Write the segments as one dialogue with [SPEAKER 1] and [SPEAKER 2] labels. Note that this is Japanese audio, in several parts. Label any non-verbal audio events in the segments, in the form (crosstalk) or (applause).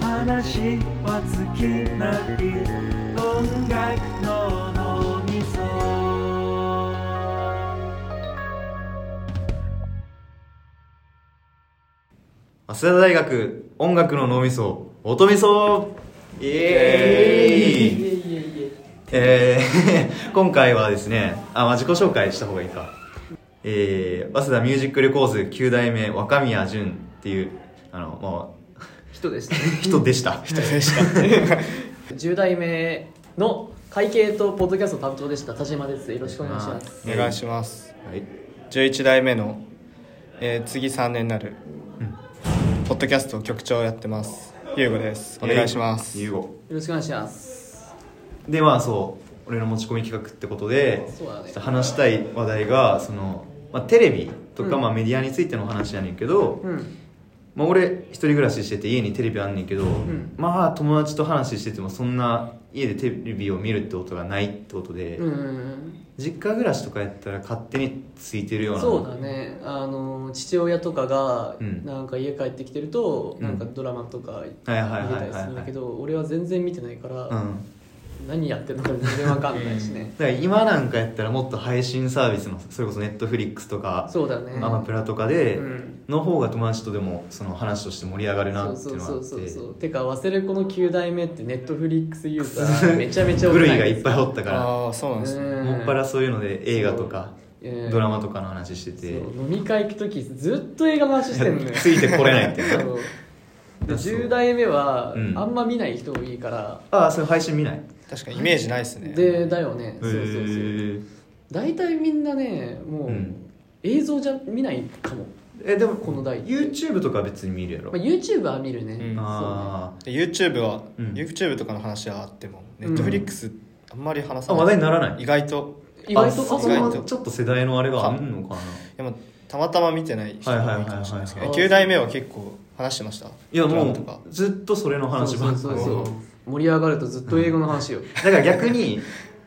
[SPEAKER 1] 話は尽きない音楽の脳みそ
[SPEAKER 2] 早稲田大学音楽の脳みそ音みそイ
[SPEAKER 3] え
[SPEAKER 2] エーイ
[SPEAKER 3] いえいえいえ
[SPEAKER 2] えー (laughs) 今回はですねあ、まあ、自己紹介した方がいいかえー、早稲田ミュージックレコーズ9代目若宮淳っていうあの、ま
[SPEAKER 3] 人ですね
[SPEAKER 2] あ、人でした人でした
[SPEAKER 3] 10代目の会計とポッドキャスト担当でした田島ですよろしくお願いします
[SPEAKER 4] お願いします
[SPEAKER 2] はい
[SPEAKER 4] 11代目の、えー次3年になる、ポッドキャスト局長をやってますゆうごですお願いします、
[SPEAKER 2] ゆうご
[SPEAKER 3] よろしくお願いします
[SPEAKER 2] でまあそう俺の持ち込み企画ってことで
[SPEAKER 3] そうだね
[SPEAKER 2] ちょっと話したい話題がその、まあ、テレビとか、
[SPEAKER 3] うん
[SPEAKER 2] まあ、メディアについての話やねんけど、
[SPEAKER 3] うん
[SPEAKER 2] まあ、俺一人暮らししてて家にテレビあんねんけど、
[SPEAKER 3] ん
[SPEAKER 2] まあ友達と話しててもそんな家でテレビを見るってことがないってことで、
[SPEAKER 3] うんうん
[SPEAKER 2] 実家暮らしとかやったら勝手についてるよ
[SPEAKER 3] う
[SPEAKER 2] うんな
[SPEAKER 3] そうだねあの父親とかが
[SPEAKER 2] うん
[SPEAKER 3] なんか家帰ってきてると
[SPEAKER 2] うん
[SPEAKER 3] なんかドラマとか見て
[SPEAKER 2] はいはいはいはい
[SPEAKER 3] たりするんだけど俺は全然見てないか
[SPEAKER 2] う
[SPEAKER 3] ら
[SPEAKER 2] ん、
[SPEAKER 3] 何やってんのか全然わかんないしね
[SPEAKER 2] だから今なんかやったらもっと配信サービスのそれこそネットフリックスとか
[SPEAKER 3] そうだね
[SPEAKER 2] アマプラとかで、
[SPEAKER 3] うん
[SPEAKER 2] の方が友達とでもその話として盛り上がるなってい
[SPEAKER 3] そうう
[SPEAKER 2] のが
[SPEAKER 3] そ
[SPEAKER 2] あ
[SPEAKER 3] うそう
[SPEAKER 2] っ
[SPEAKER 3] そうてか忘れ子の9代目ってネットフリックスユーザ
[SPEAKER 2] (laughs)
[SPEAKER 3] ーめちゃめち
[SPEAKER 2] て
[SPEAKER 3] ゃ多
[SPEAKER 2] 古
[SPEAKER 3] く
[SPEAKER 2] い
[SPEAKER 3] ない
[SPEAKER 2] がい
[SPEAKER 3] で
[SPEAKER 2] っ
[SPEAKER 3] す
[SPEAKER 2] ぱい
[SPEAKER 3] か
[SPEAKER 2] おったから
[SPEAKER 4] ああそうなんですね
[SPEAKER 3] うん
[SPEAKER 2] もっぱらそういうので映画とか
[SPEAKER 3] うん
[SPEAKER 2] ドラマとかの話してて
[SPEAKER 3] そう飲み会行く時ずっと映画の話してんのよ
[SPEAKER 2] (laughs) ついてこれないっていう
[SPEAKER 3] (laughs) そう
[SPEAKER 2] ね
[SPEAKER 3] で
[SPEAKER 2] あそう
[SPEAKER 3] 10代目は
[SPEAKER 2] うん
[SPEAKER 3] あんま見ない人多いから、
[SPEAKER 2] ああそれ配信見ない
[SPEAKER 4] 確かにイメージないですね
[SPEAKER 3] でだよ
[SPEAKER 2] へ
[SPEAKER 3] ねそうそうそう、
[SPEAKER 2] ー
[SPEAKER 3] 大体みんなねもう、
[SPEAKER 2] うん
[SPEAKER 3] 映像じゃ見ないかも、
[SPEAKER 2] えでも
[SPEAKER 3] この台
[SPEAKER 2] YouTube とか別に見るやろ、
[SPEAKER 3] まあ、YouTube は見るね、
[SPEAKER 4] うん
[SPEAKER 2] あ
[SPEAKER 4] で YouTube は、
[SPEAKER 2] うん
[SPEAKER 4] YouTube とかの話はあっても
[SPEAKER 3] う
[SPEAKER 4] ネ
[SPEAKER 3] ん
[SPEAKER 4] ットフリックスあんまり話
[SPEAKER 2] あ
[SPEAKER 4] さない、
[SPEAKER 2] 話題にならない
[SPEAKER 4] 意外と
[SPEAKER 3] そうね意外と
[SPEAKER 2] あ
[SPEAKER 3] そ
[SPEAKER 2] そ
[SPEAKER 3] こ
[SPEAKER 2] こ
[SPEAKER 4] 意
[SPEAKER 3] ま
[SPEAKER 4] 外
[SPEAKER 2] は
[SPEAKER 4] と
[SPEAKER 2] ちょっと世代のあれがあんのかな
[SPEAKER 4] でもたまたま見てない人が多いかもしれないですけど
[SPEAKER 3] はいはいはいはい
[SPEAKER 4] 9代目は結構話してました
[SPEAKER 2] いや
[SPEAKER 4] ドラ
[SPEAKER 2] も
[SPEAKER 4] マとか
[SPEAKER 2] うずっとそれの話
[SPEAKER 3] そ
[SPEAKER 2] ばっ
[SPEAKER 3] う
[SPEAKER 2] か
[SPEAKER 3] そう
[SPEAKER 2] り
[SPEAKER 3] そうそう盛り上がるとずっと英語の話よ、
[SPEAKER 2] だから逆に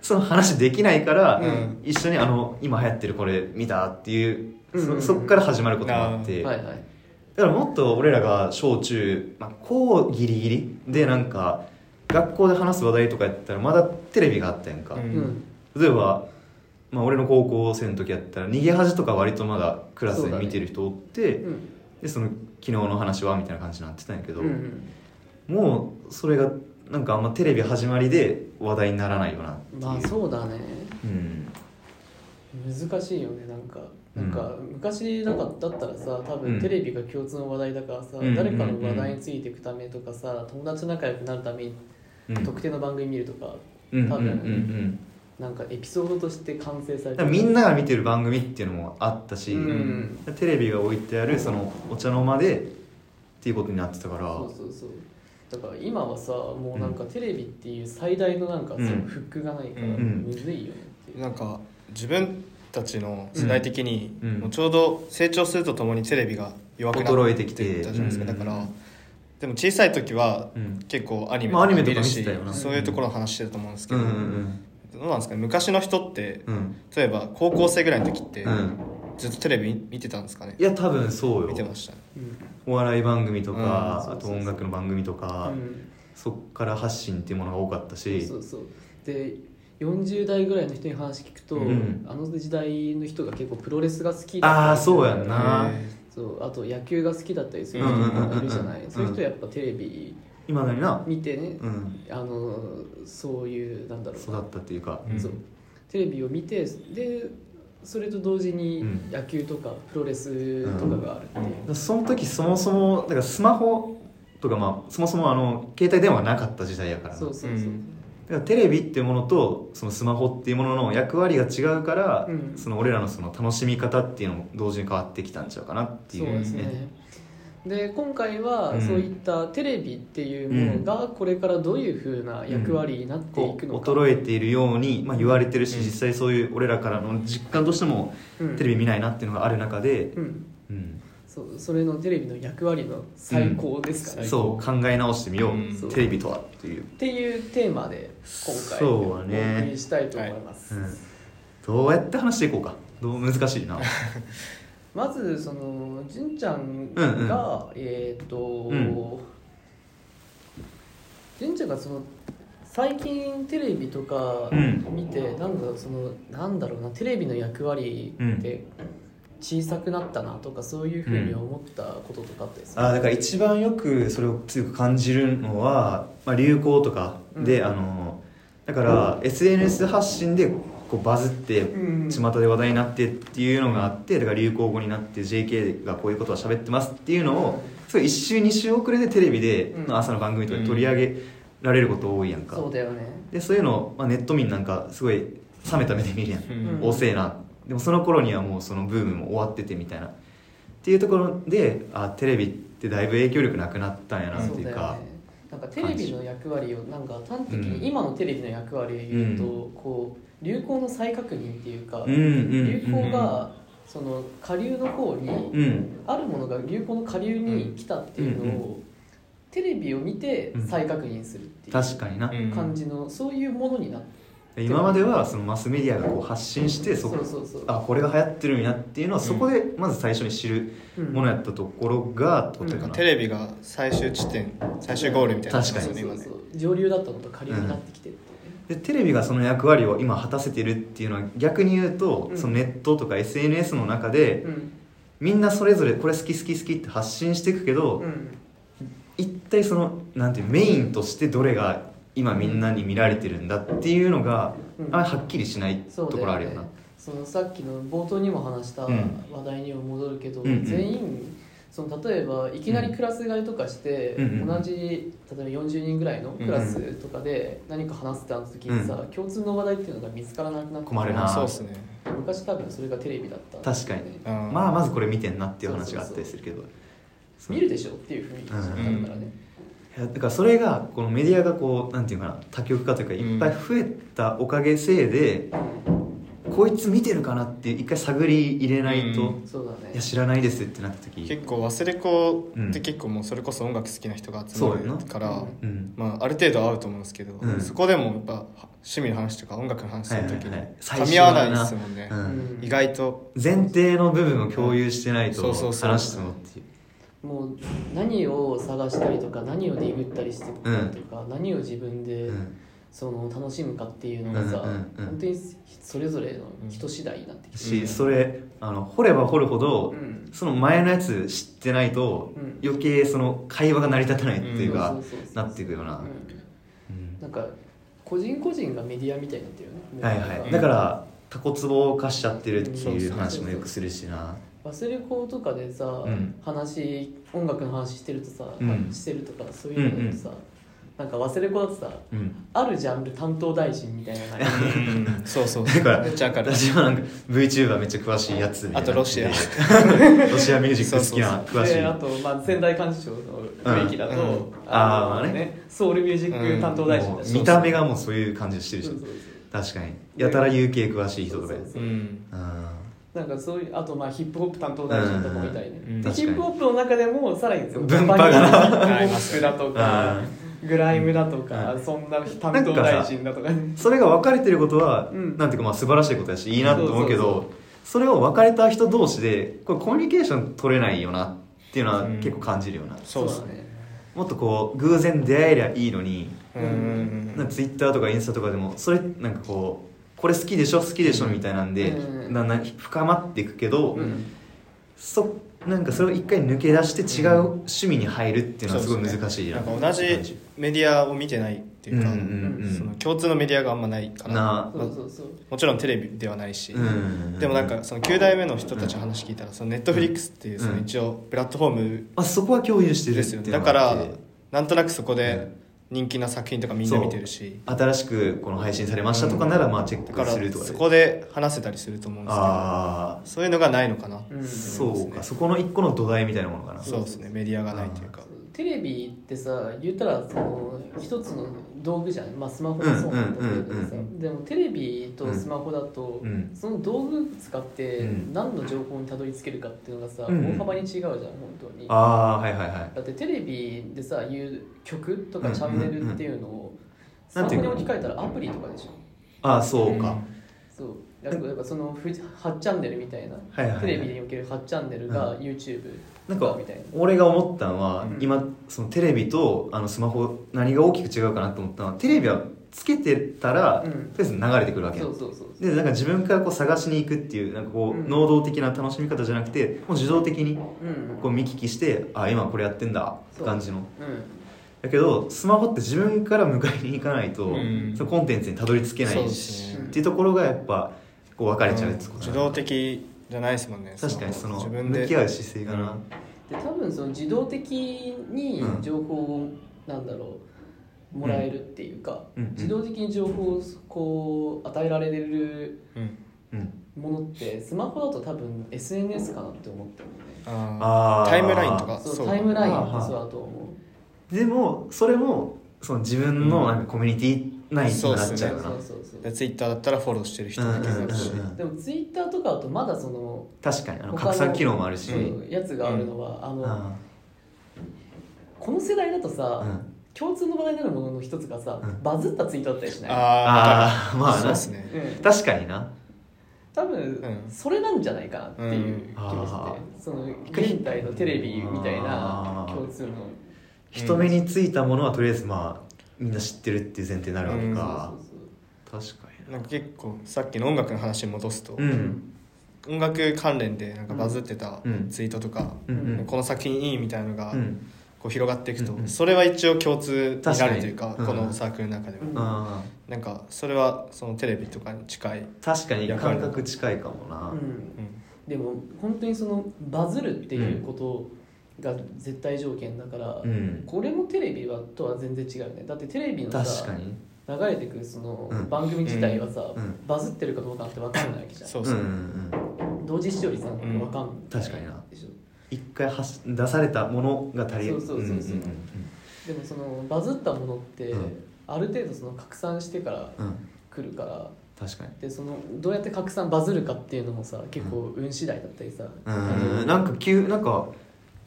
[SPEAKER 2] その話できないから、
[SPEAKER 4] ん
[SPEAKER 2] 一緒にあの今流行ってるこれ見たっていう、
[SPEAKER 3] うんうんうん
[SPEAKER 2] そそっから始まることもあって、
[SPEAKER 3] はいはい
[SPEAKER 2] だからもっと俺らが小中、まあ、高ギリギリでなんか学校で話す話題とかやったらまだテレビがあったやんか、
[SPEAKER 4] うん
[SPEAKER 3] うん
[SPEAKER 2] 例えば、まあ、俺の高校生の時やったら逃げ恥とか割とまだクラス
[SPEAKER 3] そう
[SPEAKER 2] で
[SPEAKER 3] だね
[SPEAKER 2] 見てる人おって、
[SPEAKER 3] うん
[SPEAKER 2] でその昨日の話はみたいな感じになってたんやけど、
[SPEAKER 3] うんうん
[SPEAKER 2] もうそれがなんかあんまテレビ始まりで話題にならないよなっていう、
[SPEAKER 3] まあそうだね
[SPEAKER 2] うん
[SPEAKER 3] 難しいよねなんか
[SPEAKER 2] う
[SPEAKER 3] なんんか昔なんかだったらさ多
[SPEAKER 2] うん
[SPEAKER 3] 分テレビが共通の話題だからさ、
[SPEAKER 2] うん
[SPEAKER 3] 誰かの話題についていくためとかさ、友達と仲良くなるために
[SPEAKER 2] うん
[SPEAKER 3] 特定の番組見るとか、
[SPEAKER 2] うんうんうん
[SPEAKER 3] 多
[SPEAKER 2] うん
[SPEAKER 3] 分
[SPEAKER 2] うん
[SPEAKER 3] なんかエピソードとして完成され
[SPEAKER 2] だ
[SPEAKER 3] て
[SPEAKER 2] から
[SPEAKER 3] る
[SPEAKER 2] みんなが見てる番組っていうのもあったし、
[SPEAKER 3] うん
[SPEAKER 2] テレビが置いてあるそのお茶の間でっていうことになってたから
[SPEAKER 3] そうそうそうだから今はさもうなんかテレビっていう最大のなんかそ
[SPEAKER 2] う
[SPEAKER 3] の
[SPEAKER 2] ん
[SPEAKER 3] フックがないから
[SPEAKER 4] うん
[SPEAKER 3] むずいよねっていう、
[SPEAKER 4] なんか自分たちの世代的に、
[SPEAKER 2] うん
[SPEAKER 4] もうちょうど成長するとともにテレビが弱くな
[SPEAKER 2] 衰え
[SPEAKER 4] ってて
[SPEAKER 2] き
[SPEAKER 4] き
[SPEAKER 2] て
[SPEAKER 4] てたじゃないですか、
[SPEAKER 2] うん
[SPEAKER 4] だからでも小さい時は
[SPEAKER 2] うん
[SPEAKER 4] 結構アニメ
[SPEAKER 2] まあアニメと
[SPEAKER 4] 見
[SPEAKER 2] か
[SPEAKER 4] る
[SPEAKER 2] 見て
[SPEAKER 4] した
[SPEAKER 2] よな
[SPEAKER 4] そういうところの話してると思うんですけ
[SPEAKER 2] う
[SPEAKER 4] ど、
[SPEAKER 2] んうん
[SPEAKER 4] どうなんですかね昔の人って、
[SPEAKER 2] うんうん
[SPEAKER 4] 例えば高校生ぐらいの時って、
[SPEAKER 2] うん
[SPEAKER 4] ずっとテレビ見てたんですかね
[SPEAKER 2] いや多分そう
[SPEAKER 4] 見て
[SPEAKER 2] よ
[SPEAKER 4] ましたね
[SPEAKER 3] うん
[SPEAKER 2] お笑い番組とか、
[SPEAKER 3] うん
[SPEAKER 2] あと音楽の番組とか、
[SPEAKER 3] うん
[SPEAKER 2] そっから発信っていうものが多かったし
[SPEAKER 3] そうそうで40代ぐらいの人に話聞くと、
[SPEAKER 2] うん
[SPEAKER 3] あの時代の人が結構プロレスが好きだった
[SPEAKER 2] ああ
[SPEAKER 3] りする
[SPEAKER 2] そうやんな
[SPEAKER 4] へ
[SPEAKER 3] そうあと野球が好きだったりする人
[SPEAKER 2] うんうんうんうんうん
[SPEAKER 3] もいるじゃないそういう人やっぱテレビ
[SPEAKER 2] 今だにな、
[SPEAKER 3] 見てね、
[SPEAKER 2] うん、
[SPEAKER 3] あのそういうなんだろう
[SPEAKER 2] 育
[SPEAKER 3] な
[SPEAKER 2] ったっていうか、
[SPEAKER 4] うん
[SPEAKER 3] そうテレビを見てでそれと同時に
[SPEAKER 2] うん
[SPEAKER 3] 野球とかプロレスとかがあるっていう、
[SPEAKER 2] その時そもそもだからスマホとかまあそもそもあの携帯電話なかった時代やから
[SPEAKER 3] そうそうそう、
[SPEAKER 4] うん
[SPEAKER 2] だからテレビっていうものとそのスマホっていうものの役割が違うから、
[SPEAKER 3] うん
[SPEAKER 2] その俺らのその楽しみ方っていうのも同時に変わってきたんちゃうかなってい
[SPEAKER 3] そううですねで今回は
[SPEAKER 2] うん
[SPEAKER 3] そういったテレビっていうものがこれからどういうふうな役割になってい
[SPEAKER 2] こう
[SPEAKER 3] くのか、
[SPEAKER 2] 衰えているように、まあ、言われてるし、
[SPEAKER 4] うん
[SPEAKER 2] 実際そういう俺らからの実感としてもテレビ見ないなっていうのがある中で、
[SPEAKER 3] ビ、うん、
[SPEAKER 2] うん
[SPEAKER 3] そうそれのテレビの役割の最高ですから、
[SPEAKER 4] うん最高
[SPEAKER 2] そう考え直してみよう、
[SPEAKER 4] うん
[SPEAKER 2] テレビとはっていう、
[SPEAKER 3] っていうテーマで今回
[SPEAKER 2] そうだね
[SPEAKER 3] お送りしたいと思います、
[SPEAKER 2] うんどうやって話していこうかどう難しいな
[SPEAKER 3] まずそのじんちゃん
[SPEAKER 2] う
[SPEAKER 3] が、
[SPEAKER 2] ん
[SPEAKER 3] えーっ、と、
[SPEAKER 2] ん
[SPEAKER 3] じんちゃんがその最近テレビとか
[SPEAKER 2] うん
[SPEAKER 3] 見て、なんかそのなんだろうなテレビの役割って小さくなったなとかそういうふうに思ったこととかあったりする、
[SPEAKER 2] あーだから一番よくそれを強く感じるのは、まあ、流行とかで、
[SPEAKER 3] うん
[SPEAKER 2] あのだから、SNS 発信でこうバズって
[SPEAKER 3] うん
[SPEAKER 2] 巷で話題になってっていうのがあってだから流行語になって JK がこういうことを喋ってますっていうのをすごい1週2週遅れでテレビで
[SPEAKER 3] うん
[SPEAKER 2] 朝の番組とかで取り上げられること多いやんか、
[SPEAKER 3] そうだよね
[SPEAKER 2] でそういうのを、まあ、ネット民なんかすごい冷めた目で見るやん、
[SPEAKER 4] うん
[SPEAKER 2] 遅えなでもその頃にはもうそのブームも終わっててみたいなっていうところであテレビってだいぶ影響力なくなったんやなっ
[SPEAKER 3] そ
[SPEAKER 2] て
[SPEAKER 3] う
[SPEAKER 2] い
[SPEAKER 3] だ
[SPEAKER 2] う
[SPEAKER 3] よ
[SPEAKER 2] か
[SPEAKER 3] ねなんかテレビの役割をなんか端的
[SPEAKER 2] うん
[SPEAKER 3] に今のテレビの役割を言うと、
[SPEAKER 2] う
[SPEAKER 3] こう流行の再確認っていうか、
[SPEAKER 2] うんうん
[SPEAKER 3] 流行がその下流の方に、
[SPEAKER 2] うんうん
[SPEAKER 3] あるものが流行の下流に来たっていうのを、テレビを見て再確認するってい
[SPEAKER 2] 確かにな、
[SPEAKER 4] うん
[SPEAKER 3] う感じの、そういうものになって
[SPEAKER 2] 今まではそのマスメディアがこう発信してそこ
[SPEAKER 3] そうそうそう
[SPEAKER 2] あこれが流行ってるんやっていうのはそこでまず最初に知る
[SPEAKER 3] うん
[SPEAKER 2] ものやったところがってことや
[SPEAKER 4] な
[SPEAKER 2] か
[SPEAKER 4] んか
[SPEAKER 2] な
[SPEAKER 4] テレビが最終地点最終ゴールみたいになって
[SPEAKER 2] 確
[SPEAKER 4] ます
[SPEAKER 2] か
[SPEAKER 4] よね
[SPEAKER 3] そうそ
[SPEAKER 4] 今
[SPEAKER 3] う
[SPEAKER 4] ね
[SPEAKER 3] そう上流だったのと下流になってきてるってい
[SPEAKER 2] で
[SPEAKER 3] うね
[SPEAKER 2] テレビがその役割を今果たせてるっていうのは逆に言うと、
[SPEAKER 3] うん
[SPEAKER 2] そのネットとか SNS の中で、
[SPEAKER 3] うん
[SPEAKER 2] みんなそれぞれこれ好き好き好きって発信していくけど、
[SPEAKER 3] うん
[SPEAKER 2] 一体そのなんていうメインとしてどれが今みんなに見られてるんだっていうのが、
[SPEAKER 3] うん
[SPEAKER 2] あんまりはっきりしないと
[SPEAKER 3] そう
[SPEAKER 2] こ
[SPEAKER 3] だ
[SPEAKER 2] ろあ
[SPEAKER 3] よ
[SPEAKER 2] る
[SPEAKER 3] ね
[SPEAKER 2] よな
[SPEAKER 3] そのさっきの冒頭にも話した
[SPEAKER 2] うん
[SPEAKER 3] 話題にも戻るけど、
[SPEAKER 2] うんうん
[SPEAKER 3] 全員その例えばいきなりクラス替えとかして、
[SPEAKER 2] うんうん
[SPEAKER 3] 同じ例えば40人ぐらいのクラスとかで何か話してた時にさ、共通の話題っていうのが見つからなくなって
[SPEAKER 2] 困るな
[SPEAKER 4] あそうっすね
[SPEAKER 3] 昔多分それがテレビだった
[SPEAKER 2] 確かに
[SPEAKER 4] あー
[SPEAKER 2] まあまずこれ見てんなっていう話があったりするけどそう
[SPEAKER 3] 見るでしょっていう雰囲気だったからね、
[SPEAKER 2] いやだからそれがこのメディアがこうなんていうかな多極化というか
[SPEAKER 4] ん
[SPEAKER 2] いっぱい増えたおかげせいで、こいつ見てるかなっていう一回探り入れないと、
[SPEAKER 4] う
[SPEAKER 2] い
[SPEAKER 4] ん
[SPEAKER 3] そうだね
[SPEAKER 2] や知らないですってなった時
[SPEAKER 4] 結構忘れ子
[SPEAKER 2] うん
[SPEAKER 4] って結構もうそれこそ音楽好きな人が集
[SPEAKER 2] そ
[SPEAKER 4] ま
[SPEAKER 2] うやな
[SPEAKER 4] るから
[SPEAKER 3] うん
[SPEAKER 2] うん
[SPEAKER 4] まあ、ある程度は合うと思うんですけど、
[SPEAKER 2] うん
[SPEAKER 4] そこでもやっぱ趣味の話とか音楽の話すると
[SPEAKER 2] はいは
[SPEAKER 4] き
[SPEAKER 2] い
[SPEAKER 4] に
[SPEAKER 2] はい最
[SPEAKER 4] 噛
[SPEAKER 2] 初
[SPEAKER 4] み合
[SPEAKER 2] は
[SPEAKER 4] わ
[SPEAKER 2] な
[SPEAKER 4] ないですもんね、
[SPEAKER 2] うん
[SPEAKER 3] うん
[SPEAKER 4] 意外と
[SPEAKER 2] 前提の部分を共有してない
[SPEAKER 4] そ
[SPEAKER 2] と
[SPEAKER 4] うそうそう
[SPEAKER 2] 話してもっていう
[SPEAKER 3] もう何を探したりとか何をディグったりしてたりとか、何を自分で
[SPEAKER 2] うん
[SPEAKER 3] その楽しむかっていうのがさ、
[SPEAKER 2] うんうんうん
[SPEAKER 3] 本当にそれぞれの人次第になってきて
[SPEAKER 2] しそれあの掘れば掘るほど、
[SPEAKER 3] うん
[SPEAKER 2] その前のやつ知ってないと、
[SPEAKER 3] うん
[SPEAKER 2] 余計その会話が成り立たないっていうか、
[SPEAKER 3] うんそうそうそう
[SPEAKER 2] なっていくような、
[SPEAKER 3] うんなんか個人個人がメディアみたいになってるよね
[SPEAKER 2] う
[SPEAKER 3] も
[SPEAKER 2] ん
[SPEAKER 3] う
[SPEAKER 2] はい
[SPEAKER 3] なん
[SPEAKER 2] はい
[SPEAKER 3] か
[SPEAKER 2] だからタコツボ化しちゃってるって
[SPEAKER 4] うん
[SPEAKER 2] い
[SPEAKER 4] そうう
[SPEAKER 2] 話もよくするしな
[SPEAKER 3] 忘れ子とかでさ、
[SPEAKER 2] うん
[SPEAKER 3] 話音楽の話してるとさ、
[SPEAKER 2] うん
[SPEAKER 3] してるとかそういうのだとさ、なんか忘れ子だとさ
[SPEAKER 2] うん
[SPEAKER 3] あるジャンル担当大臣みたいなのが
[SPEAKER 4] そうそ
[SPEAKER 2] (laughs)
[SPEAKER 4] う
[SPEAKER 2] だから
[SPEAKER 4] めっちゃわかる
[SPEAKER 2] 私はなんか VTuber めっちゃ詳しいやつみたいな
[SPEAKER 4] (laughs) あとロシア
[SPEAKER 2] ロシアミュージック好きな (laughs) 詳しい
[SPEAKER 3] であと、まあ、仙台鑑賞の雰囲気だと、
[SPEAKER 4] うんうん
[SPEAKER 3] の
[SPEAKER 2] あーまあね
[SPEAKER 3] ソウルミュージック担当大臣
[SPEAKER 2] も
[SPEAKER 3] だ
[SPEAKER 2] う
[SPEAKER 3] し、
[SPEAKER 2] 見た目がもうそういう感じしてるし
[SPEAKER 3] そうそう
[SPEAKER 2] 確かにやたら UK 詳しい人とかや
[SPEAKER 3] そう
[SPEAKER 4] う
[SPEAKER 3] そ
[SPEAKER 4] ん
[SPEAKER 2] うん
[SPEAKER 3] なんかそういうあとまあヒップホップ担当大臣とかもいたりね、
[SPEAKER 4] うんうん
[SPEAKER 3] で
[SPEAKER 2] 確か
[SPEAKER 3] ヒ
[SPEAKER 2] に
[SPEAKER 3] ップホップの中でもさらにその
[SPEAKER 2] 分派が
[SPEAKER 3] ヒップホ
[SPEAKER 4] な
[SPEAKER 3] ップだとかグライムだとか、そんな担当大臣だとかね
[SPEAKER 2] それが分かれてることは、
[SPEAKER 3] うん
[SPEAKER 2] なんていうかまあ素晴らしいことやしいいなと思うけどそ
[SPEAKER 3] そうそう
[SPEAKER 2] れを別れた人同士でこれコミュニケーション取れないよなっていうのは
[SPEAKER 4] うん
[SPEAKER 2] 結構感じるよな、
[SPEAKER 4] そうですね
[SPEAKER 3] ね
[SPEAKER 2] もっとこう偶然出会えりゃいいのに、
[SPEAKER 4] う
[SPEAKER 3] うんん
[SPEAKER 2] なんか Twitter とかインスタとかでもそれなんかこうこれ好きでしょ好きでしょみたいなんで、
[SPEAKER 3] うん
[SPEAKER 2] だんだん深まっていくけど、
[SPEAKER 3] うん
[SPEAKER 2] そなんかそれを一回抜け出して違う趣味に入るっていうのはすごい難しい
[SPEAKER 4] な
[SPEAKER 2] な,、
[SPEAKER 4] んか同じメディアを見てないっていうか、
[SPEAKER 2] うんうんうん
[SPEAKER 4] その共通のメディアがあんまないから
[SPEAKER 2] な
[SPEAKER 3] そうそうそう
[SPEAKER 4] もちろんテレビではないし、
[SPEAKER 2] うん
[SPEAKER 4] でもなんかその9代目の人たちの話聞いたらそのネットフリックスっていうその一応プラットフォーム
[SPEAKER 2] あそこは共有してる
[SPEAKER 4] で
[SPEAKER 2] って
[SPEAKER 4] す
[SPEAKER 2] い
[SPEAKER 4] よ
[SPEAKER 2] う
[SPEAKER 4] ね
[SPEAKER 2] のが
[SPEAKER 4] だか
[SPEAKER 2] あっ
[SPEAKER 4] ら
[SPEAKER 2] て
[SPEAKER 4] なんとなくそこ
[SPEAKER 2] う
[SPEAKER 4] で
[SPEAKER 2] ん
[SPEAKER 4] 人気な作品とかみんな見てるし
[SPEAKER 2] 新しくこの配信されましたとかならまあチェ
[SPEAKER 4] だ
[SPEAKER 2] ッ
[SPEAKER 4] か
[SPEAKER 2] ク
[SPEAKER 4] ら
[SPEAKER 2] するとかで
[SPEAKER 4] そこで話せたりすると思うんですけど
[SPEAKER 2] ああ
[SPEAKER 4] そういうのがないのかなって思いますね
[SPEAKER 2] そうかそこの一個の土台みたいなものかな
[SPEAKER 4] そうですねメディアがないというか
[SPEAKER 3] テレビってさ言ったらその一つの道具じゃん、まあ、スマホもそうなんだけどさ、
[SPEAKER 2] うんうんうんう
[SPEAKER 3] でもテレビとスマホだと、
[SPEAKER 2] うん
[SPEAKER 3] その道具使って
[SPEAKER 2] うん
[SPEAKER 3] 何の情報にたどり着けるかっていうのがさ、
[SPEAKER 2] うんうん
[SPEAKER 3] 大幅に違うじゃん本当に
[SPEAKER 2] ああはいはいはい
[SPEAKER 3] だってテレビでさ言う曲とか
[SPEAKER 2] うん
[SPEAKER 3] チャンネルっていうのをス
[SPEAKER 2] なん
[SPEAKER 3] マ
[SPEAKER 2] て
[SPEAKER 3] ホ
[SPEAKER 2] いうか
[SPEAKER 3] に置き換えたらアプリとかでしょ
[SPEAKER 2] ああそうか、
[SPEAKER 4] うん
[SPEAKER 3] そうだからだからそのフジ8チャンネルみたいな、
[SPEAKER 2] はいはい
[SPEAKER 3] テレビにおける8チャンネルが YouTube
[SPEAKER 2] なん
[SPEAKER 3] と
[SPEAKER 2] か
[SPEAKER 3] みたいな
[SPEAKER 2] 俺が思ったのは、
[SPEAKER 4] うん
[SPEAKER 2] 今そのテレビとあのスマホ何が大きく違うかなと思ったのはテレビはつけてたら、
[SPEAKER 3] うん
[SPEAKER 2] とりあえず流れてくるわけ
[SPEAKER 3] そうそうそう
[SPEAKER 2] でなんか自分からこう探しに行くっていうなんかこう、
[SPEAKER 3] うん
[SPEAKER 2] 能動的な楽しみ方じゃなくてもう自動的に
[SPEAKER 3] うん
[SPEAKER 2] こう見聞きしてあ今これやってんだって感じの
[SPEAKER 3] うん
[SPEAKER 2] だけどスマホって自分から迎えに行かないと、
[SPEAKER 4] うん
[SPEAKER 2] そのコンテンツにたどり着けな
[SPEAKER 4] そう
[SPEAKER 2] い
[SPEAKER 4] で
[SPEAKER 2] し、
[SPEAKER 4] すね
[SPEAKER 2] っていうところがやっぱこう分かれちゃうってこと
[SPEAKER 4] 自
[SPEAKER 2] だな
[SPEAKER 4] 動的じゃないですもんね
[SPEAKER 2] 確かにその
[SPEAKER 4] 自分で
[SPEAKER 2] 向き合う姿勢がな、
[SPEAKER 3] で多分その自動的に情報を、なんだろうもらえるっていうか、
[SPEAKER 2] うんうん
[SPEAKER 3] 自動的に情報をこう与えられる
[SPEAKER 4] うん
[SPEAKER 2] うん
[SPEAKER 3] ものってスマホだと多分 SNS かなって思ってるもんね
[SPEAKER 4] あ
[SPEAKER 2] あ
[SPEAKER 4] ー
[SPEAKER 2] ー
[SPEAKER 4] タイムラインとか
[SPEAKER 3] そうタイムライン
[SPEAKER 2] は
[SPEAKER 3] こ
[SPEAKER 2] あはあ
[SPEAKER 3] そだと思
[SPEAKER 2] でもそれもその自分のなんかコミュニティ内になっ
[SPEAKER 3] う
[SPEAKER 2] ち
[SPEAKER 3] そ
[SPEAKER 2] ゃ
[SPEAKER 3] う
[SPEAKER 2] うな、
[SPEAKER 3] そうそうそう
[SPEAKER 4] でツイッターだったらフォローしてる人だけ
[SPEAKER 2] うんうん
[SPEAKER 4] だ
[SPEAKER 2] うん
[SPEAKER 4] し
[SPEAKER 2] うん
[SPEAKER 3] でもツイッターとかだとまだその
[SPEAKER 2] 確かにあの
[SPEAKER 3] 他の
[SPEAKER 2] 拡散機能もあるし、
[SPEAKER 3] そうやつがあるのは、あの、
[SPEAKER 2] あ
[SPEAKER 3] この世代だと
[SPEAKER 2] あ
[SPEAKER 3] さ、
[SPEAKER 2] うん
[SPEAKER 3] 共通の話題になるものの一つがさ、
[SPEAKER 2] うん
[SPEAKER 3] バズったツイートだったりしない
[SPEAKER 4] あ
[SPEAKER 2] あー
[SPEAKER 4] ー
[SPEAKER 2] まあ
[SPEAKER 4] そう
[SPEAKER 2] な
[SPEAKER 4] ですね
[SPEAKER 3] うん
[SPEAKER 2] 確かにな
[SPEAKER 3] 多分、
[SPEAKER 4] ん
[SPEAKER 3] それなんじゃないかなっていう気が
[SPEAKER 2] うんあ
[SPEAKER 3] して、その現代のテレビみたいな
[SPEAKER 2] あー
[SPEAKER 3] 共通の
[SPEAKER 2] 人目についたものはとりあえずまあみんな知ってるっていう前提になるわけか
[SPEAKER 3] そう、そ
[SPEAKER 2] 確かにな
[SPEAKER 4] なんか結構さっきの音楽の話に戻すと、
[SPEAKER 2] うん
[SPEAKER 4] 音楽関連でなんかバズってた
[SPEAKER 2] うん
[SPEAKER 4] ツイートとか、
[SPEAKER 2] うんうん
[SPEAKER 4] この作品いいみたいなのが
[SPEAKER 2] うん
[SPEAKER 4] こう広がっていくと、
[SPEAKER 2] うんうん
[SPEAKER 4] それは一応共通になるというか
[SPEAKER 2] 確かに
[SPEAKER 4] こ
[SPEAKER 2] うん
[SPEAKER 4] のサークルの中では、
[SPEAKER 3] うん
[SPEAKER 2] あ
[SPEAKER 4] なんかそれはそのテレビとかに近い、
[SPEAKER 2] ー確かに
[SPEAKER 4] 役割
[SPEAKER 2] 感覚近いかもな、
[SPEAKER 3] ううん、でも本当にそのバズるっていうことが絶対条件だから、
[SPEAKER 2] うん
[SPEAKER 3] これもテレビはとは全然違うよねだってテレビのさ
[SPEAKER 2] 確かに
[SPEAKER 3] 流れてくるその
[SPEAKER 2] うん
[SPEAKER 3] 番組自体はさ、
[SPEAKER 2] うん
[SPEAKER 3] バズってるかどうかって分かんないわけじゃん
[SPEAKER 4] そう
[SPEAKER 2] う
[SPEAKER 4] そ
[SPEAKER 2] ん
[SPEAKER 4] う、
[SPEAKER 2] うんうん
[SPEAKER 3] 同時視聴率なんて分かんない、
[SPEAKER 2] ん確かにな
[SPEAKER 3] でしょ
[SPEAKER 2] 一回発し出されたものが足り
[SPEAKER 3] そうそうそうそうん
[SPEAKER 2] ん
[SPEAKER 3] でもそのバズったものって、
[SPEAKER 2] うん
[SPEAKER 3] ある程度その拡散してから
[SPEAKER 2] うんうん
[SPEAKER 3] 来るから
[SPEAKER 2] 確かに
[SPEAKER 3] でそのどうやって拡散バズるかっていうのもさ結構運次第だったりさ、
[SPEAKER 2] うんなんか急なんか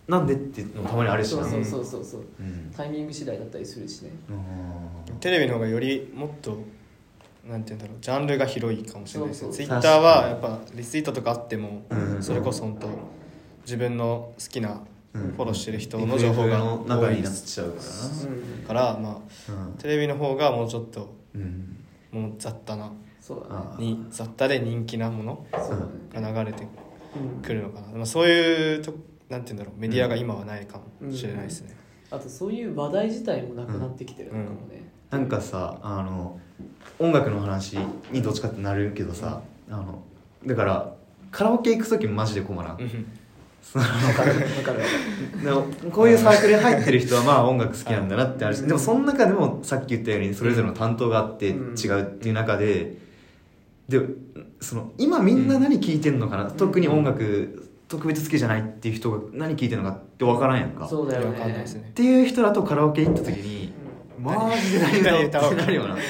[SPEAKER 2] なんでっていうのもたまにあるし
[SPEAKER 3] そう
[SPEAKER 2] な
[SPEAKER 3] そうそうそうそう
[SPEAKER 2] うん
[SPEAKER 3] タイミング次第だったりするしね
[SPEAKER 2] うん
[SPEAKER 4] テレビの方がよりもっとなんて言うんだろうジャンルが広いかもしれないです
[SPEAKER 3] そう
[SPEAKER 4] ね
[SPEAKER 3] そう
[SPEAKER 4] ツイッターはやっぱリツイートとかあっても、
[SPEAKER 2] うん
[SPEAKER 4] それこそ本当自分の好きな
[SPEAKER 2] う
[SPEAKER 4] フ
[SPEAKER 2] ん
[SPEAKER 4] ォローしてる人の情報が
[SPEAKER 2] の
[SPEAKER 4] 多
[SPEAKER 2] 中
[SPEAKER 4] い
[SPEAKER 2] になっ
[SPEAKER 4] です
[SPEAKER 2] ちゃうから
[SPEAKER 3] うん
[SPEAKER 4] から、まあ、
[SPEAKER 2] な
[SPEAKER 4] テレビの方がもうちょっと
[SPEAKER 2] うんうん
[SPEAKER 4] もう雑多な
[SPEAKER 3] そうだね
[SPEAKER 2] あ
[SPEAKER 4] に雑多で人気なもの
[SPEAKER 3] そうだね
[SPEAKER 4] が流れて
[SPEAKER 3] うん
[SPEAKER 4] くるのかな、まあ、そういうとなんて言うんだろうメディアが今はないかもしれないですね、
[SPEAKER 3] あとそういう話題自体もなくなってきてるのかもね
[SPEAKER 2] なんかさあの音楽の話にどっちかってなるけどさあのだからカラオケ行く時もマジで困らん
[SPEAKER 4] うん
[SPEAKER 2] その
[SPEAKER 3] わかるわかる
[SPEAKER 2] でもこういうサークルに入ってる人はまあ音楽好きなんだなってあるし
[SPEAKER 3] うん
[SPEAKER 2] でもその中でもさっき言ったようにそれぞれの担当があって違
[SPEAKER 3] うん
[SPEAKER 2] うっていう中ででその今みんな何聴いてんのかな、特に音楽特別好きじゃないっていう人が何聴いてるのかって分からんやんかっ
[SPEAKER 3] (laughs) そうだよ
[SPEAKER 4] わ
[SPEAKER 3] ね
[SPEAKER 4] かんないです
[SPEAKER 3] うん
[SPEAKER 4] ね
[SPEAKER 2] ていう人だとカラオケ行った時にマジで何歌おうってなるよな
[SPEAKER 4] いや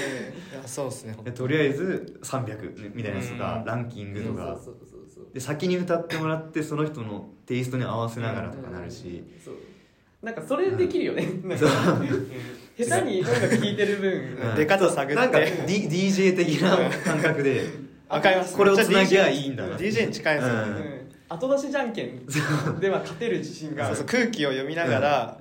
[SPEAKER 4] そうですね
[SPEAKER 2] で (laughs) とりあえず300みたいなやつとか
[SPEAKER 4] うん
[SPEAKER 2] ランキングとか
[SPEAKER 3] そうそうそうそう
[SPEAKER 2] で先に歌ってもらってその人のテイストに合わせながらとかなるし
[SPEAKER 3] うんそうなんかそれできるよねなんか下手に音楽聴いてる分
[SPEAKER 2] うん
[SPEAKER 4] 出方探って
[SPEAKER 2] なんか D DJ 的な感覚で
[SPEAKER 4] わかります
[SPEAKER 2] これをつなぎゃいいんだな
[SPEAKER 4] DJ に近いですよ
[SPEAKER 2] う
[SPEAKER 4] ね、
[SPEAKER 3] うん後出しじゃんけんでは勝てる自信があ
[SPEAKER 4] そ
[SPEAKER 3] る
[SPEAKER 4] うそう空気を読みながら、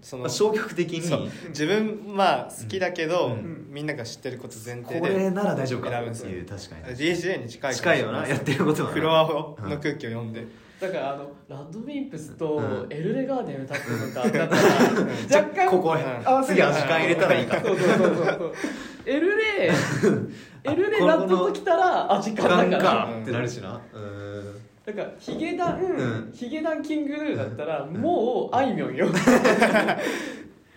[SPEAKER 4] そ
[SPEAKER 2] まあ
[SPEAKER 4] の
[SPEAKER 2] 消極的
[SPEAKER 4] そう
[SPEAKER 2] に
[SPEAKER 4] 自分まあ好きだけど、
[SPEAKER 2] うん
[SPEAKER 4] みんなが知ってること前提
[SPEAKER 2] これ
[SPEAKER 4] で
[SPEAKER 2] なら大丈夫か
[SPEAKER 4] 選
[SPEAKER 2] っ
[SPEAKER 4] ぶんで
[SPEAKER 2] て
[SPEAKER 4] すよ
[SPEAKER 2] いう確かに
[SPEAKER 4] DJ に近いかも
[SPEAKER 2] 近
[SPEAKER 4] し
[SPEAKER 2] い
[SPEAKER 4] れ
[SPEAKER 2] よな
[SPEAKER 4] なです
[SPEAKER 2] やってることはな
[SPEAKER 4] フロアをの空気を読んで、
[SPEAKER 3] だからあのラッドウィンプスと
[SPEAKER 2] うん
[SPEAKER 3] エルレガーデン歌ってるのかだったら若干
[SPEAKER 2] ここ
[SPEAKER 4] うん
[SPEAKER 3] 合わせ
[SPEAKER 2] 次
[SPEAKER 3] る
[SPEAKER 2] は時間入れたらいいか
[SPEAKER 3] そうそうそうそうエルレエルレ
[SPEAKER 2] この
[SPEAKER 3] ラッドときたらあ時
[SPEAKER 2] 時間
[SPEAKER 3] 間だから
[SPEAKER 2] かってなるしなうん
[SPEAKER 3] だからヒゲダン、
[SPEAKER 2] うん
[SPEAKER 3] ヒゲダンキングヌーだったらもうあいみょんよ (laughs)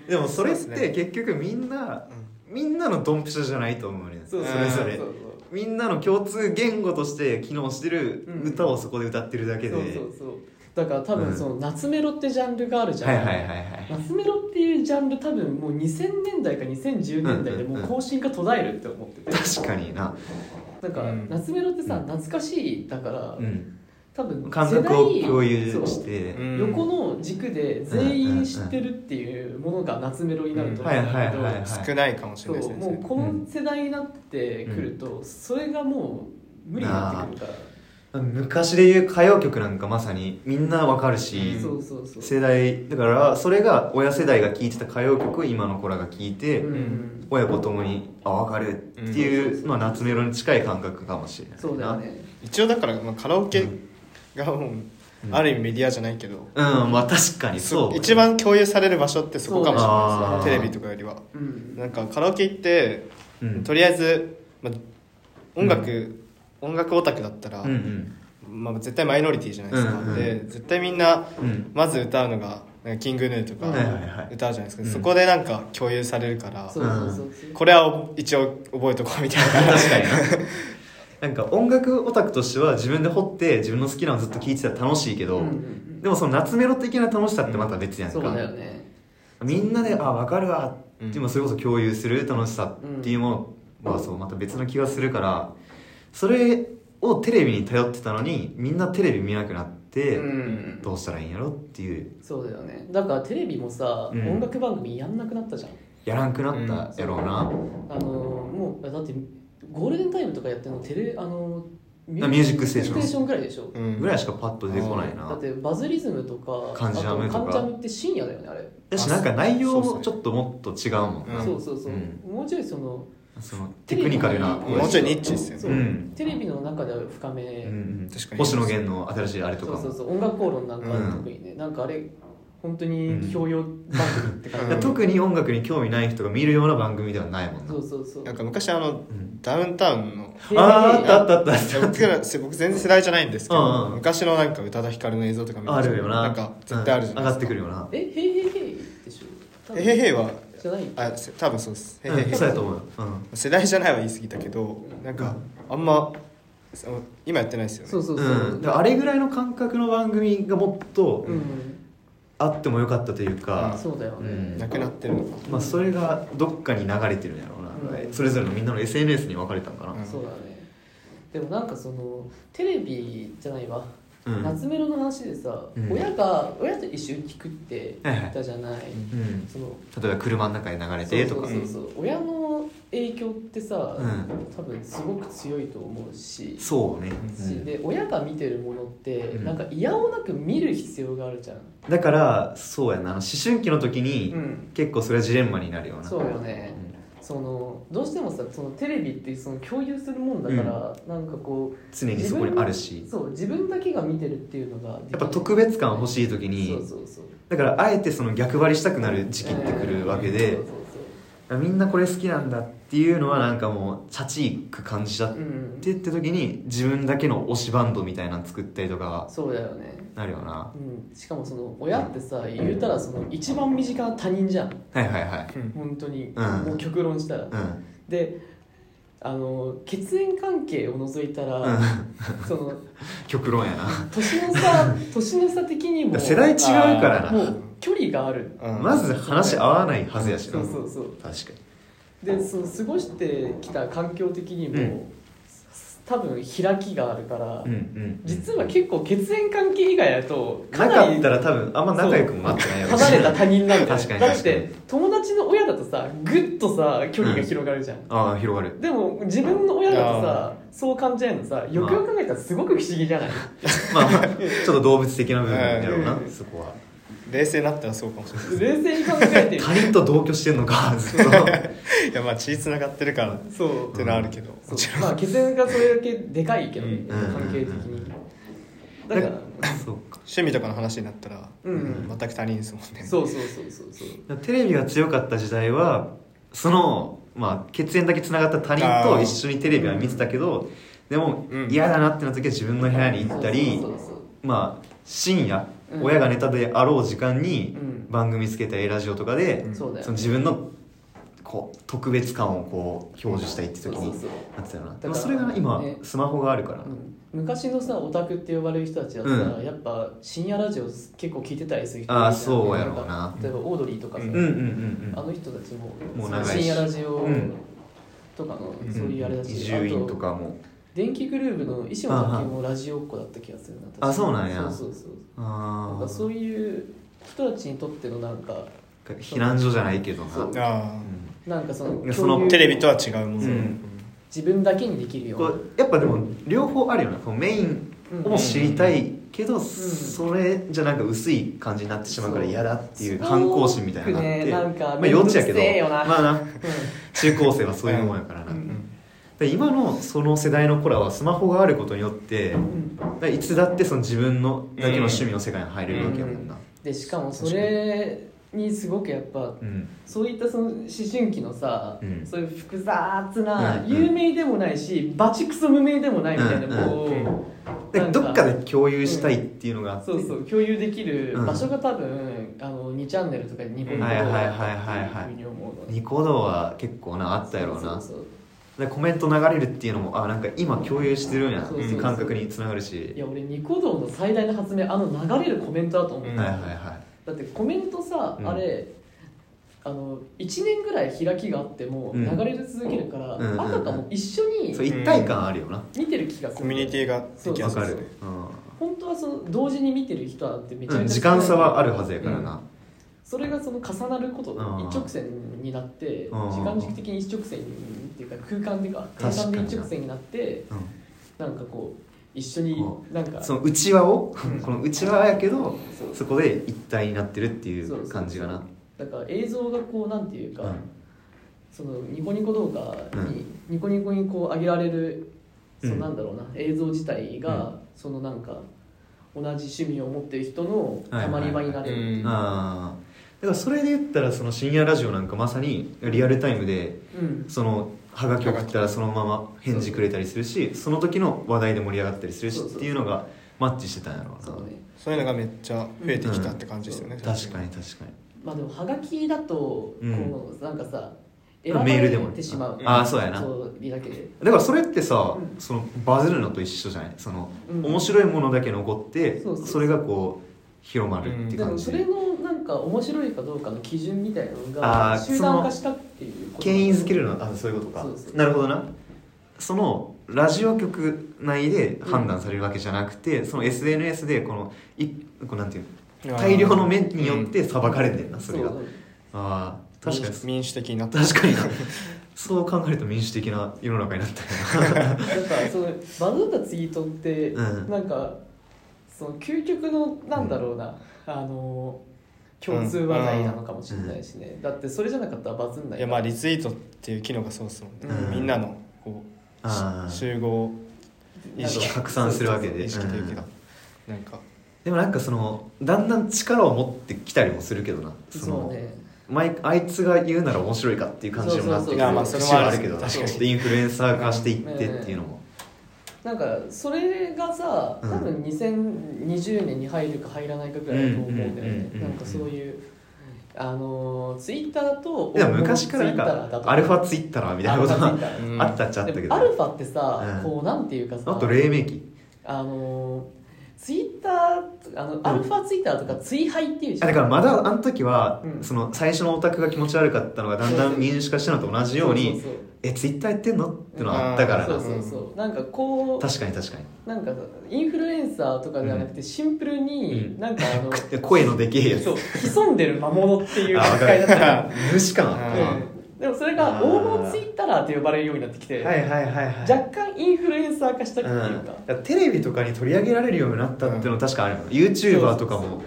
[SPEAKER 2] でもそれっ
[SPEAKER 4] そうです
[SPEAKER 2] て結局みんなみんなのドンピシャじゃないと思うねそ
[SPEAKER 3] そう
[SPEAKER 2] れ
[SPEAKER 3] そ
[SPEAKER 2] ぞ
[SPEAKER 3] う
[SPEAKER 2] れ
[SPEAKER 3] そう
[SPEAKER 2] みんなの共通言語として機能してる
[SPEAKER 3] うん
[SPEAKER 2] 歌をそこで歌ってるだけで
[SPEAKER 3] そうそうそうそうだから多分その夏メロってジャンルがあるじゃ
[SPEAKER 2] は
[SPEAKER 3] ん、
[SPEAKER 2] いはいはいはい
[SPEAKER 3] 夏メロっていうジャンル多分もう2000年代か2010年代でもう更新が途絶えるって思ってて、
[SPEAKER 2] 確かにな
[SPEAKER 3] なん
[SPEAKER 4] うん
[SPEAKER 3] か夏メロってさ、
[SPEAKER 2] うん
[SPEAKER 3] 懐かしいだから、
[SPEAKER 2] うん
[SPEAKER 3] 多分
[SPEAKER 2] 感
[SPEAKER 3] 世
[SPEAKER 2] 覚
[SPEAKER 3] 代
[SPEAKER 2] を共有
[SPEAKER 3] そう
[SPEAKER 2] して
[SPEAKER 4] うん
[SPEAKER 3] 横の軸で全員知ってるっていうものが夏メロになると思
[SPEAKER 2] はい
[SPEAKER 3] うん
[SPEAKER 2] はい
[SPEAKER 3] だ
[SPEAKER 2] はいはい
[SPEAKER 4] 少ないかもし
[SPEAKER 3] けど
[SPEAKER 4] れない
[SPEAKER 3] そう
[SPEAKER 4] ですね
[SPEAKER 3] もうこの世代になってくるとそれがもう無理になってくるから
[SPEAKER 2] 昔でいう歌謡曲なんかまさにみんなわかるし、
[SPEAKER 3] そうそうそう
[SPEAKER 2] 世代だからそれが親世代が聴いてた歌謡曲を今の子らが聴いて、
[SPEAKER 3] うん
[SPEAKER 2] 親子ともにあわかるっていう、まあ、夏メロに近い感覚かもしれないな
[SPEAKER 3] そうだよね
[SPEAKER 4] 一応だから、まあ、カラオケがもう、
[SPEAKER 2] ん
[SPEAKER 4] ある意味メディアじゃないけど、
[SPEAKER 2] うんまあ確かにそう
[SPEAKER 4] 一番共有される場所ってそこかもしれない
[SPEAKER 2] そう
[SPEAKER 4] ですねテレビとかよりは
[SPEAKER 3] うん
[SPEAKER 4] なんかカラオケ行って、
[SPEAKER 2] うん
[SPEAKER 4] とりあえず、まあ、音楽、音楽オタクだったら、
[SPEAKER 2] うんうん
[SPEAKER 4] まあ、絶対マイノリティじゃないですか、
[SPEAKER 2] うんうん
[SPEAKER 4] で絶対みんな
[SPEAKER 2] うん
[SPEAKER 4] まず歌うのが「なんかキングヌー」とか
[SPEAKER 2] はいはいはい
[SPEAKER 4] 歌うじゃないですか、
[SPEAKER 2] うん
[SPEAKER 4] そこでなんか共有されるから
[SPEAKER 3] そうそうそうそう
[SPEAKER 4] これは一応覚えとこうみたいな
[SPEAKER 2] (laughs) 確かにななんか音楽オタクとしては自分で掘って自分の好きなのずっと聴いてたら楽しいけど、
[SPEAKER 3] うんうんうん
[SPEAKER 2] でもその夏メロ的な楽しさってまた別やんか、
[SPEAKER 3] そうだよね
[SPEAKER 2] みんなで「あ分かるわ」
[SPEAKER 4] うん
[SPEAKER 2] でもそれこそ共有する楽しさっていうものはそうまた別の気がするからそれをテレビに頼ってたのにみんなテレビ見なくなって
[SPEAKER 3] うん
[SPEAKER 2] どうしたらいいんやろっていう
[SPEAKER 3] そうだよねだからテレビもさ、
[SPEAKER 2] うん
[SPEAKER 3] 音楽番組やんなくなったじゃん
[SPEAKER 2] やらんくなったやろうな
[SPEAKER 3] あのーもうだってゴールデンタイムとかやってるのテレあの
[SPEAKER 2] あミュージックステーション
[SPEAKER 3] ミュージックステーションぐらいでしょ、
[SPEAKER 4] うん
[SPEAKER 2] ぐらいしかパッと出てこない
[SPEAKER 3] だ
[SPEAKER 2] な
[SPEAKER 3] ってバズリズムとか
[SPEAKER 2] 関ジャムとか
[SPEAKER 3] あカンジャムって深夜だよねあれ、
[SPEAKER 2] だしなんか内容
[SPEAKER 4] そうそう
[SPEAKER 2] もちょっともっと違うもんな
[SPEAKER 3] そうそうそう、
[SPEAKER 2] うん
[SPEAKER 3] もうちょいその
[SPEAKER 2] そのテクニカルな
[SPEAKER 3] テレビ
[SPEAKER 4] もうちょいニッチですよね
[SPEAKER 3] そう
[SPEAKER 2] うん
[SPEAKER 3] テレビの中では深め、
[SPEAKER 2] うんうん
[SPEAKER 4] 確かに
[SPEAKER 2] 星野源の新しいあれと
[SPEAKER 3] そ
[SPEAKER 2] か
[SPEAKER 3] うそう
[SPEAKER 2] も
[SPEAKER 3] そう音楽講論なんかは特にね、なんかあれ本当に教養番組って感じ、
[SPEAKER 4] うん
[SPEAKER 2] 特に音楽に興味ない人が見るような番組ではないもんな
[SPEAKER 3] そうそうそう
[SPEAKER 4] なんか昔あの
[SPEAKER 2] うん
[SPEAKER 4] ダウンタウンの
[SPEAKER 3] テレビ
[SPEAKER 2] あーあったあったあったあっ
[SPEAKER 4] い
[SPEAKER 2] た
[SPEAKER 4] や僕ら僕全然世代じゃないんですけど、
[SPEAKER 2] うんうん
[SPEAKER 4] 昔のなんか宇多田ヒカルの映像とか見て
[SPEAKER 2] あるよな。
[SPEAKER 4] なんか絶対あるじ
[SPEAKER 2] う
[SPEAKER 4] ゃ
[SPEAKER 2] ん上
[SPEAKER 4] な
[SPEAKER 2] が
[SPEAKER 4] い
[SPEAKER 2] って
[SPEAKER 4] です
[SPEAKER 2] く
[SPEAKER 4] か、
[SPEAKER 2] るよな。
[SPEAKER 3] えへいへいへいでしょ多分
[SPEAKER 4] えへへは
[SPEAKER 3] じゃない
[SPEAKER 4] あせ多分そうです、へへ
[SPEAKER 2] うん
[SPEAKER 4] へ
[SPEAKER 2] そうやと思うよ。うん。
[SPEAKER 4] 世代じゃないは言い過ぎたけどなんかあんまその今やってないですよね
[SPEAKER 3] そうそうそう、
[SPEAKER 2] うん、だからあれぐらいの感覚の番組がもっと
[SPEAKER 3] うん
[SPEAKER 2] あってもよかったというか、
[SPEAKER 3] そうだよね、
[SPEAKER 2] うん
[SPEAKER 4] なくなってるのか
[SPEAKER 2] まあ、それがどっかに流れてるんやろうな、
[SPEAKER 3] うん
[SPEAKER 2] それぞれのみんなの SNS に分かれたんかな、
[SPEAKER 4] うん
[SPEAKER 3] そうだねでもなんかそのテレビじゃないわ、
[SPEAKER 2] うん
[SPEAKER 3] 夏メロの話でさ、
[SPEAKER 2] うん
[SPEAKER 3] 親が親と一緒に聞くって言ったじゃない、
[SPEAKER 2] うん、
[SPEAKER 3] その
[SPEAKER 2] 例えば車の中で流れてとか
[SPEAKER 3] そうそうそうそう親の影響ってさ、
[SPEAKER 2] うん
[SPEAKER 3] 多分すごく強いと思うし、
[SPEAKER 2] そうね、うん
[SPEAKER 3] で親が見てるものって、
[SPEAKER 2] うん
[SPEAKER 3] なんか嫌おなく見る必要があるじゃん、
[SPEAKER 2] だからそうやなあの思春期の時に、
[SPEAKER 3] うん
[SPEAKER 2] 結構それはジレンマになるような
[SPEAKER 3] そうよね
[SPEAKER 2] ん
[SPEAKER 3] そのどうしてもさそのテレビってその共有するもんだから、なんかこう
[SPEAKER 2] 常にそこにあるし
[SPEAKER 3] そう自分だけが見てるっていうのが
[SPEAKER 2] やっぱ特別感欲しい時に
[SPEAKER 3] そうそうそう
[SPEAKER 2] だからあえてその逆張りしたくなる時期ってくるわけで、
[SPEAKER 3] うんそうそう
[SPEAKER 2] みんなこれ好きなんだっていうのはなんかもうチャチく感じだっ
[SPEAKER 3] そううん
[SPEAKER 2] てって時に自分だけの推しバンドみたいなの作ったりとか
[SPEAKER 3] そうだよね
[SPEAKER 2] なるよな
[SPEAKER 3] うん、しかもその親ってさ言うたらその一番身近な他人じゃん
[SPEAKER 2] はいはいはい
[SPEAKER 3] 本当に、
[SPEAKER 2] うん
[SPEAKER 3] もう極論したら、
[SPEAKER 2] うん
[SPEAKER 3] であの血縁関係を除いたら、
[SPEAKER 2] うん (laughs)
[SPEAKER 3] その
[SPEAKER 2] 極論やな
[SPEAKER 3] 年
[SPEAKER 2] (laughs)
[SPEAKER 3] の差年の差的にも
[SPEAKER 2] 世代違うから
[SPEAKER 3] も
[SPEAKER 2] な
[SPEAKER 3] う距離がある
[SPEAKER 4] うん
[SPEAKER 2] まず話合わないはずやし
[SPEAKER 3] そ
[SPEAKER 2] な
[SPEAKER 3] う
[SPEAKER 2] 確か
[SPEAKER 3] そうそう
[SPEAKER 2] に
[SPEAKER 3] でその過ごしてきた環境的にも、
[SPEAKER 2] うん
[SPEAKER 3] 多分開きがあるから、
[SPEAKER 2] うんうん
[SPEAKER 3] 実は結構血縁関係以外だと
[SPEAKER 2] な
[SPEAKER 3] かな
[SPEAKER 2] かっ
[SPEAKER 3] り
[SPEAKER 2] たら多分あんま仲良くもなってないやろうし
[SPEAKER 3] 離れた他人なんだよ
[SPEAKER 2] 確かに
[SPEAKER 3] だっ
[SPEAKER 2] 確かに
[SPEAKER 3] て友達の親だとさぐっとさ距離が広がるじゃん、
[SPEAKER 2] ああ広がる
[SPEAKER 3] でも自分の親だとさそう感じないのさよくよく考えたらすごく不思議じ
[SPEAKER 2] (laughs)
[SPEAKER 3] ゃない、
[SPEAKER 2] まあま
[SPEAKER 3] (laughs)
[SPEAKER 2] あちょっと動物的な部分やろうな
[SPEAKER 3] うん
[SPEAKER 2] そこは
[SPEAKER 4] 冷静になったらそうかもしれない
[SPEAKER 3] 冷静に考えてみ
[SPEAKER 2] 他人と同居してんの
[SPEAKER 3] (laughs)
[SPEAKER 2] かずっと
[SPEAKER 4] いやまあ血つながってるからっ
[SPEAKER 3] そう
[SPEAKER 4] てのはあるけど、
[SPEAKER 3] そうまあ血縁がそれだけでかいけど、ね
[SPEAKER 4] うん
[SPEAKER 3] 関係的にだから
[SPEAKER 2] そうか
[SPEAKER 4] 趣味とかの話になったら、
[SPEAKER 3] うん
[SPEAKER 4] 全く他人ですもんね
[SPEAKER 3] そうそうそうそうそう
[SPEAKER 2] テレビが強かった時代はその、まあ、血縁だけつながった他人と一緒にテレビは見てたけどでも
[SPEAKER 4] うん
[SPEAKER 2] 嫌だなってなった時は自分の部屋に行ったり
[SPEAKER 3] そうそうそう
[SPEAKER 2] まあ深夜
[SPEAKER 3] うん
[SPEAKER 2] 親がネタであろう時間に
[SPEAKER 3] うん
[SPEAKER 2] 番組つけたりラジオとかで
[SPEAKER 4] うん
[SPEAKER 3] そうだよ
[SPEAKER 2] その自分のこう特別感をこう表示したいって時に
[SPEAKER 3] そうそう
[SPEAKER 2] なってたよな
[SPEAKER 3] だ
[SPEAKER 2] で
[SPEAKER 3] から
[SPEAKER 2] もそれが今
[SPEAKER 3] ね
[SPEAKER 2] スマホがあるから
[SPEAKER 3] うん昔のさオタクって呼ばれる人たちはさ、
[SPEAKER 2] う
[SPEAKER 3] やっぱ深夜ラジオ結構聞いてたりする人
[SPEAKER 2] あー
[SPEAKER 3] いるじゃん
[SPEAKER 2] そうやろうなん
[SPEAKER 3] か例えばオードリーとかさ、
[SPEAKER 4] うん
[SPEAKER 2] うんうん
[SPEAKER 3] あの人たちも
[SPEAKER 2] もう長いし
[SPEAKER 3] その深夜ラジオ
[SPEAKER 2] うん
[SPEAKER 3] とかの、
[SPEAKER 2] うん
[SPEAKER 3] そういうあれだし
[SPEAKER 2] 伊集院と
[SPEAKER 3] あ
[SPEAKER 2] かも
[SPEAKER 3] 電気グルーヴの石野卓球もラジオっ子だった気がするな確か
[SPEAKER 2] あそうなんや
[SPEAKER 3] そうそうそうなん
[SPEAKER 2] あ
[SPEAKER 3] か
[SPEAKER 2] あ
[SPEAKER 3] そういう人たちにとってのなんか
[SPEAKER 2] 避難所じゃないけどな
[SPEAKER 3] そう
[SPEAKER 4] あ
[SPEAKER 2] うん
[SPEAKER 3] なんかその
[SPEAKER 2] その
[SPEAKER 3] 共有
[SPEAKER 4] あテレビとは違うもの、
[SPEAKER 2] うん
[SPEAKER 3] 自分だけにできるよう
[SPEAKER 2] こ
[SPEAKER 3] な
[SPEAKER 2] うやっぱでも両方あるよねこうメインを知りたいけど、それじゃなんか薄い感じになってしまうから嫌だっていう
[SPEAKER 3] そう
[SPEAKER 2] 反抗心みたいなのがあって、
[SPEAKER 3] すごくねなんか
[SPEAKER 2] まあ幼稚やけど
[SPEAKER 3] めんどくせえよな
[SPEAKER 2] まあな中高生はそういうもんやからな、で今のその世代の子らはスマホがあることによって
[SPEAKER 3] うん
[SPEAKER 2] だからいつだってその自分のだけの趣味の世界に入れるわけやもんな、
[SPEAKER 3] でしかもそれにすごくやっぱ
[SPEAKER 2] うん
[SPEAKER 3] そういったその思春期のさ、
[SPEAKER 2] うん
[SPEAKER 3] そういう複雑な、
[SPEAKER 2] うん
[SPEAKER 3] 有名でもないしバチクソ無名でもないみたいな、
[SPEAKER 2] うん
[SPEAKER 3] こう、
[SPEAKER 4] うん
[SPEAKER 2] で
[SPEAKER 3] なん
[SPEAKER 2] どっかで共有したいっていうのがあって、
[SPEAKER 3] そうそう共有できる
[SPEAKER 2] うん
[SPEAKER 3] 場所が多分、あの2チャンネルとか日本語
[SPEAKER 2] はいはいはいはい
[SPEAKER 3] っ
[SPEAKER 2] はい
[SPEAKER 3] ていうふうに思うの
[SPEAKER 2] ニコ動は結構なあったやろうな
[SPEAKER 3] そうそう
[SPEAKER 2] でコメント流れるっていうのもあなんか今共有してるんやって
[SPEAKER 3] そうそう
[SPEAKER 2] い
[SPEAKER 3] そうう
[SPEAKER 2] 感覚につながる
[SPEAKER 3] そうい
[SPEAKER 2] し
[SPEAKER 3] や俺ニコ動の最大の発明あの流れるコメントだと思う、
[SPEAKER 4] うん
[SPEAKER 2] はい
[SPEAKER 3] だ
[SPEAKER 2] はいは
[SPEAKER 3] ってコメントさ、
[SPEAKER 2] うん
[SPEAKER 3] あれあの1年ぐらい開きがあっても
[SPEAKER 2] うん
[SPEAKER 3] 流れ続けるから、
[SPEAKER 2] うんうんうん
[SPEAKER 3] あたかも一緒
[SPEAKER 2] い
[SPEAKER 3] に
[SPEAKER 2] そう一体感あるよな
[SPEAKER 3] 見てる気がする
[SPEAKER 4] コミュニティができや
[SPEAKER 2] わ
[SPEAKER 4] すい
[SPEAKER 2] か
[SPEAKER 4] です
[SPEAKER 2] る
[SPEAKER 4] ね、
[SPEAKER 3] 本当はその同時に見てる人だってめち
[SPEAKER 2] う
[SPEAKER 3] ゃ
[SPEAKER 2] ん、
[SPEAKER 3] めちゃ少ない、
[SPEAKER 2] 時間差はあるはずやからな、
[SPEAKER 3] それがその重なること
[SPEAKER 2] うん
[SPEAKER 3] 一直線になって時
[SPEAKER 2] うん
[SPEAKER 3] 間軸的に一直線っていうか空間っていうか空
[SPEAKER 2] 確かに
[SPEAKER 3] 間で一直線になって
[SPEAKER 2] うん
[SPEAKER 3] なんかこう一緒に
[SPEAKER 2] う
[SPEAKER 3] なんか
[SPEAKER 2] その内輪を (laughs) この内輪やけど
[SPEAKER 3] そう
[SPEAKER 2] そこで一体になってるってい
[SPEAKER 3] そうそう
[SPEAKER 2] う
[SPEAKER 3] そう
[SPEAKER 2] 感じがな
[SPEAKER 3] だから映像がこうなんていうか、
[SPEAKER 2] うん
[SPEAKER 3] そのニコニコ動画
[SPEAKER 2] うん
[SPEAKER 3] にニコニコにこう上げられる、
[SPEAKER 2] うん
[SPEAKER 3] そのなんだろうな映像自体が、そのなんか同じ趣味を持ってる人のたまり場になれる、
[SPEAKER 4] うん
[SPEAKER 2] あーだからそれで言ったらその深夜ラジオなんかまさにリアルタイムで
[SPEAKER 3] うん
[SPEAKER 2] そのハガキ送ったらそのまま返事くれたりするしその時の話題で盛り上がったりするし
[SPEAKER 3] そう
[SPEAKER 2] っ
[SPEAKER 3] そう
[SPEAKER 2] ていうのがマッチしてたんやろうな
[SPEAKER 3] そうね
[SPEAKER 4] そういうのがめっちゃ増えてきたって感じですよね、
[SPEAKER 2] 確かに確か
[SPEAKER 3] まあでもはがきだとこう、
[SPEAKER 2] うん
[SPEAKER 3] なんかさ
[SPEAKER 2] に
[SPEAKER 3] 選ば
[SPEAKER 2] メール
[SPEAKER 3] れ
[SPEAKER 2] でも
[SPEAKER 3] てしまう
[SPEAKER 2] ああそうやな
[SPEAKER 3] そうりだけで
[SPEAKER 2] だからそれってさ、
[SPEAKER 3] うん
[SPEAKER 2] そのバズるのと一緒じゃないその、
[SPEAKER 3] うん
[SPEAKER 2] 面白いものだけ残って
[SPEAKER 3] そうそうそう
[SPEAKER 2] れがこう広まるって
[SPEAKER 3] で
[SPEAKER 2] 感
[SPEAKER 3] も
[SPEAKER 2] じ、
[SPEAKER 3] それのなんか面白いかどうかの基準みたいなの
[SPEAKER 2] あ
[SPEAKER 3] が
[SPEAKER 2] ー
[SPEAKER 3] 集団化したっていうこと
[SPEAKER 2] 牽引づけるのはあそういうことか
[SPEAKER 3] そうそう
[SPEAKER 2] なるほどなそのラジオ局内で判断されるわけじゃなくて、その SNS でこのいこうなんていう
[SPEAKER 4] に
[SPEAKER 2] の大量の面によって裁かれてんな、それが
[SPEAKER 3] う
[SPEAKER 2] ああ確かに
[SPEAKER 4] 民主的になった
[SPEAKER 2] 確
[SPEAKER 3] (laughs)
[SPEAKER 2] かになそう考えると民主的な世の中になったよ
[SPEAKER 3] (laughs)
[SPEAKER 2] な
[SPEAKER 3] なんかそのバズったツイートって、
[SPEAKER 2] うん
[SPEAKER 3] なんかその究極のなんだろうな、あの共通話題なのかもしれないしね、だってそれじゃなかったらバズんない
[SPEAKER 4] いや
[SPEAKER 3] から
[SPEAKER 4] まあリツイートっていう機能がそうですもんね、
[SPEAKER 2] うん
[SPEAKER 4] みんなのこ
[SPEAKER 2] あ
[SPEAKER 4] う
[SPEAKER 2] あ
[SPEAKER 4] 集合
[SPEAKER 3] なん
[SPEAKER 4] 意
[SPEAKER 3] か
[SPEAKER 2] 意識拡散するわけで
[SPEAKER 4] 意識というか、
[SPEAKER 2] うん
[SPEAKER 4] なんか
[SPEAKER 2] でもなんかそのだんだん力を持ってきたりもするけどなそ
[SPEAKER 3] そ
[SPEAKER 2] の
[SPEAKER 3] うね
[SPEAKER 2] 毎あいつが言うなら面白いかっていう感じにもなって
[SPEAKER 3] そ
[SPEAKER 2] く
[SPEAKER 3] うそうそういやま
[SPEAKER 2] る
[SPEAKER 3] あ
[SPEAKER 4] それ
[SPEAKER 2] 節
[SPEAKER 4] もある
[SPEAKER 2] はあるけどな
[SPEAKER 4] 確かに
[SPEAKER 2] でインフルエンサー化していってっていうのも、
[SPEAKER 3] なんかそれがさ多分2020年に入るか入らないかぐらいだと思うんだよね
[SPEAKER 2] うんうんうんうん
[SPEAKER 3] なんかそういうあのツイッターだと
[SPEAKER 2] でも昔からなんかアルファツイッターみたいなこと
[SPEAKER 3] ア
[SPEAKER 2] が
[SPEAKER 3] ルファツイッター
[SPEAKER 4] うん
[SPEAKER 2] あったっちゃあったけ
[SPEAKER 3] で
[SPEAKER 2] ど
[SPEAKER 3] もアルファってさ、
[SPEAKER 2] うん
[SPEAKER 3] こうなんていうかさ
[SPEAKER 2] あと黎明期
[SPEAKER 3] あのーツイッターあの、アルファツイッターとか追廃っていうじゃ
[SPEAKER 2] あだ
[SPEAKER 3] ん
[SPEAKER 2] からまだあの時は、
[SPEAKER 3] うん
[SPEAKER 2] その最初のオタクが気持ち悪かったのがだんだん民主化したのと同じように
[SPEAKER 3] そう
[SPEAKER 2] えツイッターやってんのってのはあったから
[SPEAKER 3] そ
[SPEAKER 2] な
[SPEAKER 3] うそうそうそうそうなんかこう
[SPEAKER 2] 確かに確かに
[SPEAKER 3] なんかさインフルエンサーとかではなくてシンプルに、
[SPEAKER 2] うん
[SPEAKER 3] なんか
[SPEAKER 2] (laughs)
[SPEAKER 3] あの
[SPEAKER 2] で声のでけえやつ
[SPEAKER 3] そう潜んでる魔物っていう
[SPEAKER 2] あわ
[SPEAKER 3] 扱
[SPEAKER 2] か
[SPEAKER 3] いだったから
[SPEAKER 2] る無視感 (laughs) あったな
[SPEAKER 3] うんでもそれが黄金ツイッターって呼ばれるようになってきて、
[SPEAKER 2] はいはいはいはい
[SPEAKER 3] 若干インフルエンサー化したっていう
[SPEAKER 2] うん、だ
[SPEAKER 3] か
[SPEAKER 2] か、らテレビとかに取り上げられるようになったっていうのは確かあるよ、YouTuber とかも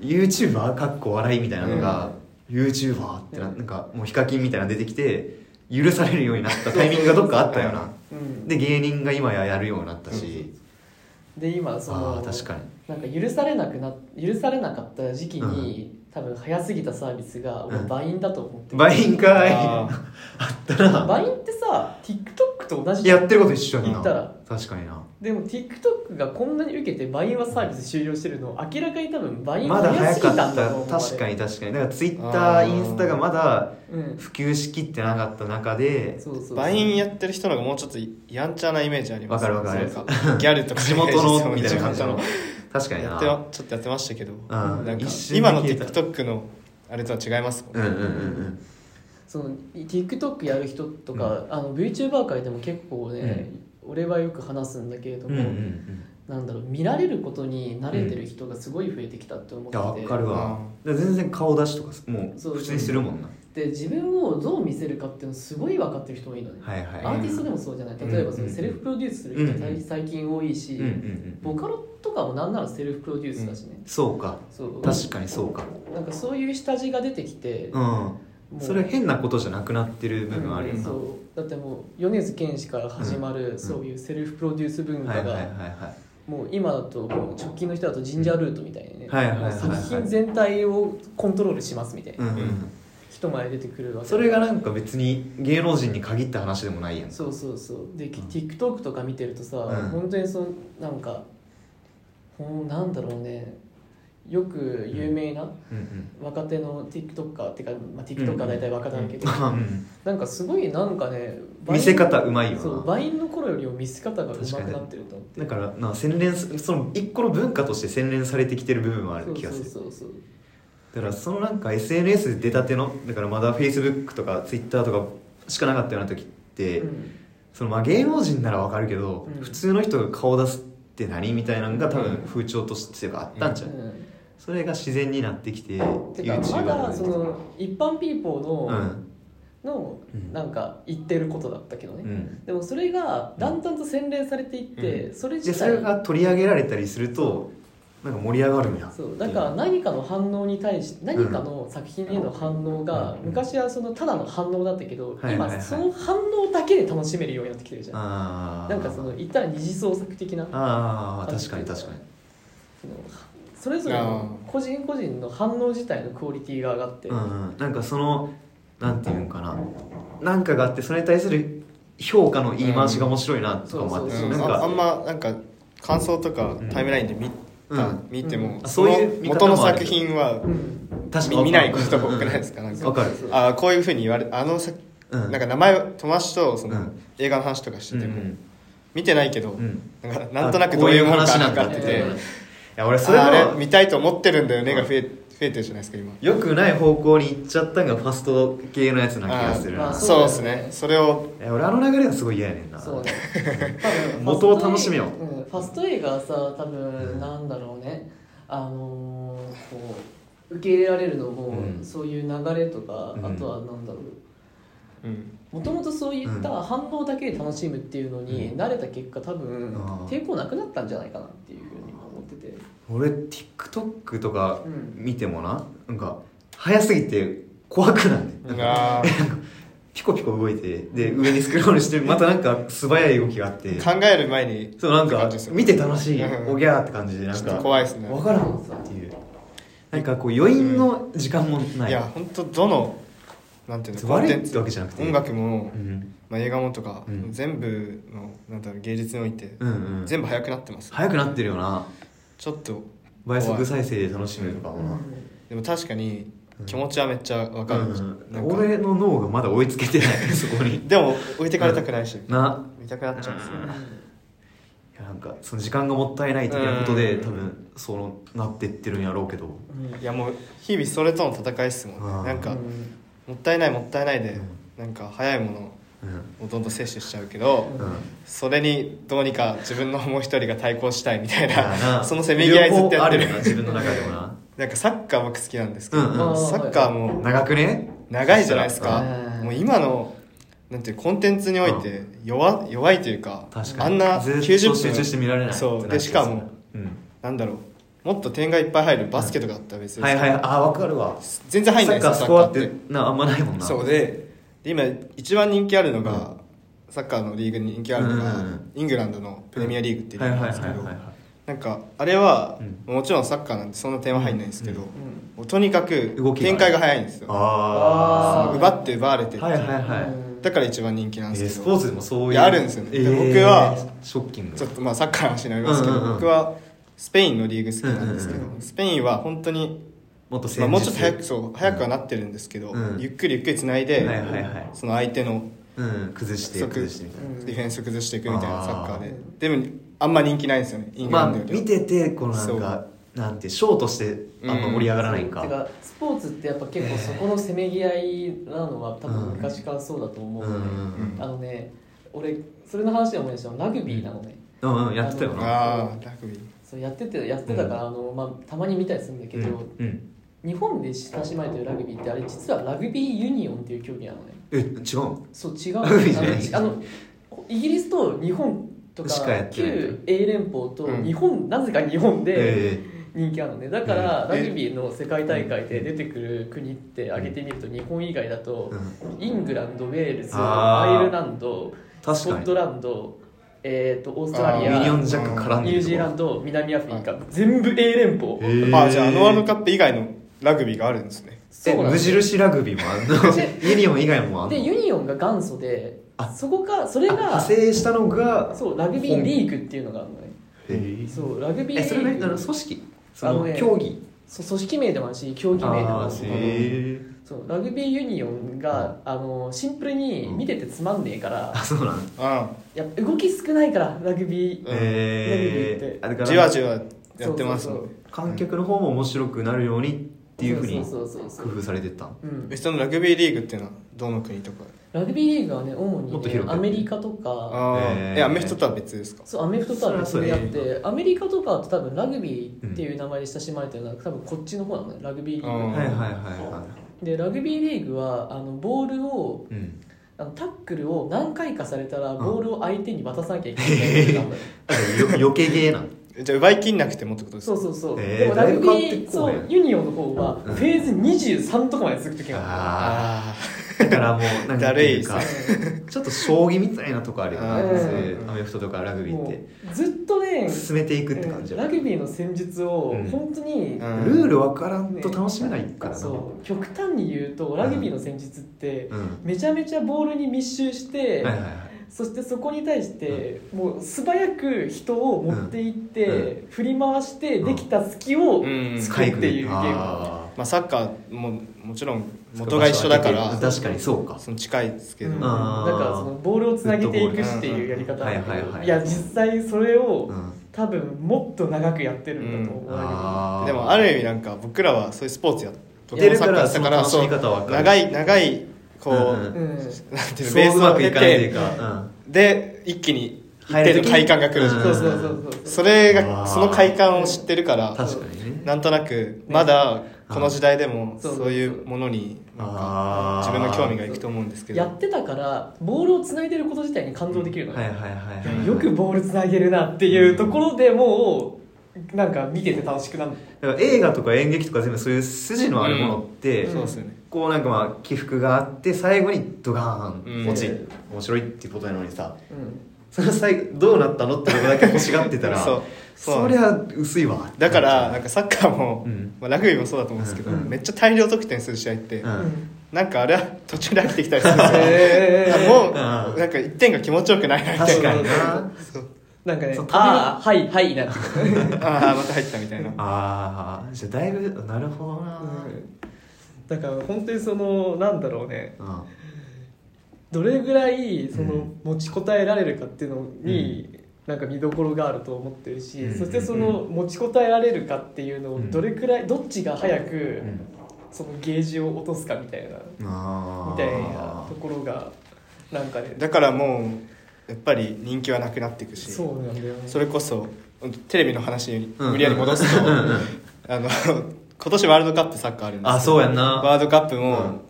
[SPEAKER 2] YouTuber かっこ笑いみたいなのが、YouTuber ってな,、
[SPEAKER 3] うん
[SPEAKER 2] なんかもうヒカキンみたいなの出てきて許されるようになったタイミングがどっかあったよな
[SPEAKER 3] うん
[SPEAKER 2] で芸人が今ややるようになったし、
[SPEAKER 3] で今そ
[SPEAKER 2] あ
[SPEAKER 3] の
[SPEAKER 2] あ確かに
[SPEAKER 3] なんか許されなくな許されなかった時期に、多分早すぎたサービスが俺
[SPEAKER 2] うん
[SPEAKER 3] バインだと思ってる
[SPEAKER 2] バインかいあ
[SPEAKER 4] あ
[SPEAKER 2] ったな
[SPEAKER 3] バインってさ TikTok と同じじゃん
[SPEAKER 2] やってること一緒にな
[SPEAKER 3] 言ったら
[SPEAKER 2] 確かにな
[SPEAKER 3] でも TikTok がこんなに受けてバインはサービス終了してるの明らかに多分バイン
[SPEAKER 2] まだ
[SPEAKER 3] 早
[SPEAKER 2] 早
[SPEAKER 3] すぎ
[SPEAKER 2] かったた
[SPEAKER 3] んだと思う
[SPEAKER 2] 確かに確かにだから Twitter
[SPEAKER 4] あー
[SPEAKER 2] インスタがまだ
[SPEAKER 3] うん
[SPEAKER 2] 普及しきってなかった中で
[SPEAKER 3] そうそうそう
[SPEAKER 4] バインやってる人の方がもうちょっとやんちゃなイメージあります
[SPEAKER 2] わかるわかる
[SPEAKER 4] そうかギャルとか
[SPEAKER 2] 地
[SPEAKER 4] (laughs)
[SPEAKER 2] 元のみたいな感じの
[SPEAKER 4] 地
[SPEAKER 2] 確かに
[SPEAKER 4] 元のや
[SPEAKER 2] な
[SPEAKER 4] ってはちょっとやってましたけど、
[SPEAKER 2] ん
[SPEAKER 4] なんか
[SPEAKER 2] 一瞬で
[SPEAKER 4] 今の
[SPEAKER 2] 消えた
[SPEAKER 4] TikTok のあれとは違いますもん
[SPEAKER 2] う
[SPEAKER 4] ね、
[SPEAKER 2] んうんうん
[SPEAKER 3] その TikTok やる人とか、あの VTuber 界でも結構ね、俺はよく話すんだけれど
[SPEAKER 2] うんう
[SPEAKER 3] も、
[SPEAKER 2] んうん
[SPEAKER 3] なんだろう見られることに慣れてる人がすごい増えてきたって思
[SPEAKER 2] いや
[SPEAKER 3] って
[SPEAKER 2] 分
[SPEAKER 3] て、
[SPEAKER 2] かるわ、で全然顔出しとかも
[SPEAKER 3] そう
[SPEAKER 2] う普通にするもんな
[SPEAKER 3] で自分をどう見せるかっていうのすごい分かってる人もいるのね、
[SPEAKER 2] はいはい
[SPEAKER 3] アーティストでもそうじゃない例えばそ
[SPEAKER 2] うん
[SPEAKER 3] のセルフプロデュースする人
[SPEAKER 2] う
[SPEAKER 3] が
[SPEAKER 2] ん
[SPEAKER 3] 最近多いし、
[SPEAKER 2] うんうんうん
[SPEAKER 3] ボカロとかもなんならセルフプロデュースだしね、
[SPEAKER 2] そうか
[SPEAKER 3] そう
[SPEAKER 2] 確かにそうか
[SPEAKER 3] なんかそういう下地が出てきて、
[SPEAKER 2] う
[SPEAKER 3] も
[SPEAKER 2] ん
[SPEAKER 3] う
[SPEAKER 2] それは変なことじゃなくなってる部分あるよな、
[SPEAKER 3] そうだってもう米津玄師から始まる、
[SPEAKER 2] うん
[SPEAKER 3] そういうセルフプロデュース文化
[SPEAKER 2] はい
[SPEAKER 3] が、
[SPEAKER 2] はいはいはい
[SPEAKER 3] もう今だともう直近の人だとジンジャールートみたいにね、
[SPEAKER 2] はいはいはいはい
[SPEAKER 3] 作品全体をコントロールしますみたいな、
[SPEAKER 2] うんうんうん
[SPEAKER 3] 人前出てくるわけ
[SPEAKER 2] それがなんか別に芸能人に限った話でもないやん
[SPEAKER 3] そうそうそうで、TikTok とか見てるとさ、
[SPEAKER 2] ん
[SPEAKER 3] 本当にそのなんかほんなんだろうねよく有名な
[SPEAKER 2] うんうん
[SPEAKER 3] 若手の TikToker ってか、まあ、TikToker は大体若手だけど、
[SPEAKER 2] まあ (laughs) うん
[SPEAKER 3] なんかすごいなんかね
[SPEAKER 2] 見せ方うまいよ
[SPEAKER 3] そう
[SPEAKER 2] な
[SPEAKER 3] バインの頃よりも見せ方が上手くなってると思って
[SPEAKER 2] だからな洗練すその一個の文化として洗練されてきてる部分もある気がする
[SPEAKER 3] そうそうそうそう
[SPEAKER 2] だからそのなんか SNS で出たてのだからまだ Facebook とか Twitter とかしかなかったような時って、
[SPEAKER 3] うん
[SPEAKER 2] そのまあ芸能人ならわかるけど、
[SPEAKER 3] うん
[SPEAKER 2] 普通の人が顔出すって何みたいなのが多分風潮としてあったんじゃん、
[SPEAKER 3] うん
[SPEAKER 2] それが自然になってきて
[SPEAKER 3] てかまだその一般ピーポ
[SPEAKER 2] う
[SPEAKER 3] ーの、
[SPEAKER 2] ん
[SPEAKER 3] の
[SPEAKER 2] うん
[SPEAKER 3] なんか言ってることだったけどね、
[SPEAKER 2] うん
[SPEAKER 3] でもそれがだんだんと洗練されていって、それ
[SPEAKER 2] で
[SPEAKER 3] 自
[SPEAKER 2] そ
[SPEAKER 3] 体
[SPEAKER 2] れが取り上げられたりするとなんか盛り上がるんや
[SPEAKER 3] そうだから何かの反応に対して何かの作品への反応が、
[SPEAKER 2] うん
[SPEAKER 3] 昔はそのただの反応だったけど、
[SPEAKER 2] はいはいはい
[SPEAKER 3] 今その反応だけで楽しめるようになってきてるじゃん、
[SPEAKER 2] あー
[SPEAKER 3] なんかその言ったら二次創作的な
[SPEAKER 2] あー確かに確かに
[SPEAKER 3] そのそれぞれの個人個人の反応自体のクオリティが上がって、
[SPEAKER 2] うんうん、なんかそのなんていうんかななんかがあってそれに対する評価の言い回しが面白いなとかもあって、
[SPEAKER 3] そうそう
[SPEAKER 2] なん
[SPEAKER 4] ああ
[SPEAKER 2] か
[SPEAKER 4] んまなんか感想とかタイムラインで見た、
[SPEAKER 2] うん
[SPEAKER 4] 見ても、
[SPEAKER 2] うんそういう見
[SPEAKER 4] の
[SPEAKER 2] 方
[SPEAKER 4] 元
[SPEAKER 2] もある
[SPEAKER 4] の作品は
[SPEAKER 3] うん
[SPEAKER 2] 確か
[SPEAKER 4] 見見ないことが多くないですかなん
[SPEAKER 2] わか
[SPEAKER 4] か
[SPEAKER 2] る、
[SPEAKER 4] あこういうふうに言われあのさ、
[SPEAKER 2] うん、
[SPEAKER 4] なんか名前を友達とその、
[SPEAKER 2] うん
[SPEAKER 4] 映画の話とかし
[SPEAKER 2] う
[SPEAKER 4] て
[SPEAKER 2] んう
[SPEAKER 4] ても、
[SPEAKER 2] ん
[SPEAKER 4] 見てないけど、
[SPEAKER 2] うん
[SPEAKER 4] なんかなんとなくどういうものか分かって
[SPEAKER 3] こういう話
[SPEAKER 4] て
[SPEAKER 3] なん
[SPEAKER 2] い
[SPEAKER 3] だ
[SPEAKER 2] や俺それ
[SPEAKER 4] ああれ
[SPEAKER 2] の
[SPEAKER 4] 見たいと思ってるんだよねが増え増えてるじゃないですか今
[SPEAKER 2] よくない方向に行っちゃったんがファスト系のやつな気がする
[SPEAKER 3] あ
[SPEAKER 2] な
[SPEAKER 3] ー
[SPEAKER 4] そうです
[SPEAKER 3] そうだよ
[SPEAKER 4] ね
[SPEAKER 3] ね
[SPEAKER 4] それを
[SPEAKER 2] いや俺あの流れがすごい嫌やねんな (laughs)
[SPEAKER 3] そうね多分
[SPEAKER 2] 元を楽しめよ
[SPEAKER 3] うんファスト映画はさ多
[SPEAKER 2] うん
[SPEAKER 3] 分なんだろうねあのーこう受け入れられるのも、
[SPEAKER 2] うん
[SPEAKER 3] そういう流れとか、
[SPEAKER 2] うん
[SPEAKER 3] あとはなんだろ
[SPEAKER 4] うん
[SPEAKER 3] うもともとそういった
[SPEAKER 2] う
[SPEAKER 3] 反応だけで楽しむっていうのに、
[SPEAKER 2] うん
[SPEAKER 3] 慣れた結果多分
[SPEAKER 2] あー
[SPEAKER 3] 抵抗なくなったんじゃないかなっていうふうに思ってて
[SPEAKER 2] 俺 TikTok とか
[SPEAKER 3] うん
[SPEAKER 2] 見てもななんか早すぎて怖くなんねんなんか
[SPEAKER 4] あー
[SPEAKER 2] ピコピコ動いてで上にスクロールしてまたなんか素早い動きがあって
[SPEAKER 4] 考える前に
[SPEAKER 2] そうなん
[SPEAKER 4] って
[SPEAKER 2] か
[SPEAKER 4] 感じですよね
[SPEAKER 2] 見て楽しい
[SPEAKER 4] うん
[SPEAKER 2] おぎゃーって感じでなん
[SPEAKER 4] ちょっ
[SPEAKER 2] か
[SPEAKER 4] と怖いですね
[SPEAKER 2] 分からんさっていうなんかこう余韻の時間もないい
[SPEAKER 4] や本当どのなんていうのコン
[SPEAKER 2] 悪
[SPEAKER 4] テ
[SPEAKER 2] い
[SPEAKER 4] ン
[SPEAKER 2] って
[SPEAKER 4] ツ
[SPEAKER 2] わけじゃなくて
[SPEAKER 4] 音楽も、
[SPEAKER 2] うん
[SPEAKER 4] まあ、映画もとか、
[SPEAKER 2] うん
[SPEAKER 4] 全部のなんだろう芸術において、
[SPEAKER 2] うんうん
[SPEAKER 4] 全部速くなってます
[SPEAKER 2] 早くなってるよな
[SPEAKER 4] ちょっと
[SPEAKER 2] 倍速再生で楽しむとかもな
[SPEAKER 4] でも確かに気持ちはめっちゃわかる、
[SPEAKER 2] うん
[SPEAKER 4] なんか
[SPEAKER 2] 俺の脳がまだ追いつけ
[SPEAKER 4] (laughs)
[SPEAKER 2] てないそこに
[SPEAKER 4] でも置いてかれたくないし、
[SPEAKER 2] な
[SPEAKER 4] 見たくなっちゃうんですよ、
[SPEAKER 2] いやなんかその時間がもったいない的なことで
[SPEAKER 4] うん
[SPEAKER 2] 多分そうなってってるんやろうけど
[SPEAKER 3] うん
[SPEAKER 4] いやもう日々それとの戦いっすもんね、
[SPEAKER 2] うん
[SPEAKER 4] なんか、
[SPEAKER 3] うん
[SPEAKER 4] もったいないもったいないで、
[SPEAKER 2] うん
[SPEAKER 4] なんか早いもの
[SPEAKER 2] うん
[SPEAKER 4] をどんどん摂取しちゃうけど、
[SPEAKER 2] うん
[SPEAKER 4] それにどうにか自分のもう一人が対抗したいみたい
[SPEAKER 2] だから
[SPEAKER 4] な
[SPEAKER 2] な
[SPEAKER 4] そのせめぎ合いずっとやってる
[SPEAKER 2] 両方あよな自分の中でもな
[SPEAKER 4] なんかサッカー僕好きなんですけど、
[SPEAKER 2] うんうん
[SPEAKER 4] サッカーも
[SPEAKER 2] 長くね
[SPEAKER 4] 長いじゃないですか、
[SPEAKER 3] うん
[SPEAKER 4] もう今のなんていうコンテンツにおいて弱,、弱いというか
[SPEAKER 2] 確
[SPEAKER 4] あ
[SPEAKER 2] か
[SPEAKER 4] ん
[SPEAKER 2] に
[SPEAKER 4] な
[SPEAKER 2] ずっと
[SPEAKER 4] 90分
[SPEAKER 2] 集中して見られない
[SPEAKER 4] そうでしかも、
[SPEAKER 2] うん、
[SPEAKER 4] なんだろうもっと点がいっぱい入るバスケとかだったら別に、
[SPEAKER 2] はいはいあ分かるわサ
[SPEAKER 4] 全然入んない
[SPEAKER 2] ッ
[SPEAKER 4] ん
[SPEAKER 2] カ
[SPEAKER 4] で
[SPEAKER 2] ー
[SPEAKER 4] す
[SPEAKER 2] ス
[SPEAKER 4] よ
[SPEAKER 2] コアってなあんまないもんな
[SPEAKER 4] そうでで今一番人気あるのが、サッカーのリーグに人気あるのが、
[SPEAKER 2] うんうんうん
[SPEAKER 4] イングランドのプレミアリーグっていう
[SPEAKER 2] はい
[SPEAKER 4] リー
[SPEAKER 2] はい
[SPEAKER 4] グな
[SPEAKER 2] は
[SPEAKER 4] ん
[SPEAKER 2] い
[SPEAKER 4] ですけ
[SPEAKER 2] はい
[SPEAKER 4] ど
[SPEAKER 2] は
[SPEAKER 4] なんかあれは、
[SPEAKER 2] う
[SPEAKER 4] もちろんサッカーなんてそんな点は入んないんですけど、
[SPEAKER 2] うん
[SPEAKER 3] うん
[SPEAKER 4] もうとにかく
[SPEAKER 2] 動きが
[SPEAKER 4] 展開が早いんです
[SPEAKER 2] い
[SPEAKER 4] よ
[SPEAKER 2] あ
[SPEAKER 3] あー
[SPEAKER 4] 奪って奪われてって
[SPEAKER 2] あ
[SPEAKER 4] いう、
[SPEAKER 2] はいはいはい
[SPEAKER 3] うん
[SPEAKER 4] だから一番人気なん
[SPEAKER 2] え
[SPEAKER 4] ですけ
[SPEAKER 2] ー
[SPEAKER 4] ど、
[SPEAKER 2] スポーツでもそういう
[SPEAKER 4] いやあるんですよねで僕は
[SPEAKER 2] ショッキング
[SPEAKER 4] ちょっとまあサッカーの話になりますけど、
[SPEAKER 2] うんうんうん
[SPEAKER 4] 僕はスペインのリーグ好きなんですけど、
[SPEAKER 2] うん
[SPEAKER 3] うんうん
[SPEAKER 4] スペインは本当に、
[SPEAKER 2] もっと
[SPEAKER 4] まあ、
[SPEAKER 2] 戦
[SPEAKER 4] もう
[SPEAKER 2] 術
[SPEAKER 4] ちょっと早くそう早くはなってるんですけど、
[SPEAKER 2] うん
[SPEAKER 4] ゆっくりゆっくりつないで、
[SPEAKER 2] はいはいはい
[SPEAKER 4] その相手の
[SPEAKER 2] うん崩して
[SPEAKER 4] 即
[SPEAKER 2] 崩してみたいな
[SPEAKER 3] うん
[SPEAKER 4] ディフェンス崩していくみたいなサッカー
[SPEAKER 3] あ
[SPEAKER 4] ででもあんま人気ないんですよねイング
[SPEAKER 2] ま
[SPEAKER 4] ラ
[SPEAKER 2] あ
[SPEAKER 4] ンドよりは
[SPEAKER 2] 見ててこのなんかなんてショーとしてあんま盛り上がらないん
[SPEAKER 3] そうて
[SPEAKER 2] か
[SPEAKER 3] かスポーツってやっぱ結構そこのせめぎ合いなのは多分昔からそうだと思う
[SPEAKER 2] うん
[SPEAKER 3] の
[SPEAKER 2] う
[SPEAKER 3] で、
[SPEAKER 2] ん
[SPEAKER 3] あのね俺それの話で思い出したのラグビーなのね、
[SPEAKER 2] うんうんうんやってたよな
[SPEAKER 4] ああラグビー
[SPEAKER 3] そうやっててやってたから、あのまあ、たまに見たりするんだけど、
[SPEAKER 2] うんうん
[SPEAKER 3] 日本で親しまれてるラグビーってあれ実はラグビーユニオンっていう競技なのね
[SPEAKER 2] え違うの
[SPEAKER 3] そう違う
[SPEAKER 2] ラグビーじゃない
[SPEAKER 3] あのちあのイギリスと日本とか
[SPEAKER 2] しかやってない
[SPEAKER 3] 旧英連邦と
[SPEAKER 4] うん
[SPEAKER 3] 日本、なぜか日本で
[SPEAKER 2] え
[SPEAKER 3] 人気あるのね、だから
[SPEAKER 4] うん
[SPEAKER 3] ラグビーの世界大会で出てくる国って挙げてみると日本以外だ
[SPEAKER 2] え
[SPEAKER 3] と
[SPEAKER 2] うん
[SPEAKER 3] イングランドウェールズ
[SPEAKER 2] あー
[SPEAKER 3] アイルランドス
[SPEAKER 2] 確
[SPEAKER 3] コ
[SPEAKER 2] か
[SPEAKER 3] ッ
[SPEAKER 2] に
[SPEAKER 3] トランド、えー、とオーストラ
[SPEAKER 2] ミ
[SPEAKER 3] リア
[SPEAKER 2] ニオン
[SPEAKER 3] ニ
[SPEAKER 2] ジャック絡んで
[SPEAKER 3] ュー
[SPEAKER 2] る
[SPEAKER 3] ジーランド南アフリカ全部英連邦
[SPEAKER 2] ド
[SPEAKER 4] あじゃああのワールドカップ以外のラグビーがあるんですね
[SPEAKER 3] そう
[SPEAKER 2] え
[SPEAKER 3] なんだよ
[SPEAKER 2] 無印ラグビーもあんのユニオン以外もあんの
[SPEAKER 3] でユニオンが元祖で
[SPEAKER 2] あ
[SPEAKER 3] そこかそれ
[SPEAKER 2] あ
[SPEAKER 3] が
[SPEAKER 2] 派生したのが
[SPEAKER 3] そうラグビーリーグっていうのがあるのね
[SPEAKER 2] え
[SPEAKER 3] そうラグビーリ
[SPEAKER 2] えそれ何
[SPEAKER 3] ー
[SPEAKER 2] あの
[SPEAKER 3] グ
[SPEAKER 2] 組織そ
[SPEAKER 3] あの
[SPEAKER 2] の
[SPEAKER 3] ね
[SPEAKER 2] 競技
[SPEAKER 3] そう組織名でもあるし競技名でもあるし
[SPEAKER 2] ーへー
[SPEAKER 3] そうラグビーユニオンがあのシンプルに見ててつまんねえから
[SPEAKER 2] あそうなん
[SPEAKER 4] あ
[SPEAKER 3] やっぱ動き少ないからラグビー
[SPEAKER 4] うん
[SPEAKER 2] え
[SPEAKER 3] ラグビーっ
[SPEAKER 2] え
[SPEAKER 3] て
[SPEAKER 2] あだ
[SPEAKER 4] あ
[SPEAKER 2] か
[SPEAKER 4] じわ
[SPEAKER 2] ら
[SPEAKER 4] じわやってます
[SPEAKER 3] そう
[SPEAKER 4] の
[SPEAKER 3] そう
[SPEAKER 4] で
[SPEAKER 2] 観客の方も面白くなるようにっていうふうに
[SPEAKER 3] そうそうそうそ
[SPEAKER 2] 工
[SPEAKER 3] う
[SPEAKER 2] 夫されてったの
[SPEAKER 3] うん
[SPEAKER 4] えそのラグビーリーグっていうのはどの国とか
[SPEAKER 3] ラグビーリーグはね主
[SPEAKER 2] もっと
[SPEAKER 3] にね
[SPEAKER 2] 広く
[SPEAKER 3] アメリカとか
[SPEAKER 4] ああ
[SPEAKER 2] えー
[SPEAKER 4] えアメフトとは別ですか
[SPEAKER 3] そうアメフトとは別であっ
[SPEAKER 2] そ
[SPEAKER 3] てアメリカとかって多分ラグビーっていう名前で親しまれてるのは多分こっちの方なのねラグビーリーグ
[SPEAKER 4] うん
[SPEAKER 2] はいはいはいは
[SPEAKER 3] でラグビーリーグはあのボールを
[SPEAKER 2] いうん
[SPEAKER 3] あのタックルを何回かされたら
[SPEAKER 2] ん
[SPEAKER 3] ボールを相手に渡さなきゃいけないっていうのがある
[SPEAKER 2] よ余計ゲーなの
[SPEAKER 4] じゃあ奪い切んなくてもってことです
[SPEAKER 3] そ
[SPEAKER 4] か
[SPEAKER 3] うそうそう、
[SPEAKER 2] えー
[SPEAKER 3] でもラグビ
[SPEAKER 2] だいぶ変わって
[SPEAKER 3] ー
[SPEAKER 2] こ
[SPEAKER 3] そう
[SPEAKER 2] ね
[SPEAKER 3] うユニオンの方はフ
[SPEAKER 2] うん
[SPEAKER 3] ェーズ23とかまで続く時があ
[SPEAKER 4] あ
[SPEAKER 2] だからもうなん
[SPEAKER 4] だ
[SPEAKER 2] て
[SPEAKER 4] る
[SPEAKER 2] い
[SPEAKER 4] いうっす
[SPEAKER 2] か
[SPEAKER 4] ね
[SPEAKER 2] ちょっと将棋みたいなとこあるよね
[SPEAKER 4] あ
[SPEAKER 3] ー
[SPEAKER 2] そういうアメフトとかラグ
[SPEAKER 3] る
[SPEAKER 2] ビーって
[SPEAKER 3] もうずっとね
[SPEAKER 2] 進めていくって感じ
[SPEAKER 3] うん
[SPEAKER 2] だ
[SPEAKER 3] ラ
[SPEAKER 2] よ
[SPEAKER 3] グビーの戦術を
[SPEAKER 2] うん
[SPEAKER 3] 本当に、
[SPEAKER 2] ル
[SPEAKER 4] うん
[SPEAKER 2] ール分からんと楽しめないからな
[SPEAKER 3] そう極端に言うとラグビーの戦術って、
[SPEAKER 2] うん
[SPEAKER 3] めちゃめちゃボールに密集して、
[SPEAKER 2] はいはいはい
[SPEAKER 3] そしてそこに対して、もう素早く人を持っていって、
[SPEAKER 2] うん
[SPEAKER 3] 振り回して
[SPEAKER 2] うん
[SPEAKER 3] できた隙を、
[SPEAKER 4] うん
[SPEAKER 3] 使
[SPEAKER 2] かゆく
[SPEAKER 3] っていうゲーム
[SPEAKER 2] あ
[SPEAKER 4] まあ、サッカーももちろん元が一緒だから
[SPEAKER 2] うん確かにそうか
[SPEAKER 4] その近いですけ
[SPEAKER 3] う
[SPEAKER 4] ど、
[SPEAKER 3] んだ
[SPEAKER 2] あ
[SPEAKER 3] からそのボールをつなげていくっていうやり方なんだけど
[SPEAKER 2] はいはいはい
[SPEAKER 3] いや実際それを、
[SPEAKER 2] うん
[SPEAKER 3] 多分もっと長くやってるんだと思う、
[SPEAKER 2] あー
[SPEAKER 4] でもある意味なんか僕らはそういうスポーツやと
[SPEAKER 2] てるから
[SPEAKER 4] サ
[SPEAKER 2] そ
[SPEAKER 4] ッカ
[SPEAKER 2] の
[SPEAKER 4] ーや
[SPEAKER 2] 楽
[SPEAKER 4] って
[SPEAKER 2] しみ
[SPEAKER 4] た
[SPEAKER 2] 方は
[SPEAKER 4] そう
[SPEAKER 2] 分かる
[SPEAKER 4] 長い長いこう、
[SPEAKER 2] うんうん
[SPEAKER 3] うん
[SPEAKER 4] なんていうのベー
[SPEAKER 2] そう
[SPEAKER 4] ス
[SPEAKER 2] う
[SPEAKER 4] を
[SPEAKER 2] ま
[SPEAKER 4] 出
[SPEAKER 2] くい
[SPEAKER 4] て
[SPEAKER 2] かないっていうか
[SPEAKER 4] で一気に一
[SPEAKER 2] 入る時
[SPEAKER 4] 定の
[SPEAKER 2] に
[SPEAKER 4] 快感が来るじゃ、
[SPEAKER 2] うん
[SPEAKER 3] そうそうそうそう
[SPEAKER 4] それがその快感を知ってるか
[SPEAKER 2] うん
[SPEAKER 4] ら
[SPEAKER 2] 確かにね
[SPEAKER 4] なんとなくまだこの時代でも
[SPEAKER 3] そう
[SPEAKER 4] そういうものになんか
[SPEAKER 2] あー
[SPEAKER 4] 自分の興味がいくと思うんですけど
[SPEAKER 3] やってたからボールをつないでること自体に感動できるのね、
[SPEAKER 2] はいはいはいはい
[SPEAKER 3] いやよくボールつなげるなっていうところでもうなんか見てて楽しくなる
[SPEAKER 2] だから映画とか演劇とか全部そういう筋のあるものって、
[SPEAKER 3] うん
[SPEAKER 4] そうですよね
[SPEAKER 2] こうなんかまあ起伏があって最後にドガー
[SPEAKER 4] う
[SPEAKER 2] ン
[SPEAKER 4] ん
[SPEAKER 2] 落ち、面白いっていうことなのにさ
[SPEAKER 3] うん
[SPEAKER 2] その最後どうなったのってとこだけ欲しがってたら
[SPEAKER 4] そうそう
[SPEAKER 2] そりゃ薄いわ
[SPEAKER 4] だからなんかサッカーも、
[SPEAKER 2] うん
[SPEAKER 4] まあ、ラグビーもそうだと思うんですけど、
[SPEAKER 3] うん
[SPEAKER 4] めっちゃ大量得点する試合って、
[SPEAKER 2] うん
[SPEAKER 4] なんかあれは途中で飽きてきたりするんですよ、
[SPEAKER 2] (laughs)
[SPEAKER 3] へー
[SPEAKER 4] もう、
[SPEAKER 2] うん
[SPEAKER 4] なんか1点が気持ちよくないなみたい
[SPEAKER 2] 確かに
[SPEAKER 4] な
[SPEAKER 2] な
[SPEAKER 4] そう
[SPEAKER 3] なんかね
[SPEAKER 2] そう
[SPEAKER 3] ああはいはいなってくる
[SPEAKER 4] ああまた入ったみたいな
[SPEAKER 2] ああじゃあだいぶなるほどな、
[SPEAKER 3] だから本当にそのなんだろうね
[SPEAKER 2] うん
[SPEAKER 3] どれぐらいそうの
[SPEAKER 2] ん
[SPEAKER 3] 持ちこたえられるかっていうのに、なんか見どころがあると思ってるし、
[SPEAKER 2] うん
[SPEAKER 3] そしてその持ちこたえられるかっていうのを
[SPEAKER 2] うん
[SPEAKER 3] どれくらいどっちが早く
[SPEAKER 2] うん
[SPEAKER 3] そのゲージを落とすかみたいな
[SPEAKER 2] ああ
[SPEAKER 3] みたいなところがなんかね
[SPEAKER 4] だからもうやっぱり人気はなくなっていくし
[SPEAKER 3] そうなんだよね
[SPEAKER 4] それこそテレビの話に
[SPEAKER 2] うん
[SPEAKER 4] 無理やり戻すと、
[SPEAKER 2] うんうん
[SPEAKER 4] あの (laughs) 今年ワールドカップサッカーあるんですけど
[SPEAKER 2] あそうやんな
[SPEAKER 4] ワールドカップも、
[SPEAKER 2] うん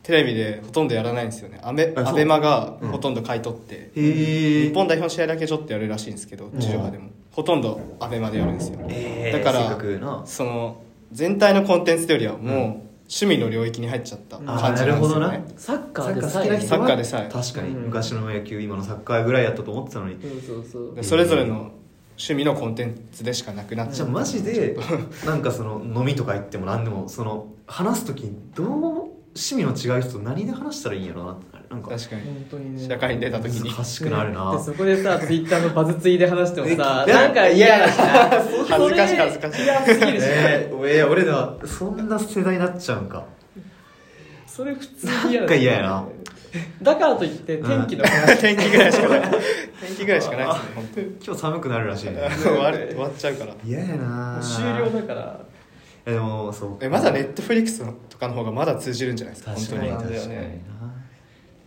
[SPEAKER 4] テレビでほとんどやらないんですよねアメ
[SPEAKER 2] あそう
[SPEAKER 4] アベマが
[SPEAKER 2] うん
[SPEAKER 4] ほとんど買い取って、
[SPEAKER 2] へえ
[SPEAKER 4] 日本代表の試合だけちょっとやるらしいんですけど
[SPEAKER 2] ん
[SPEAKER 4] 地上波でもほとんどアベマでやるんですよ、
[SPEAKER 2] えー
[SPEAKER 4] だか
[SPEAKER 2] せっからくな
[SPEAKER 4] その全体のコンテンツというよりはもう、
[SPEAKER 2] うん
[SPEAKER 4] 趣味の領域に入っちゃった
[SPEAKER 2] あー
[SPEAKER 4] 感じなんですよ
[SPEAKER 2] な
[SPEAKER 4] ね
[SPEAKER 2] るほど
[SPEAKER 3] サッカ
[SPEAKER 2] サ
[SPEAKER 3] ー
[SPEAKER 2] ッ
[SPEAKER 3] で
[SPEAKER 2] カー
[SPEAKER 3] さ
[SPEAKER 2] 好き
[SPEAKER 3] え
[SPEAKER 2] な
[SPEAKER 3] ね
[SPEAKER 2] 人
[SPEAKER 4] サッカーでさえ
[SPEAKER 2] 確かに
[SPEAKER 3] うん
[SPEAKER 2] 昔の野球今のサッカーぐらいやったと思ってたのに、
[SPEAKER 3] そうそうそう
[SPEAKER 4] でそれぞれの趣味のコンテンツでしかなくなっち
[SPEAKER 2] じ
[SPEAKER 4] ゃ
[SPEAKER 2] ゃ
[SPEAKER 4] う
[SPEAKER 2] あマジでなんかその飲みとか行っても何でもその話す時どう趣味の違う人と何で話したらいいんやろうなってなるなんか
[SPEAKER 4] 確かに
[SPEAKER 3] 本当にね
[SPEAKER 4] 社会に出た時に
[SPEAKER 2] 難しくなるな、
[SPEAKER 3] でそこでさツイッターのバズツイで話してもさ
[SPEAKER 2] え
[SPEAKER 3] なんか嫌だしな
[SPEAKER 4] 恥ずかしい恥ずかしい
[SPEAKER 3] 嫌すぎるし、
[SPEAKER 2] えー、えー俺らそんな世代になっちゃうんか
[SPEAKER 3] それ普通に嫌だ
[SPEAKER 2] なんか嫌やな
[SPEAKER 3] だからといって天気の話、
[SPEAKER 4] (laughs) 天気ぐらいしかない天気ぐらいしかないですね本当に
[SPEAKER 2] 今日寒くなるら
[SPEAKER 4] (laughs)
[SPEAKER 2] しいね
[SPEAKER 4] 終わる終わっちゃうから
[SPEAKER 2] 嫌や
[SPEAKER 3] も
[SPEAKER 2] な
[SPEAKER 3] う終了だから
[SPEAKER 2] えでもそう
[SPEAKER 4] えまだネットフリックスとかの方がまだ通じるんじゃないですか本
[SPEAKER 2] 確
[SPEAKER 4] 当
[SPEAKER 2] かに
[SPEAKER 4] に
[SPEAKER 2] 確かにな
[SPEAKER 3] よね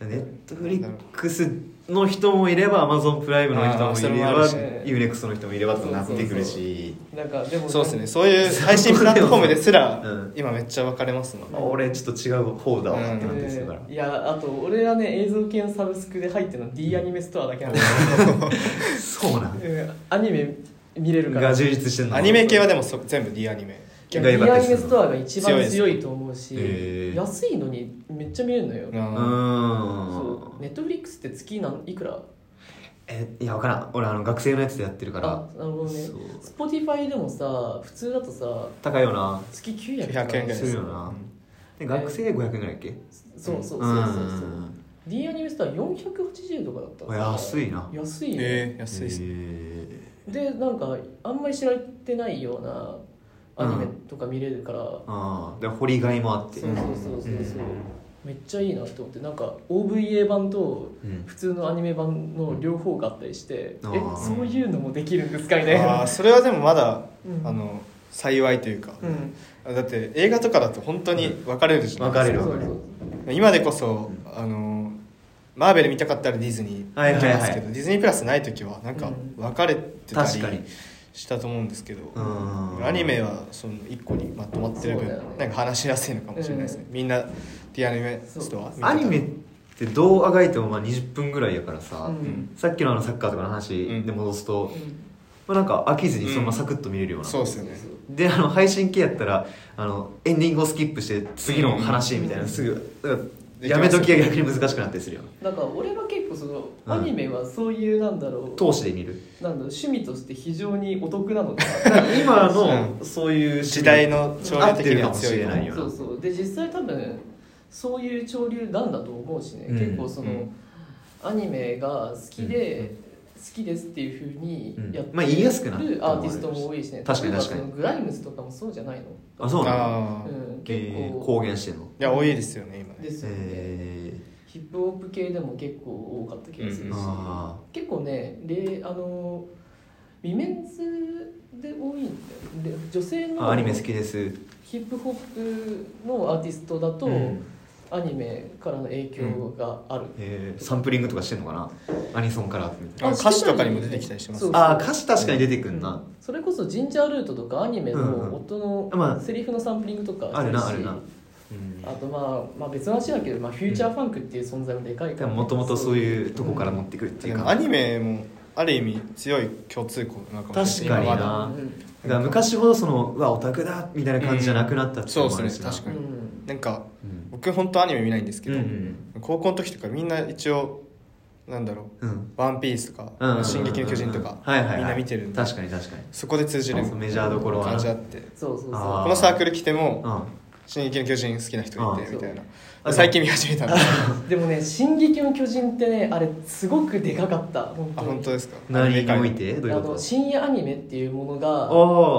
[SPEAKER 2] ネットフリックスの人もいればアマゾンプライムの人
[SPEAKER 4] あーそ
[SPEAKER 2] も
[SPEAKER 4] れ
[SPEAKER 2] いれ
[SPEAKER 4] もある
[SPEAKER 2] ば
[SPEAKER 4] し
[SPEAKER 2] ユーネクストの人もいればとなってくるし
[SPEAKER 3] なんかでも
[SPEAKER 4] そうですねそういう配信プラットフォームですら
[SPEAKER 2] うん
[SPEAKER 4] 今めっちゃ分かれますもんね
[SPEAKER 2] 俺ちょっと違う方だわってなってするから、
[SPEAKER 3] いやあと俺はね映像系のサブスクで入ってるの D アニメストアだけなんで
[SPEAKER 2] そうなん
[SPEAKER 3] う
[SPEAKER 4] (laughs)
[SPEAKER 3] んアニメ見れるから
[SPEAKER 2] が充実してんの
[SPEAKER 4] アニメ系はでもそ全部 D アニメ
[SPEAKER 3] いや
[SPEAKER 2] が
[SPEAKER 3] D
[SPEAKER 2] 良かった
[SPEAKER 3] ア
[SPEAKER 2] です
[SPEAKER 3] ニメストアが一番強いと思うし、
[SPEAKER 2] 強いですへー
[SPEAKER 3] 安いのにめっちゃ見れるのよ、
[SPEAKER 4] う
[SPEAKER 2] うんん
[SPEAKER 3] そうネットフリックスって月なんいくら
[SPEAKER 2] えいや分からん俺あの学生のやつでやってるから
[SPEAKER 3] あなるほどね
[SPEAKER 2] そう
[SPEAKER 3] Spotify でもさ普通だとさ
[SPEAKER 2] 高いよな
[SPEAKER 3] 月900
[SPEAKER 4] 900円ぐらい
[SPEAKER 2] するよなで学生500円ぐらいだっけ
[SPEAKER 3] そうそうそうそう
[SPEAKER 2] う
[SPEAKER 3] そう、
[SPEAKER 2] ん
[SPEAKER 3] D アニメストア480とかだったの
[SPEAKER 2] あ安いな
[SPEAKER 3] 安いよ、
[SPEAKER 4] えー、安いですね
[SPEAKER 2] え
[SPEAKER 3] でなんかあんまり知られてないようなアニメとか見れるから、
[SPEAKER 2] ああで掘りがいもあって
[SPEAKER 3] そうそうそうそうそう、
[SPEAKER 2] うん
[SPEAKER 3] めっちゃいいなと思ってなんか OVA 版と
[SPEAKER 2] うん
[SPEAKER 3] 普通のアニメ版の両方があったりして、
[SPEAKER 2] うん
[SPEAKER 3] え
[SPEAKER 2] あー
[SPEAKER 3] そういうのもできるんですかみたい
[SPEAKER 4] あ
[SPEAKER 3] な
[SPEAKER 4] ーそれはでもまだ、
[SPEAKER 3] うん
[SPEAKER 4] あの幸いというか、
[SPEAKER 3] うん
[SPEAKER 4] だって映画とかだと本当に分かれるじゃ
[SPEAKER 2] 分
[SPEAKER 4] な
[SPEAKER 2] か
[SPEAKER 4] い
[SPEAKER 2] れ
[SPEAKER 4] で
[SPEAKER 2] る
[SPEAKER 4] すか、
[SPEAKER 2] 分かれる
[SPEAKER 4] 今でこそあのマーベル見たかったらディズニー
[SPEAKER 2] はい
[SPEAKER 4] 行
[SPEAKER 2] はいはい
[SPEAKER 4] きますけど、ディズニープラスない時はなんか
[SPEAKER 3] うん
[SPEAKER 4] 分かれてたり
[SPEAKER 2] 確かに
[SPEAKER 4] したと思うんですけど、
[SPEAKER 2] うん
[SPEAKER 4] アニメはその一個にまとまってる
[SPEAKER 3] そ
[SPEAKER 4] 分、
[SPEAKER 3] うだよね
[SPEAKER 4] なんか話しやすいのかもしれないですね、みんなディアニメストア見てた
[SPEAKER 2] アニメってどうあがいてもまあ20分ぐらいやからさ、
[SPEAKER 3] うん
[SPEAKER 2] さっきのあのサッカーとかの話
[SPEAKER 4] うん
[SPEAKER 2] で戻すと、
[SPEAKER 3] うん
[SPEAKER 2] まあ、なんか飽きずにそのままサクッと見れるような、
[SPEAKER 4] そうですよね
[SPEAKER 2] であの配信系やったらあのエンディングをスキップして次の話みたいな、
[SPEAKER 3] うん
[SPEAKER 2] すぐだから
[SPEAKER 4] でき
[SPEAKER 2] や
[SPEAKER 4] ますよ
[SPEAKER 2] めときが逆に難しくなったりするよ
[SPEAKER 3] なんか俺は結構その
[SPEAKER 2] うん
[SPEAKER 3] アニメはそういうなんだろう,、
[SPEAKER 2] 投資で見る
[SPEAKER 3] なんだろう趣味として非常にお得なのか
[SPEAKER 2] (laughs) だから今
[SPEAKER 4] う
[SPEAKER 2] のそういう
[SPEAKER 4] 時代の潮
[SPEAKER 2] 合
[SPEAKER 4] 流的には
[SPEAKER 2] ってるかもし
[SPEAKER 4] 強い
[SPEAKER 2] れ
[SPEAKER 4] か
[SPEAKER 2] な
[SPEAKER 4] も
[SPEAKER 2] いよ
[SPEAKER 3] そうそうで実際多分そういう潮流なんだと思うしね、
[SPEAKER 2] うん
[SPEAKER 3] 結構その、
[SPEAKER 4] うん
[SPEAKER 3] アニメが好きで、好きですっていうふうにやっ
[SPEAKER 2] う
[SPEAKER 3] て
[SPEAKER 2] んまあ言いやすくな
[SPEAKER 3] ア
[SPEAKER 2] ったと思う
[SPEAKER 3] ーティストも多いしね
[SPEAKER 2] 確かに
[SPEAKER 3] 例えば
[SPEAKER 2] 確かに
[SPEAKER 3] そのグライムズとかもそうじゃないの
[SPEAKER 2] あそうなの
[SPEAKER 4] ああ、い
[SPEAKER 3] うん、結
[SPEAKER 2] えー
[SPEAKER 3] 構
[SPEAKER 2] 公言してんの
[SPEAKER 4] や多いですよね今
[SPEAKER 3] で
[SPEAKER 4] ね
[SPEAKER 3] すよね、
[SPEAKER 2] え
[SPEAKER 3] ヒップホップ系でも結構多かった気がする
[SPEAKER 2] ー、
[SPEAKER 3] し、
[SPEAKER 2] あ
[SPEAKER 3] 結構ねれあのウィメンズで多いんだよで女性
[SPEAKER 2] ー
[SPEAKER 3] の
[SPEAKER 2] あアニメ好きです
[SPEAKER 3] ヒップホップのアーティストだと、
[SPEAKER 2] うん
[SPEAKER 3] アニメからの影響がある、
[SPEAKER 2] えーサンプリングとかしてんのかなアニソンからみたい
[SPEAKER 4] あ歌詞とかにも出てきたりします
[SPEAKER 3] そう
[SPEAKER 2] なああ歌詞確かに出てくんな、
[SPEAKER 3] それこそジンジャールートとかアニメの音
[SPEAKER 2] うんまあ
[SPEAKER 3] のセリフのサンプリングとか
[SPEAKER 2] あるなあ
[SPEAKER 3] す
[SPEAKER 2] る
[SPEAKER 3] し
[SPEAKER 2] な、うん
[SPEAKER 3] あとまあ、まあ、別の話だけど、まあ、フューチャーファンクっていう存在もでかいか
[SPEAKER 2] で
[SPEAKER 3] ら
[SPEAKER 2] ももともとそう
[SPEAKER 3] う
[SPEAKER 2] いうとこから持ってくるってい
[SPEAKER 4] で
[SPEAKER 2] う
[SPEAKER 4] も
[SPEAKER 2] か、
[SPEAKER 4] アニメもある意味強い共通項なのかもしれない
[SPEAKER 2] 確かに
[SPEAKER 4] 今まだ
[SPEAKER 2] な
[SPEAKER 3] うん
[SPEAKER 2] だから昔ほどそのうわオタクだみたいな感じじゃなくなったってい
[SPEAKER 4] そ
[SPEAKER 2] の
[SPEAKER 4] うう
[SPEAKER 2] もあ
[SPEAKER 4] で
[SPEAKER 2] る
[SPEAKER 4] す
[SPEAKER 2] し
[SPEAKER 4] ね
[SPEAKER 2] な
[SPEAKER 4] 確か
[SPEAKER 3] う
[SPEAKER 4] に、
[SPEAKER 3] ん
[SPEAKER 4] なんか
[SPEAKER 2] うん
[SPEAKER 4] 僕本当アニメ見ないんですけど、
[SPEAKER 2] うん
[SPEAKER 4] 高校の時とかみんな一応なんだろう
[SPEAKER 2] うん
[SPEAKER 4] 「ワンピースとか
[SPEAKER 2] うんうん
[SPEAKER 4] 「進撃の巨人」とか
[SPEAKER 2] はいはいはい
[SPEAKER 4] みんな見てるんで
[SPEAKER 2] 確かに確かに
[SPEAKER 4] そこで通じる
[SPEAKER 2] そうメジャーどころは
[SPEAKER 4] 感じあって
[SPEAKER 3] そうそうそう
[SPEAKER 2] あ
[SPEAKER 4] このサークル来て
[SPEAKER 2] う
[SPEAKER 4] も
[SPEAKER 2] ん
[SPEAKER 4] 「進撃の巨人」好きな人がいてみたい
[SPEAKER 2] あ
[SPEAKER 4] な最近見始めたん
[SPEAKER 3] (laughs) で
[SPEAKER 4] で
[SPEAKER 3] もね「進撃の巨人」ってねあれすごくでかかった本
[SPEAKER 4] あ
[SPEAKER 3] 当に
[SPEAKER 4] 本当ですか
[SPEAKER 2] 何におい
[SPEAKER 4] アニメ界
[SPEAKER 2] てどう
[SPEAKER 3] あ
[SPEAKER 2] いうこ
[SPEAKER 3] の
[SPEAKER 2] と
[SPEAKER 3] 深夜アニメっていうものが
[SPEAKER 2] あ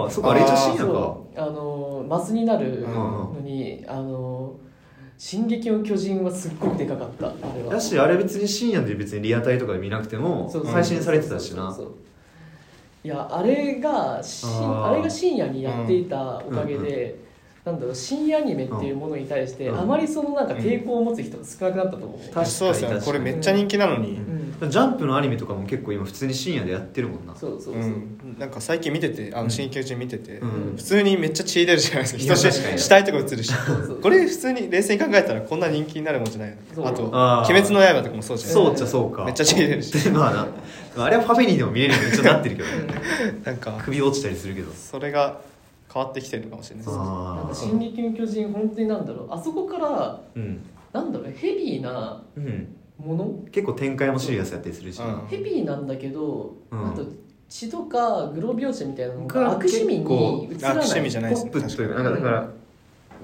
[SPEAKER 2] あそっかあれ一応深夜か
[SPEAKER 3] そうあのマスになるのに「あの進撃の巨人」はすっごくでかかったあれは
[SPEAKER 2] だしあれ別に深夜で別にリアタイとかで見なくても
[SPEAKER 3] そうそう
[SPEAKER 2] 配信されてたしな
[SPEAKER 3] そうそういやあれがし
[SPEAKER 2] あ
[SPEAKER 3] あ
[SPEAKER 2] ー
[SPEAKER 3] れが深夜にやっていたおかげで、なんだろう深夜アニメっていうものに対して、
[SPEAKER 2] うん
[SPEAKER 3] あまりそのなんか抵抗を持つ人が少なくなったと思う、
[SPEAKER 2] 確かに
[SPEAKER 4] そうですよね
[SPEAKER 2] 確
[SPEAKER 4] こ
[SPEAKER 2] か
[SPEAKER 4] れ
[SPEAKER 2] に
[SPEAKER 4] めっちゃ人気なのに
[SPEAKER 3] うん
[SPEAKER 2] ジャンプのアニメとかも結構今普通に深夜でやってるもんな
[SPEAKER 3] そうそうそう、
[SPEAKER 4] うんなんか最近見てて「あ
[SPEAKER 2] うん
[SPEAKER 4] の進撃の巨人」見てて
[SPEAKER 2] うん
[SPEAKER 4] 普通にめっちゃ血出るじゃないですか
[SPEAKER 2] いや
[SPEAKER 4] 人し
[SPEAKER 2] 確かに
[SPEAKER 4] 死体とか映るし
[SPEAKER 3] そう
[SPEAKER 4] これ普通に冷静に考えたらこんな人気になるもんじゃない
[SPEAKER 3] そう
[SPEAKER 4] のあと
[SPEAKER 2] あ
[SPEAKER 4] 「
[SPEAKER 2] ー
[SPEAKER 4] 鬼滅の刃」とかもそうじゃない
[SPEAKER 2] そうっちゃそうか
[SPEAKER 4] めっちゃ血出るし
[SPEAKER 2] で (laughs) まあなまああれはファミリーでも見れるように一応なってるけど
[SPEAKER 3] うん
[SPEAKER 2] ね
[SPEAKER 4] なんか
[SPEAKER 2] 首落ちたりするけど
[SPEAKER 4] それが変わってきてるのかもしれないですね
[SPEAKER 3] なん
[SPEAKER 2] あ
[SPEAKER 3] か「
[SPEAKER 2] あ
[SPEAKER 3] 進撃の巨人」本当になんだろうあそこから
[SPEAKER 2] うん
[SPEAKER 3] なんだろうヘビーな
[SPEAKER 2] うん
[SPEAKER 3] もの
[SPEAKER 2] 結構展開もシリアスやったりするし
[SPEAKER 4] うん
[SPEAKER 3] ヘビーなんだけど、
[SPEAKER 2] うん
[SPEAKER 3] あと血とかグロ描写みたいなの
[SPEAKER 2] が
[SPEAKER 3] が悪趣味
[SPEAKER 2] 結構
[SPEAKER 3] に映らな
[SPEAKER 4] 悪
[SPEAKER 3] い
[SPEAKER 4] 趣味じゃ
[SPEAKER 2] ポ
[SPEAKER 4] ないです
[SPEAKER 2] ッ
[SPEAKER 4] ね
[SPEAKER 2] プというか
[SPEAKER 3] 確かに
[SPEAKER 2] なんかだから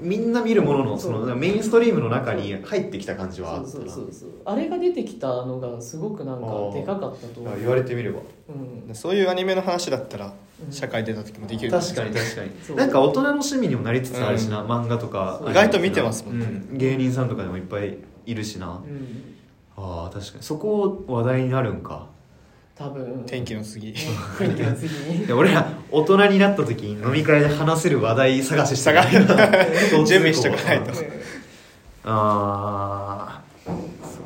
[SPEAKER 2] みんな見るものの
[SPEAKER 3] そ
[SPEAKER 2] そうのメインストリームの中に入ってきた感じはあった
[SPEAKER 3] そ
[SPEAKER 2] な
[SPEAKER 3] うそうそうそうあれが出てきたのがすごくなんか
[SPEAKER 2] あー
[SPEAKER 3] でかかったと思
[SPEAKER 2] あ
[SPEAKER 3] う、
[SPEAKER 2] 言われてみれば
[SPEAKER 3] うん、
[SPEAKER 4] そういうアニメの話だったら
[SPEAKER 3] うん
[SPEAKER 4] 社会出た時もできる
[SPEAKER 2] 確か
[SPEAKER 4] に
[SPEAKER 2] に確か
[SPEAKER 3] そ
[SPEAKER 2] に
[SPEAKER 3] う
[SPEAKER 2] なんか大人の趣味にもなりつつあるしな、漫画とか
[SPEAKER 3] そう
[SPEAKER 4] 意外と見てますもんね
[SPEAKER 2] うん芸人さんとかでもいっぱいいるしな
[SPEAKER 3] うん、
[SPEAKER 2] あー確かにそこ話題になるんか
[SPEAKER 3] 多分
[SPEAKER 4] 天気の次
[SPEAKER 3] 天気の
[SPEAKER 4] (laughs)
[SPEAKER 3] 次に
[SPEAKER 2] で俺ら大人になった時に飲み会で話せる話題探ししてる (laughs)
[SPEAKER 4] 探準備しとかないと
[SPEAKER 2] ああそっ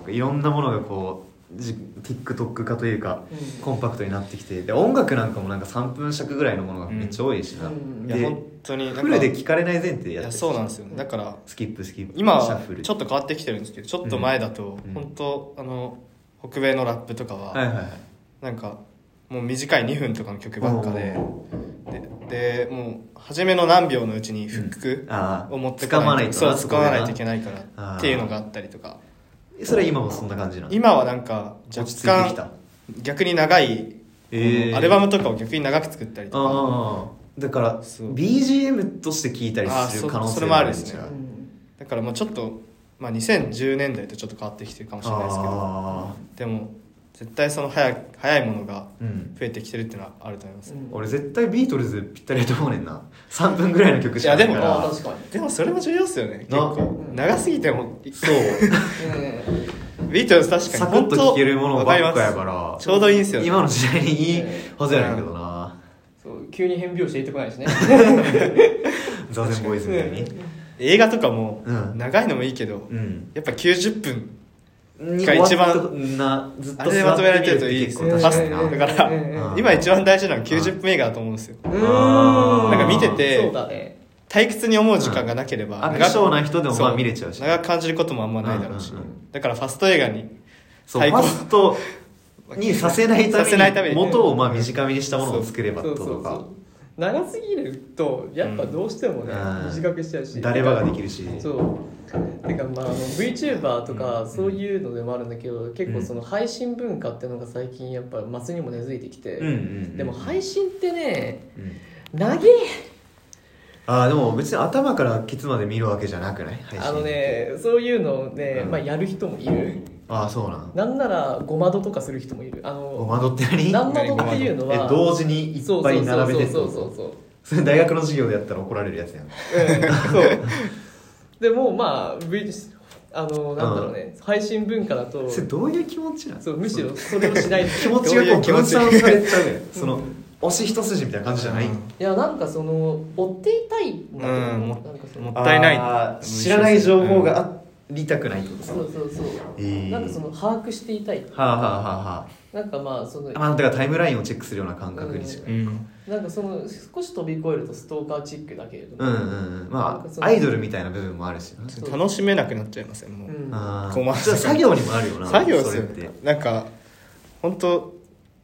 [SPEAKER 2] そういろんなものがこうじ TikTok 化というか
[SPEAKER 3] うん
[SPEAKER 2] コンパクトになってきてで音楽なんかもなんか3分尺ぐらいのものがめっちゃ多いしな、
[SPEAKER 3] うん
[SPEAKER 4] い
[SPEAKER 2] で
[SPEAKER 4] や本当になんか
[SPEAKER 2] フルで聴かれない前提でや
[SPEAKER 4] い
[SPEAKER 2] って
[SPEAKER 4] や
[SPEAKER 2] る
[SPEAKER 4] そうなんですよねだから
[SPEAKER 2] スキップスキップ
[SPEAKER 4] 今
[SPEAKER 2] シャッ
[SPEAKER 4] は
[SPEAKER 2] フル
[SPEAKER 4] ちょっと変わってきてるんですけどちょっと前だと
[SPEAKER 2] うん
[SPEAKER 4] 本当あの北米のラップとか
[SPEAKER 2] はいは
[SPEAKER 4] はい
[SPEAKER 2] はい
[SPEAKER 4] なんかもう短い2分とかの曲ばっかでででもう初めの何秒のうちにフック
[SPEAKER 2] ああ
[SPEAKER 4] を持って
[SPEAKER 2] 掴まないと
[SPEAKER 4] とそう
[SPEAKER 2] そ
[SPEAKER 4] 使
[SPEAKER 2] こでな
[SPEAKER 4] わないといけないか
[SPEAKER 2] あー
[SPEAKER 4] らっていうのがあったりとか
[SPEAKER 2] それは今もそんな感じなの
[SPEAKER 4] 今はなんか若
[SPEAKER 2] 落ち着いてきた
[SPEAKER 4] 干逆に長い
[SPEAKER 2] ええ
[SPEAKER 4] アルバムとかを逆に長く作ったりとか
[SPEAKER 2] ああだから
[SPEAKER 4] そう
[SPEAKER 2] BGM として聴いたり
[SPEAKER 4] あー
[SPEAKER 2] す
[SPEAKER 4] そ
[SPEAKER 2] る
[SPEAKER 4] う
[SPEAKER 2] 可能
[SPEAKER 4] そ
[SPEAKER 2] 性
[SPEAKER 4] れもあるです
[SPEAKER 2] じ
[SPEAKER 4] ね
[SPEAKER 2] ゃあ
[SPEAKER 4] だからもうちょっと、まあ、2010年代とちょっと変わってきてるかもしれないですけど
[SPEAKER 2] あ
[SPEAKER 4] でも絶対その早く早いものが
[SPEAKER 2] ーうん
[SPEAKER 4] 増えてきてるっていうのはあると思います、
[SPEAKER 3] うん
[SPEAKER 2] 俺絶対ビートルズぴったりやと思うねんな3分ぐらいの曲しかないか
[SPEAKER 4] いやでも
[SPEAKER 3] ああ
[SPEAKER 2] ら
[SPEAKER 3] 確か
[SPEAKER 4] でもそれも重要ですよね結構
[SPEAKER 3] うん
[SPEAKER 4] 長すぎてもそう
[SPEAKER 3] に、ね
[SPEAKER 4] ビートルズ確かに
[SPEAKER 2] サクッと聴けるものばっかや
[SPEAKER 4] わり
[SPEAKER 2] から
[SPEAKER 4] ますちょうどいいんですよね
[SPEAKER 2] 今の時代にいいはずやねんけどな
[SPEAKER 3] そう急に変拍子入れてこない
[SPEAKER 4] (laughs)
[SPEAKER 3] しね
[SPEAKER 2] 座禅ボーイズみたいに
[SPEAKER 4] 映画とかも
[SPEAKER 2] うん
[SPEAKER 4] 長いのもいいけど、
[SPEAKER 2] うん
[SPEAKER 4] やっぱ90分
[SPEAKER 2] が
[SPEAKER 4] 一番
[SPEAKER 2] なずっと
[SPEAKER 4] あれでまとめられてるといい
[SPEAKER 2] で
[SPEAKER 4] ですす
[SPEAKER 2] ね
[SPEAKER 4] ね
[SPEAKER 2] 確かにな
[SPEAKER 3] うん
[SPEAKER 4] だから、
[SPEAKER 2] うん
[SPEAKER 4] 今一番大事なのは90分映画だと思うんですよ
[SPEAKER 3] う
[SPEAKER 2] あ
[SPEAKER 3] ー
[SPEAKER 2] ー
[SPEAKER 4] なんか見てて
[SPEAKER 3] そうだね
[SPEAKER 4] 退屈に思う時間がなければ、
[SPEAKER 2] 飽
[SPEAKER 4] 長
[SPEAKER 2] き
[SPEAKER 4] く
[SPEAKER 2] 性な人でもま
[SPEAKER 4] そ
[SPEAKER 2] あ見れちゃうし
[SPEAKER 4] 長く感じることもあんまないだろうし、
[SPEAKER 2] うんうんうん
[SPEAKER 4] だからファスト映画に
[SPEAKER 2] そう
[SPEAKER 4] 最
[SPEAKER 2] フ
[SPEAKER 4] 高
[SPEAKER 2] ァストにさせないた
[SPEAKER 4] させないた
[SPEAKER 2] め
[SPEAKER 4] め
[SPEAKER 2] に
[SPEAKER 4] に
[SPEAKER 2] 元をまあ短めにしたものを作れば
[SPEAKER 3] そ
[SPEAKER 2] と
[SPEAKER 3] うそう
[SPEAKER 2] と
[SPEAKER 3] そ
[SPEAKER 2] か
[SPEAKER 3] う長すぎるとやっぱどうしてもね、
[SPEAKER 2] うん
[SPEAKER 3] 短くしちゃうし
[SPEAKER 2] 誰ばができるし
[SPEAKER 3] そうてかまああの VTuber とかそういうのでもあるんだけど、結構その配信文化っていうのが最近やっぱマスにも根付いてきて、
[SPEAKER 2] うんうんうん
[SPEAKER 3] でも配信ってね
[SPEAKER 2] うん
[SPEAKER 3] 長え
[SPEAKER 2] ああでも別に頭からケツまで見るわけじゃなくない配信
[SPEAKER 3] あのねそういうのをね、
[SPEAKER 2] うん
[SPEAKER 3] まあ、やる人もいる
[SPEAKER 2] ああそうなん
[SPEAKER 3] なんならごまどとかする人もいるあ
[SPEAKER 2] お
[SPEAKER 3] の
[SPEAKER 2] 窓って何
[SPEAKER 3] な
[SPEAKER 2] え
[SPEAKER 3] んなどっていうのは
[SPEAKER 2] 同時にいっぱい並べてって
[SPEAKER 3] そ
[SPEAKER 2] こ
[SPEAKER 3] うそうそう
[SPEAKER 2] と
[SPEAKER 3] そうそう
[SPEAKER 2] それ大学の授業でやったら怒られるやつやん
[SPEAKER 3] そうでもまあ、v、あのなんだろうね、配信文化だと
[SPEAKER 2] それどういう気持ちなん
[SPEAKER 3] そうむしろそれをしない
[SPEAKER 2] 気持ちが
[SPEAKER 4] ど
[SPEAKER 2] こ
[SPEAKER 4] ういうう
[SPEAKER 2] 気
[SPEAKER 4] 気
[SPEAKER 2] 持
[SPEAKER 4] 持
[SPEAKER 2] ち
[SPEAKER 4] ち
[SPEAKER 2] されちゃう
[SPEAKER 3] (laughs)
[SPEAKER 2] ねその推し一筋みたいな感じじゃない
[SPEAKER 4] うん
[SPEAKER 3] いやなんかその追っていたいんだけど、
[SPEAKER 4] うん
[SPEAKER 3] なんかその
[SPEAKER 4] もったいない
[SPEAKER 2] あー知らない情報がありたくないってことさ
[SPEAKER 3] そうそうそう、
[SPEAKER 2] えー
[SPEAKER 3] なんかその把握していたい
[SPEAKER 2] はあはあはあは
[SPEAKER 3] なんかまあその
[SPEAKER 2] あまあだからタイムラインをチェックするような感覚にしか
[SPEAKER 4] うん
[SPEAKER 3] なんかその少し飛び越えるとストーカーチックだけれど
[SPEAKER 2] う
[SPEAKER 3] も、
[SPEAKER 2] んうんうんまあアイドルみたいな部分もあるしな
[SPEAKER 3] そう
[SPEAKER 4] 楽しめなくなっちゃいますよねもう、
[SPEAKER 3] うん
[SPEAKER 2] あ
[SPEAKER 4] 困
[SPEAKER 2] あ
[SPEAKER 4] る
[SPEAKER 2] じゃあ作業にもあるよな
[SPEAKER 4] 作業ですよ
[SPEAKER 2] それっ
[SPEAKER 4] ね
[SPEAKER 2] て
[SPEAKER 4] なんか本当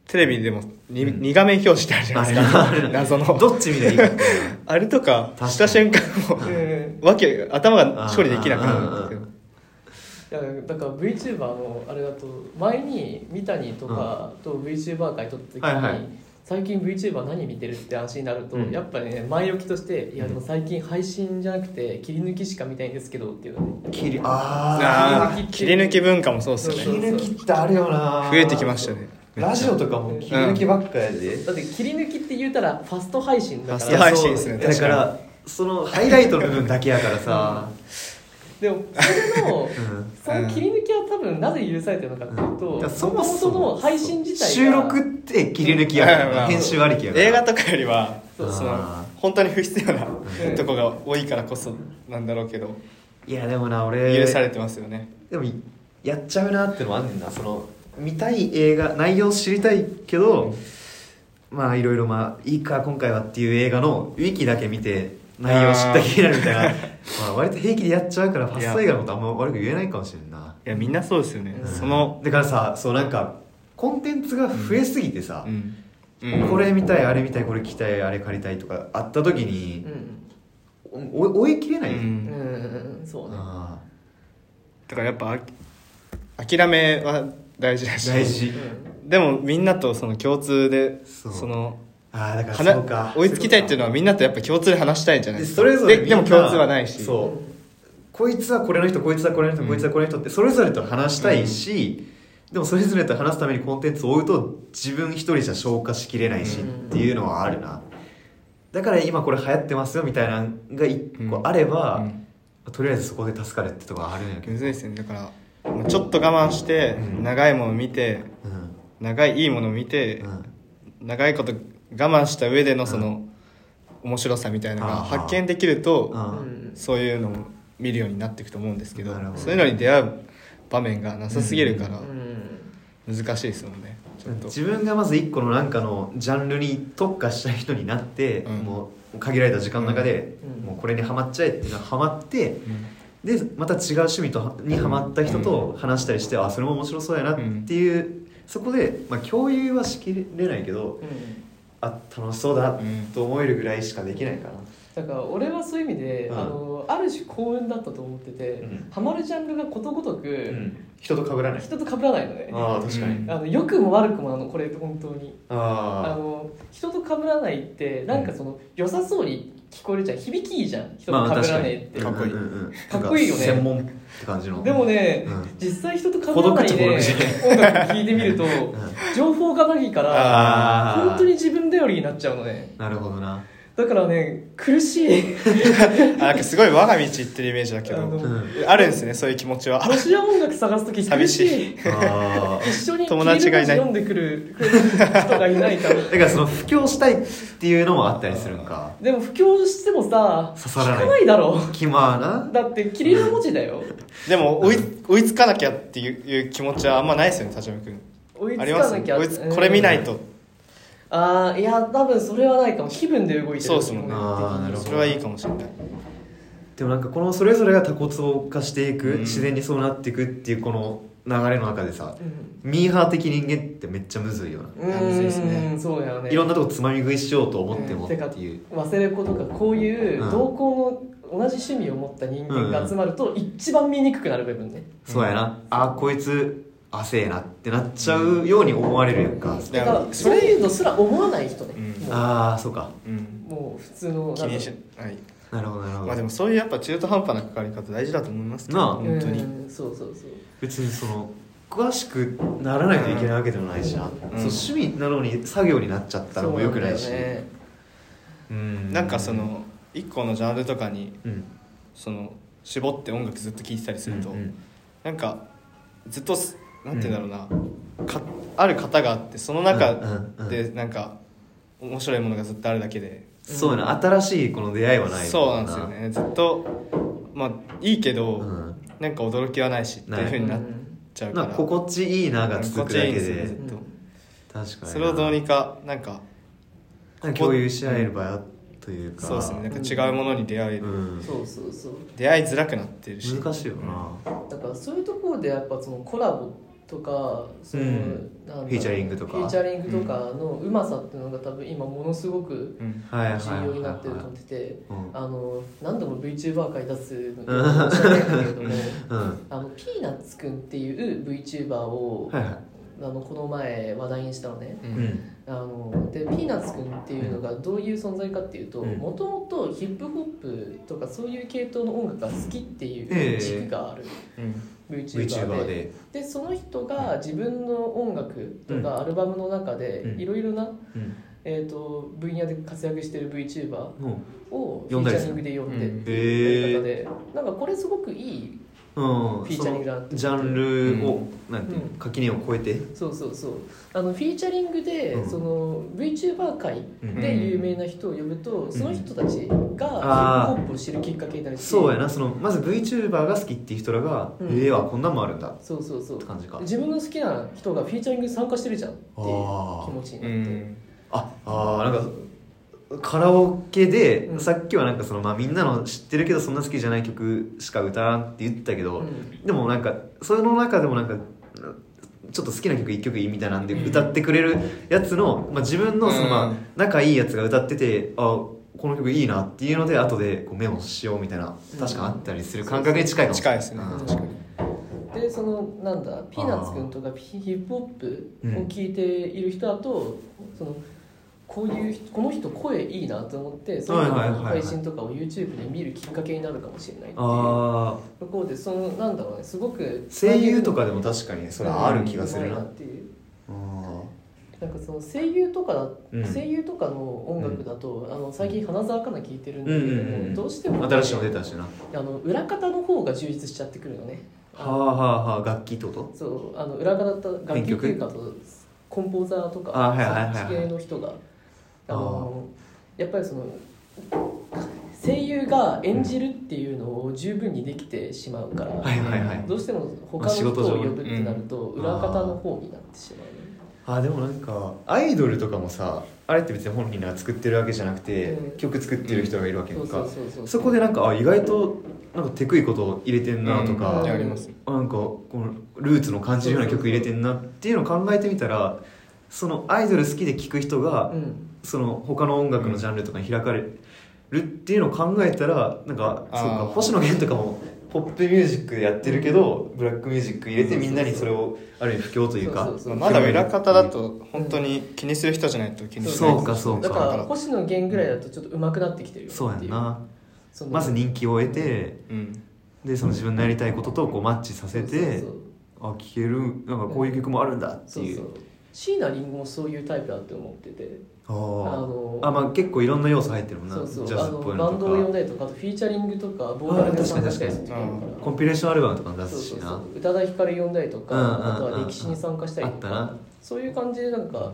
[SPEAKER 4] テレビでも 2,、二画面表示ってあるじゃないですか
[SPEAKER 2] あれな
[SPEAKER 4] 謎の
[SPEAKER 2] どっち見りゃいいかっていう
[SPEAKER 4] あれとか
[SPEAKER 2] かに
[SPEAKER 4] した瞬間も
[SPEAKER 3] うん
[SPEAKER 4] うわけ頭が処理できなくなるんですよ
[SPEAKER 3] いやだから VTuber のあれだと前に三谷とかと VTuber 会撮った時に、
[SPEAKER 2] はいはい
[SPEAKER 3] 最近 VTuber 何見てるって話になると、
[SPEAKER 2] うん
[SPEAKER 3] やっぱね前置きとして「いやでも最近配信じゃなくて切り抜きしか見たいんですけど」っていうのね
[SPEAKER 2] 切
[SPEAKER 4] (laughs)
[SPEAKER 2] りあ
[SPEAKER 4] あー切り抜き文化もそうですよ
[SPEAKER 2] あ
[SPEAKER 4] ね
[SPEAKER 2] 切り抜きってあるよな
[SPEAKER 4] 増えてきましたね
[SPEAKER 2] ラジオとかも切り抜きばっかやで
[SPEAKER 3] だって切り抜きって言うたらファスト配信だ
[SPEAKER 4] フ
[SPEAKER 3] か
[SPEAKER 4] ァスト
[SPEAKER 3] ら
[SPEAKER 4] 配信ですね
[SPEAKER 2] いやだからそのハイライトの部分だけやからさ
[SPEAKER 3] でもそれの、
[SPEAKER 2] ん
[SPEAKER 3] その切り抜きは多分なぜ許されてるのかっていうと、
[SPEAKER 2] いやそもそ
[SPEAKER 3] 元々
[SPEAKER 2] も
[SPEAKER 3] の配信自体が
[SPEAKER 2] 収録って切り抜きやから
[SPEAKER 4] ま
[SPEAKER 2] な
[SPEAKER 4] あ
[SPEAKER 2] 編集ありきやから
[SPEAKER 4] 映画とかよりはそ
[SPEAKER 2] そう
[SPEAKER 4] の本当に不必要な
[SPEAKER 3] うん
[SPEAKER 4] とこが多いからこそなんだろうけど
[SPEAKER 2] いやでもな俺
[SPEAKER 4] 許されてますよね
[SPEAKER 2] でもやっちゃうなってのもあんねんなその見たい映画内容知りたいけどまあいろいろまあいいか今回はっていう映画のウィキだけ見て内容知った気になるみたいな (laughs) まあ割と平気でやっちゃうからファスト映画のことあんま悪く言えないかもしれんない
[SPEAKER 4] やみんなそうですよねその
[SPEAKER 2] だからさそうなんかコンテンツが増えすぎてさ、
[SPEAKER 4] うんうん
[SPEAKER 2] これ見たいあれ見たいこれ聞きたいあれ借りたいとかあった時に
[SPEAKER 3] う、
[SPEAKER 2] お追い切れ
[SPEAKER 4] う
[SPEAKER 2] ない、
[SPEAKER 4] ん
[SPEAKER 3] んうんうんうんそうね
[SPEAKER 2] あ
[SPEAKER 4] だからやっぱあき諦めは大事だ
[SPEAKER 2] ー
[SPEAKER 4] し
[SPEAKER 2] 大事、
[SPEAKER 4] でもみんなとその共通で
[SPEAKER 2] そ
[SPEAKER 4] そうの
[SPEAKER 2] ああだから
[SPEAKER 4] 話
[SPEAKER 2] そうか
[SPEAKER 4] 追いつきたいっていうの
[SPEAKER 2] は
[SPEAKER 4] はみんなとやっぱ共通で話したいじゃないですか
[SPEAKER 2] それぞれ
[SPEAKER 4] で
[SPEAKER 2] みん
[SPEAKER 4] で
[SPEAKER 2] な
[SPEAKER 4] も共通はないし
[SPEAKER 2] そうこいつはこれの人こいつはこれの人、
[SPEAKER 4] うん
[SPEAKER 2] こいつはこれの人ってそれぞれと話したいし、でもそれぞれと話すためにコンテンツを追うと自分一人じゃ消化しきれないしっ
[SPEAKER 3] うん
[SPEAKER 2] ていうのはあるな、だから今これ流行ってますよみたいなのが一個あれば、
[SPEAKER 4] うん
[SPEAKER 2] とりあえずそこで助かるってとこはあるんやけ
[SPEAKER 4] む
[SPEAKER 2] ど、
[SPEAKER 4] ずいですよねだからもうちょっと我慢して
[SPEAKER 2] うん
[SPEAKER 4] 長いもの見て
[SPEAKER 2] うん
[SPEAKER 4] 長いいいものを見て
[SPEAKER 2] うん、
[SPEAKER 4] 長いこと我慢した上でのその面白さみたいなの
[SPEAKER 2] あ
[SPEAKER 4] が
[SPEAKER 2] あ
[SPEAKER 4] 発見できると
[SPEAKER 2] あ
[SPEAKER 3] う
[SPEAKER 2] ー
[SPEAKER 3] ん
[SPEAKER 4] そういうのを見るようになっていくと思うんですけど
[SPEAKER 2] なるほど
[SPEAKER 4] そういうのに出会う場面がなさすぎるから
[SPEAKER 3] うん
[SPEAKER 4] 難しいですもんねちょっと
[SPEAKER 2] 自分がまず一個のなんかのジャンルに特化した人になって、
[SPEAKER 4] うん
[SPEAKER 2] もう限られた時間の中で、
[SPEAKER 3] うん
[SPEAKER 2] もうこれにハマっちゃえっていうのはハマって
[SPEAKER 4] うん
[SPEAKER 2] でまた違う趣味とにハマった人と話したりして、あそれも面白そうやなっていう、そこで、まあ、共有はしきれないけど
[SPEAKER 3] うん
[SPEAKER 2] あ楽しそうだ
[SPEAKER 4] うん
[SPEAKER 2] と思えるぐらいしかできないかな、
[SPEAKER 3] だから俺はそういう意味で、
[SPEAKER 2] うん
[SPEAKER 3] あのある種幸運だったと思ってて、
[SPEAKER 2] うん
[SPEAKER 3] ハマるジャンルがことごと
[SPEAKER 2] う
[SPEAKER 3] く
[SPEAKER 2] ん人と被らない
[SPEAKER 3] 人と被らないのね、
[SPEAKER 2] ああ確かに、
[SPEAKER 4] うん
[SPEAKER 3] あの良くも悪くもなのこれ本当にあ
[SPEAKER 2] あ
[SPEAKER 3] の人と被らないってなんかその、良さそうに聞こえるじゃん響きいいじゃん人
[SPEAKER 2] あまあ
[SPEAKER 3] と被
[SPEAKER 2] 確
[SPEAKER 3] ら
[SPEAKER 2] か
[SPEAKER 3] ない
[SPEAKER 2] に
[SPEAKER 3] って、
[SPEAKER 4] かっこいい
[SPEAKER 2] うんうんうん
[SPEAKER 3] かっこいいよね
[SPEAKER 2] なん専門って感じの
[SPEAKER 3] でもね、
[SPEAKER 2] うん
[SPEAKER 3] 実際人と被らないで
[SPEAKER 2] 孤独って
[SPEAKER 3] 音楽聴いてみると
[SPEAKER 2] ん
[SPEAKER 3] 情報がないから
[SPEAKER 2] あー
[SPEAKER 3] 本当に自分頼りになっちゃうのね
[SPEAKER 2] なるほどな
[SPEAKER 3] だからね苦しい
[SPEAKER 4] あなんかすごい我が道行ってるイメージだけ
[SPEAKER 3] あの
[SPEAKER 4] ど
[SPEAKER 2] うん
[SPEAKER 4] あるんですねそういう気持
[SPEAKER 3] (laughs)
[SPEAKER 4] ちは
[SPEAKER 3] ロシア音楽探す時苦
[SPEAKER 4] 寂
[SPEAKER 3] し
[SPEAKER 4] し
[SPEAKER 3] い
[SPEAKER 2] (laughs) ああ
[SPEAKER 3] 一緒に
[SPEAKER 4] 友達がいない
[SPEAKER 3] キリル文字読んでくるくれる人がいない
[SPEAKER 4] (laughs)
[SPEAKER 3] から
[SPEAKER 2] だからその布教したいっていうのもあったりするんか
[SPEAKER 3] でも布教してもさ
[SPEAKER 2] 刺さらない
[SPEAKER 3] 聞かないだろ
[SPEAKER 2] 気まあな
[SPEAKER 3] だってキリル文字だよ
[SPEAKER 4] でも追い追いつかなきゃっていういう気持ちはあんまないですよね立見君
[SPEAKER 3] 追いつ
[SPEAKER 4] ありま
[SPEAKER 3] か
[SPEAKER 4] す
[SPEAKER 3] なきゃ
[SPEAKER 4] 追いつこれ見ない
[SPEAKER 3] うん
[SPEAKER 4] と
[SPEAKER 3] ああいや多分それはないかも気分で動いてる
[SPEAKER 4] そうっすもんね
[SPEAKER 2] あーなるほど
[SPEAKER 4] それはいいかもしれない
[SPEAKER 2] でもなんかこのそれぞれが多骨化していく、
[SPEAKER 4] うん
[SPEAKER 2] 自然にそうなっていくっていうこの流れの中でさ
[SPEAKER 3] うん
[SPEAKER 2] ミーハー的人間ってめっちゃむずいよな、
[SPEAKER 3] う
[SPEAKER 4] むずいっすね
[SPEAKER 3] ーんそうだよね
[SPEAKER 2] いろんなとこつまみ食いしようと思っても
[SPEAKER 3] う
[SPEAKER 2] っ
[SPEAKER 3] ん
[SPEAKER 2] て
[SPEAKER 3] てか
[SPEAKER 2] いう、
[SPEAKER 3] 忘れ子とかこういう
[SPEAKER 2] うん
[SPEAKER 3] 同行の同じ趣味を持った人間が集まると一番見にくくなる部分ね
[SPEAKER 2] そうやな、あこいつ汗えなってなっちゃうように思われるやんか、
[SPEAKER 4] ん
[SPEAKER 3] だから
[SPEAKER 4] うん
[SPEAKER 3] そういうのすら思わない人ね
[SPEAKER 4] うん
[SPEAKER 3] も
[SPEAKER 2] ああそうか
[SPEAKER 4] うん
[SPEAKER 3] うもう普通の
[SPEAKER 4] 気にしない
[SPEAKER 2] なるほどなるほど、
[SPEAKER 4] まあでもそういうやっぱ中途半端な関わり方大事だと思いますけど
[SPEAKER 2] なあ
[SPEAKER 4] 本当に
[SPEAKER 3] うんそうそうそう
[SPEAKER 2] 別にその詳しくならないといけないわけでもないしな、そう趣味なのに作業になっちゃったらもうよくないし
[SPEAKER 3] そうなんだよね
[SPEAKER 2] うん
[SPEAKER 4] なんかその一個のジャンルとかに
[SPEAKER 2] うん
[SPEAKER 4] その絞って音楽ずっと聴いてたりすると、
[SPEAKER 2] うんうん
[SPEAKER 4] なんかずっとすなんて言うんだろうな、かある型があってその中
[SPEAKER 2] うんうんうん
[SPEAKER 4] でなんか面白いものがずっとあるだけで、
[SPEAKER 2] そうやな新しいこの出会いはない
[SPEAKER 4] そうなんですよねずっとまあいいけど、
[SPEAKER 2] うん
[SPEAKER 4] なんか驚きはないしっていうふうになっちゃうか
[SPEAKER 2] なん
[SPEAKER 4] ら、
[SPEAKER 2] か心地いいなが続くだけ
[SPEAKER 4] 心地いいんです
[SPEAKER 2] で
[SPEAKER 4] よね
[SPEAKER 3] うん
[SPEAKER 4] と
[SPEAKER 2] 確かにな
[SPEAKER 4] それをどうにかなんか
[SPEAKER 2] なんか共有し合える場合というか
[SPEAKER 4] そうですねなんか違うものに出会える、
[SPEAKER 2] うん
[SPEAKER 3] そうそうそう
[SPEAKER 4] 出会いづらくなってるし
[SPEAKER 2] 難しいよな
[SPEAKER 3] だからそういうところでやっぱそのコラボとかその、
[SPEAKER 2] うん
[SPEAKER 3] なんだろう
[SPEAKER 2] フィーチャリングとか
[SPEAKER 3] フィーチャリングとかのうまさっていうのが多分今ものすごく
[SPEAKER 4] うん
[SPEAKER 2] はいはい
[SPEAKER 3] 重要になってると思っ
[SPEAKER 2] は
[SPEAKER 3] てて
[SPEAKER 2] いうん
[SPEAKER 3] あの何度も VTuber 界出すのに申し訳ないけれども
[SPEAKER 2] うん
[SPEAKER 3] あのピーナッツくんっていう VTuber を、
[SPEAKER 2] はいはい
[SPEAKER 3] あのこの前話題にしたのね
[SPEAKER 4] う
[SPEAKER 2] うんん
[SPEAKER 3] あのでピーナッツくんっていうのがどういう存在かっていうと
[SPEAKER 2] うん
[SPEAKER 3] もともとヒップホップとかそういう系統の音楽が好きってい
[SPEAKER 2] ええ
[SPEAKER 3] う軸がある
[SPEAKER 4] うん
[SPEAKER 2] VTuber
[SPEAKER 3] VTuber で
[SPEAKER 2] で
[SPEAKER 3] でその人が自分の音楽と
[SPEAKER 2] う
[SPEAKER 3] かアルバムの中で
[SPEAKER 2] うん
[SPEAKER 3] いろいろな、
[SPEAKER 2] うん
[SPEAKER 3] えー、と分野で活躍してる VTuber
[SPEAKER 2] も
[SPEAKER 3] をフ
[SPEAKER 2] 呼
[SPEAKER 3] ィ
[SPEAKER 2] んだ
[SPEAKER 3] ー
[SPEAKER 2] り
[SPEAKER 3] チャ
[SPEAKER 2] す
[SPEAKER 3] リ
[SPEAKER 2] る
[SPEAKER 3] ングで呼ん
[SPEAKER 4] うん
[SPEAKER 3] でって
[SPEAKER 2] へ
[SPEAKER 3] い
[SPEAKER 2] え
[SPEAKER 3] うでなんかこれすごくいい
[SPEAKER 2] うん、
[SPEAKER 3] フィーチャリングだなって
[SPEAKER 2] そのジャンルを、なんていうの
[SPEAKER 3] うん
[SPEAKER 2] 垣根を越えて、
[SPEAKER 3] そうそうそうあのフィーチャリングで、
[SPEAKER 2] うん
[SPEAKER 3] その VTuber 界で有名な人を呼ぶと、その人たちがヒップホップを知るきっかけになるし
[SPEAKER 2] そうやなそのまず VTuber が好きっていう人らが「
[SPEAKER 3] うん
[SPEAKER 2] ええわこんなんもあるんだ」っ
[SPEAKER 3] そうそうそう
[SPEAKER 2] て感じか
[SPEAKER 3] 自分の好きな人がフィーチャリングに参加してるじゃんっていう気持ちに
[SPEAKER 4] う
[SPEAKER 3] なって。
[SPEAKER 4] ん
[SPEAKER 2] ああーなんかカラオケで、
[SPEAKER 3] うん
[SPEAKER 2] さっきはなんかその、まあ、みんなの知ってるけどそんな好きじゃない曲しか歌わんって言ったけど、
[SPEAKER 3] うん
[SPEAKER 2] でもなんかその中でもなんかちょっと好きな曲1曲いいみたいなんで
[SPEAKER 4] うん
[SPEAKER 2] 歌ってくれるやつの、まあ、自分のその、
[SPEAKER 4] う
[SPEAKER 2] ま
[SPEAKER 4] ん
[SPEAKER 2] あ、仲いいやつが歌っててあこの曲いいなっていうので後でこうメモしようみたいな
[SPEAKER 3] うん
[SPEAKER 2] 確かあったりする感覚に近いかも
[SPEAKER 4] 近いですね
[SPEAKER 2] うん
[SPEAKER 4] 確かに
[SPEAKER 3] でそのなんだピーナッツくんとかヒップホップを聴いている人だと、そのこういう人この人声いいなと思ってその人
[SPEAKER 2] はいはい
[SPEAKER 3] の
[SPEAKER 2] はいはい
[SPEAKER 3] 配信とかを YouTube で見るきっかけになるかもしれないっていう
[SPEAKER 2] ああ
[SPEAKER 3] ところでそのなんだろうねすごく
[SPEAKER 2] 声優とかでも確かにそれある気がする
[SPEAKER 3] うまい
[SPEAKER 2] な
[SPEAKER 3] っていう
[SPEAKER 2] うん
[SPEAKER 3] なんかその声優とかだ、
[SPEAKER 2] うん
[SPEAKER 3] 声優とかの音楽だと、あの最近花澤香菜聴いてるんだけ
[SPEAKER 2] うん
[SPEAKER 3] ど
[SPEAKER 2] うん
[SPEAKER 3] も、
[SPEAKER 2] うん
[SPEAKER 3] どうしても、
[SPEAKER 2] 新しいの出たしなは
[SPEAKER 3] あの裏方の方が充実しちゃってくるのねあ
[SPEAKER 2] あ
[SPEAKER 3] の
[SPEAKER 2] はあはあ楽器ってこと
[SPEAKER 3] そうあの裏方と楽
[SPEAKER 2] 編
[SPEAKER 3] 器
[SPEAKER 2] 曲
[SPEAKER 3] というかあとコンポーザーとか
[SPEAKER 2] あはいはいはいはい
[SPEAKER 3] そっち系の人があのやっぱりその声優が演じるっていうのを十分にできてしまうから、
[SPEAKER 2] はいはいはい
[SPEAKER 3] どうしても他の人を呼ぶってなると
[SPEAKER 2] うん
[SPEAKER 3] 裏方の方になってしまうね、
[SPEAKER 2] あでもなんかアイドルとかもさあれって別に本人が作ってるわけじゃなくて、
[SPEAKER 3] うん
[SPEAKER 2] 曲作ってる人がいるわけ
[SPEAKER 3] そ
[SPEAKER 2] と
[SPEAKER 3] う
[SPEAKER 2] か、
[SPEAKER 3] そうそうそう
[SPEAKER 2] そこでなんかあ意外となんかテクいことを入れてんなとか、
[SPEAKER 3] うん
[SPEAKER 4] やります
[SPEAKER 2] なんかこのルーツの感じるような曲入れてんなっていうのを考えてみたらそのアイドル好きで聴く人が、
[SPEAKER 3] うん
[SPEAKER 2] その他の音楽のジャンルとかに開かれるっていうのを考えたらなんか
[SPEAKER 4] あー
[SPEAKER 2] そうか星野源とかもポップミュージックやってるけどブラックミュージック入れてみんなにそれをある意味不況というか
[SPEAKER 3] そうそう
[SPEAKER 4] まあまだ裏方だと本当に気にする人じゃないと気にしない
[SPEAKER 2] そうかそう
[SPEAKER 3] だ
[SPEAKER 2] か
[SPEAKER 3] から星野源ぐらいだとちょっと上手くなってきてるよね
[SPEAKER 2] そうや
[SPEAKER 3] って
[SPEAKER 2] ん
[SPEAKER 3] い
[SPEAKER 2] な
[SPEAKER 3] その
[SPEAKER 2] まず人気を得て
[SPEAKER 4] うん
[SPEAKER 2] でその自分のやりたいこととこうマッチさせて
[SPEAKER 3] そう
[SPEAKER 2] あ聴けるなんかこういう曲もあるんだって
[SPEAKER 3] そう
[SPEAKER 2] い
[SPEAKER 3] そう
[SPEAKER 2] う
[SPEAKER 3] そう椎名林檎もそういうタイプだって思ってて
[SPEAKER 2] あ
[SPEAKER 3] あ
[SPEAKER 2] ー
[SPEAKER 3] の
[SPEAKER 2] あまあ結構いろんな要素入ってるもんな
[SPEAKER 3] そうそう
[SPEAKER 2] ジ
[SPEAKER 3] あ
[SPEAKER 2] ャズっ
[SPEAKER 3] の
[SPEAKER 2] ぽい
[SPEAKER 3] バ
[SPEAKER 2] の
[SPEAKER 3] ン
[SPEAKER 2] と
[SPEAKER 3] ドを呼ん
[SPEAKER 2] か
[SPEAKER 3] だりとかあとフィーチャリングとかボーカルの参加したりする時ある
[SPEAKER 4] あー確か
[SPEAKER 3] か
[SPEAKER 2] コ
[SPEAKER 3] ら
[SPEAKER 2] ンピレーションアルバムとかも出すし
[SPEAKER 3] そう
[SPEAKER 2] な
[SPEAKER 3] そう宇多田ヒカル呼んだりとか、
[SPEAKER 2] うんうんうん
[SPEAKER 3] あとは歴史に参加したりと
[SPEAKER 2] あった
[SPEAKER 3] か
[SPEAKER 2] な
[SPEAKER 3] そういう感じでなんか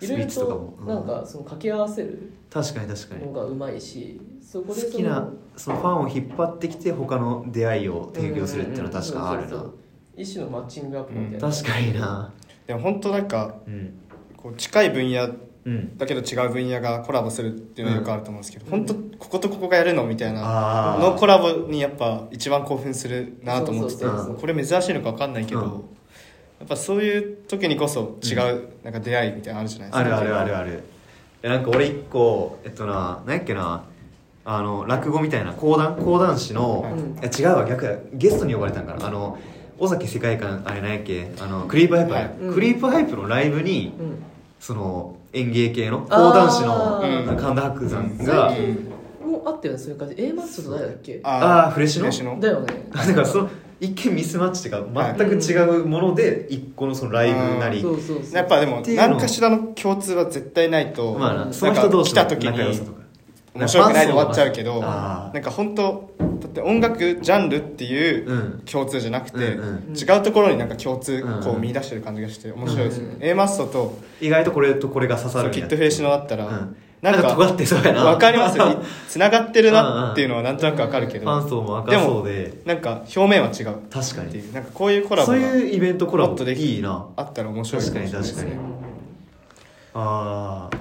[SPEAKER 3] い
[SPEAKER 2] スピ
[SPEAKER 3] ろい
[SPEAKER 2] ー
[SPEAKER 3] ろ
[SPEAKER 2] チとか
[SPEAKER 3] と
[SPEAKER 2] もうん
[SPEAKER 3] なんかその掛け合わせる
[SPEAKER 2] 確かに確かに
[SPEAKER 3] のがうまいしそこでその
[SPEAKER 2] 好きなそのファンを引っ張ってきて他の出会いを提供するっていうのは確かにある
[SPEAKER 3] うんうんうんそうそうそう一種のマッチングアップみたいな、
[SPEAKER 2] な確かにな
[SPEAKER 4] でも本当なんか
[SPEAKER 2] うん
[SPEAKER 4] こう近い分野
[SPEAKER 2] うん
[SPEAKER 4] だけど違う分野がコラボするっていうのはよくあると思うんですけど、
[SPEAKER 3] うん
[SPEAKER 4] 本当こことここがやるのみたいな
[SPEAKER 2] あ
[SPEAKER 4] のコラボにやっぱ一番興奮するなと思ってて
[SPEAKER 2] そうそうそうそう
[SPEAKER 4] これ珍しいのか分かんないけど、
[SPEAKER 2] うん
[SPEAKER 4] やっぱそういう時にこそ違う、なんか出会いみたいなのあるじゃないですか
[SPEAKER 2] あるあるあるあるえなんか俺一個えっとな何やっけなあの落語みたいな講談講談師の、
[SPEAKER 3] うん
[SPEAKER 2] いや違うわ逆やゲストに呼ばれたんかなあの尾崎世界観あれ何やっけあのクリープハイプ、
[SPEAKER 4] はい
[SPEAKER 3] うん
[SPEAKER 2] クリープハイプのライブに
[SPEAKER 3] うん
[SPEAKER 2] その演芸系の講
[SPEAKER 3] あー
[SPEAKER 2] 談師の
[SPEAKER 4] うん
[SPEAKER 2] 神田伯山が、
[SPEAKER 3] 最近もうあったよねそういう感じ A マッソと誰だっけ
[SPEAKER 2] あーフレッシュの
[SPEAKER 3] だよね
[SPEAKER 2] だからその一見ミスマッチっていうか全く違うもので一個のそのライブなり、
[SPEAKER 3] そうそうそう
[SPEAKER 4] やっぱでも
[SPEAKER 2] っていうの
[SPEAKER 4] 何かしらの共通は絶対ないと、
[SPEAKER 2] まあ
[SPEAKER 4] な
[SPEAKER 2] なんその人
[SPEAKER 4] か
[SPEAKER 2] 同
[SPEAKER 4] 来
[SPEAKER 2] 士
[SPEAKER 4] た
[SPEAKER 2] の
[SPEAKER 4] 時
[SPEAKER 2] 仲良さと
[SPEAKER 4] に
[SPEAKER 2] か
[SPEAKER 4] 面白くないで終わっちゃうけど
[SPEAKER 2] あ
[SPEAKER 4] な
[SPEAKER 2] ー
[SPEAKER 4] んか本当だって音楽ジャンルっていううん共通じゃなくて、
[SPEAKER 2] うん
[SPEAKER 3] うん
[SPEAKER 4] 違うところになんか共通
[SPEAKER 2] うん
[SPEAKER 4] こう見出してる感じがして面白いですね、
[SPEAKER 3] うん
[SPEAKER 4] A マッソと
[SPEAKER 2] 意外とこれとこれが刺さ
[SPEAKER 4] そ
[SPEAKER 2] る
[SPEAKER 4] う
[SPEAKER 2] み
[SPEAKER 4] キ
[SPEAKER 2] たいな
[SPEAKER 4] ットフェイシノだったら、
[SPEAKER 2] うん
[SPEAKER 4] なん
[SPEAKER 2] なん
[SPEAKER 4] か
[SPEAKER 2] か尖ってそうやな
[SPEAKER 4] わかりま
[SPEAKER 2] (laughs)
[SPEAKER 4] すよ繋がってるなっていうのはなんとなくわかるけ
[SPEAKER 2] フ
[SPEAKER 4] ど、
[SPEAKER 2] ァン層も赤そうで
[SPEAKER 4] なんか表面は違う
[SPEAKER 2] 確か
[SPEAKER 4] って
[SPEAKER 2] に
[SPEAKER 4] いうなんかこういうコラボ
[SPEAKER 2] そう
[SPEAKER 4] が
[SPEAKER 2] いうイベントコラ
[SPEAKER 4] もっ
[SPEAKER 2] ボ
[SPEAKER 4] とでき
[SPEAKER 2] いいな
[SPEAKER 4] あったら面白いもしれないですね
[SPEAKER 2] 確かにああ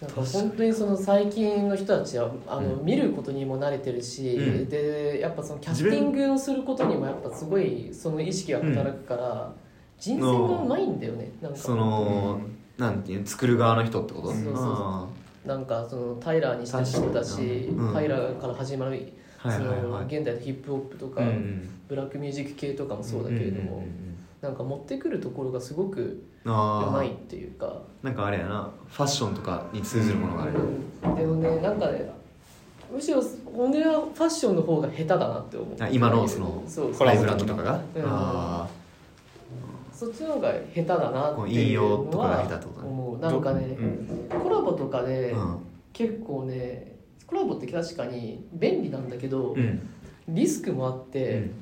[SPEAKER 3] なんか本当にその最近の人たちはあの、
[SPEAKER 2] う
[SPEAKER 3] 見ることにも慣れてるし、
[SPEAKER 2] うん
[SPEAKER 3] でやっぱそのキャスティングをすることにもやっぱすごいその意識が働くから、人選がうまいんだよねなんか
[SPEAKER 2] その、なんていうの作る側の人ってこと
[SPEAKER 3] そうそうそう
[SPEAKER 2] あ
[SPEAKER 3] なんかそのタイラーにしてもそうだし、
[SPEAKER 2] 確かにうん
[SPEAKER 3] タイラーから始まる、
[SPEAKER 2] ーはいはい
[SPEAKER 3] その
[SPEAKER 2] はい
[SPEAKER 3] 現代のヒップホップとか、
[SPEAKER 2] うんうん
[SPEAKER 3] ブラックミュージック系とかもそうだけれども、
[SPEAKER 2] んんん
[SPEAKER 3] なんか持ってくるところがすごく
[SPEAKER 2] うん
[SPEAKER 3] うま
[SPEAKER 2] あ
[SPEAKER 3] いっていうか
[SPEAKER 2] あなんかあれやなファッションとかに通ずるものがあるな
[SPEAKER 3] でもねなんかねむしろ俺はファッションの方が下手だなって思う
[SPEAKER 2] あ今のその
[SPEAKER 3] そう
[SPEAKER 4] コ
[SPEAKER 2] コ
[SPEAKER 4] ラ
[SPEAKER 2] ラ
[SPEAKER 4] ボ
[SPEAKER 2] ボ
[SPEAKER 4] の
[SPEAKER 2] ラン
[SPEAKER 4] 時
[SPEAKER 2] ドとかが、
[SPEAKER 3] うん
[SPEAKER 2] あ
[SPEAKER 3] そっちの方が下手だなっていう
[SPEAKER 2] こう引用と
[SPEAKER 3] の
[SPEAKER 2] かが
[SPEAKER 3] は
[SPEAKER 2] 下手ってことね
[SPEAKER 3] 思うなんかね
[SPEAKER 4] う、ん
[SPEAKER 3] コラボとかで、
[SPEAKER 2] あうん
[SPEAKER 3] 結構ねコラボって確かに便利なんだけど、
[SPEAKER 2] うん
[SPEAKER 3] リスクもあって、
[SPEAKER 2] うん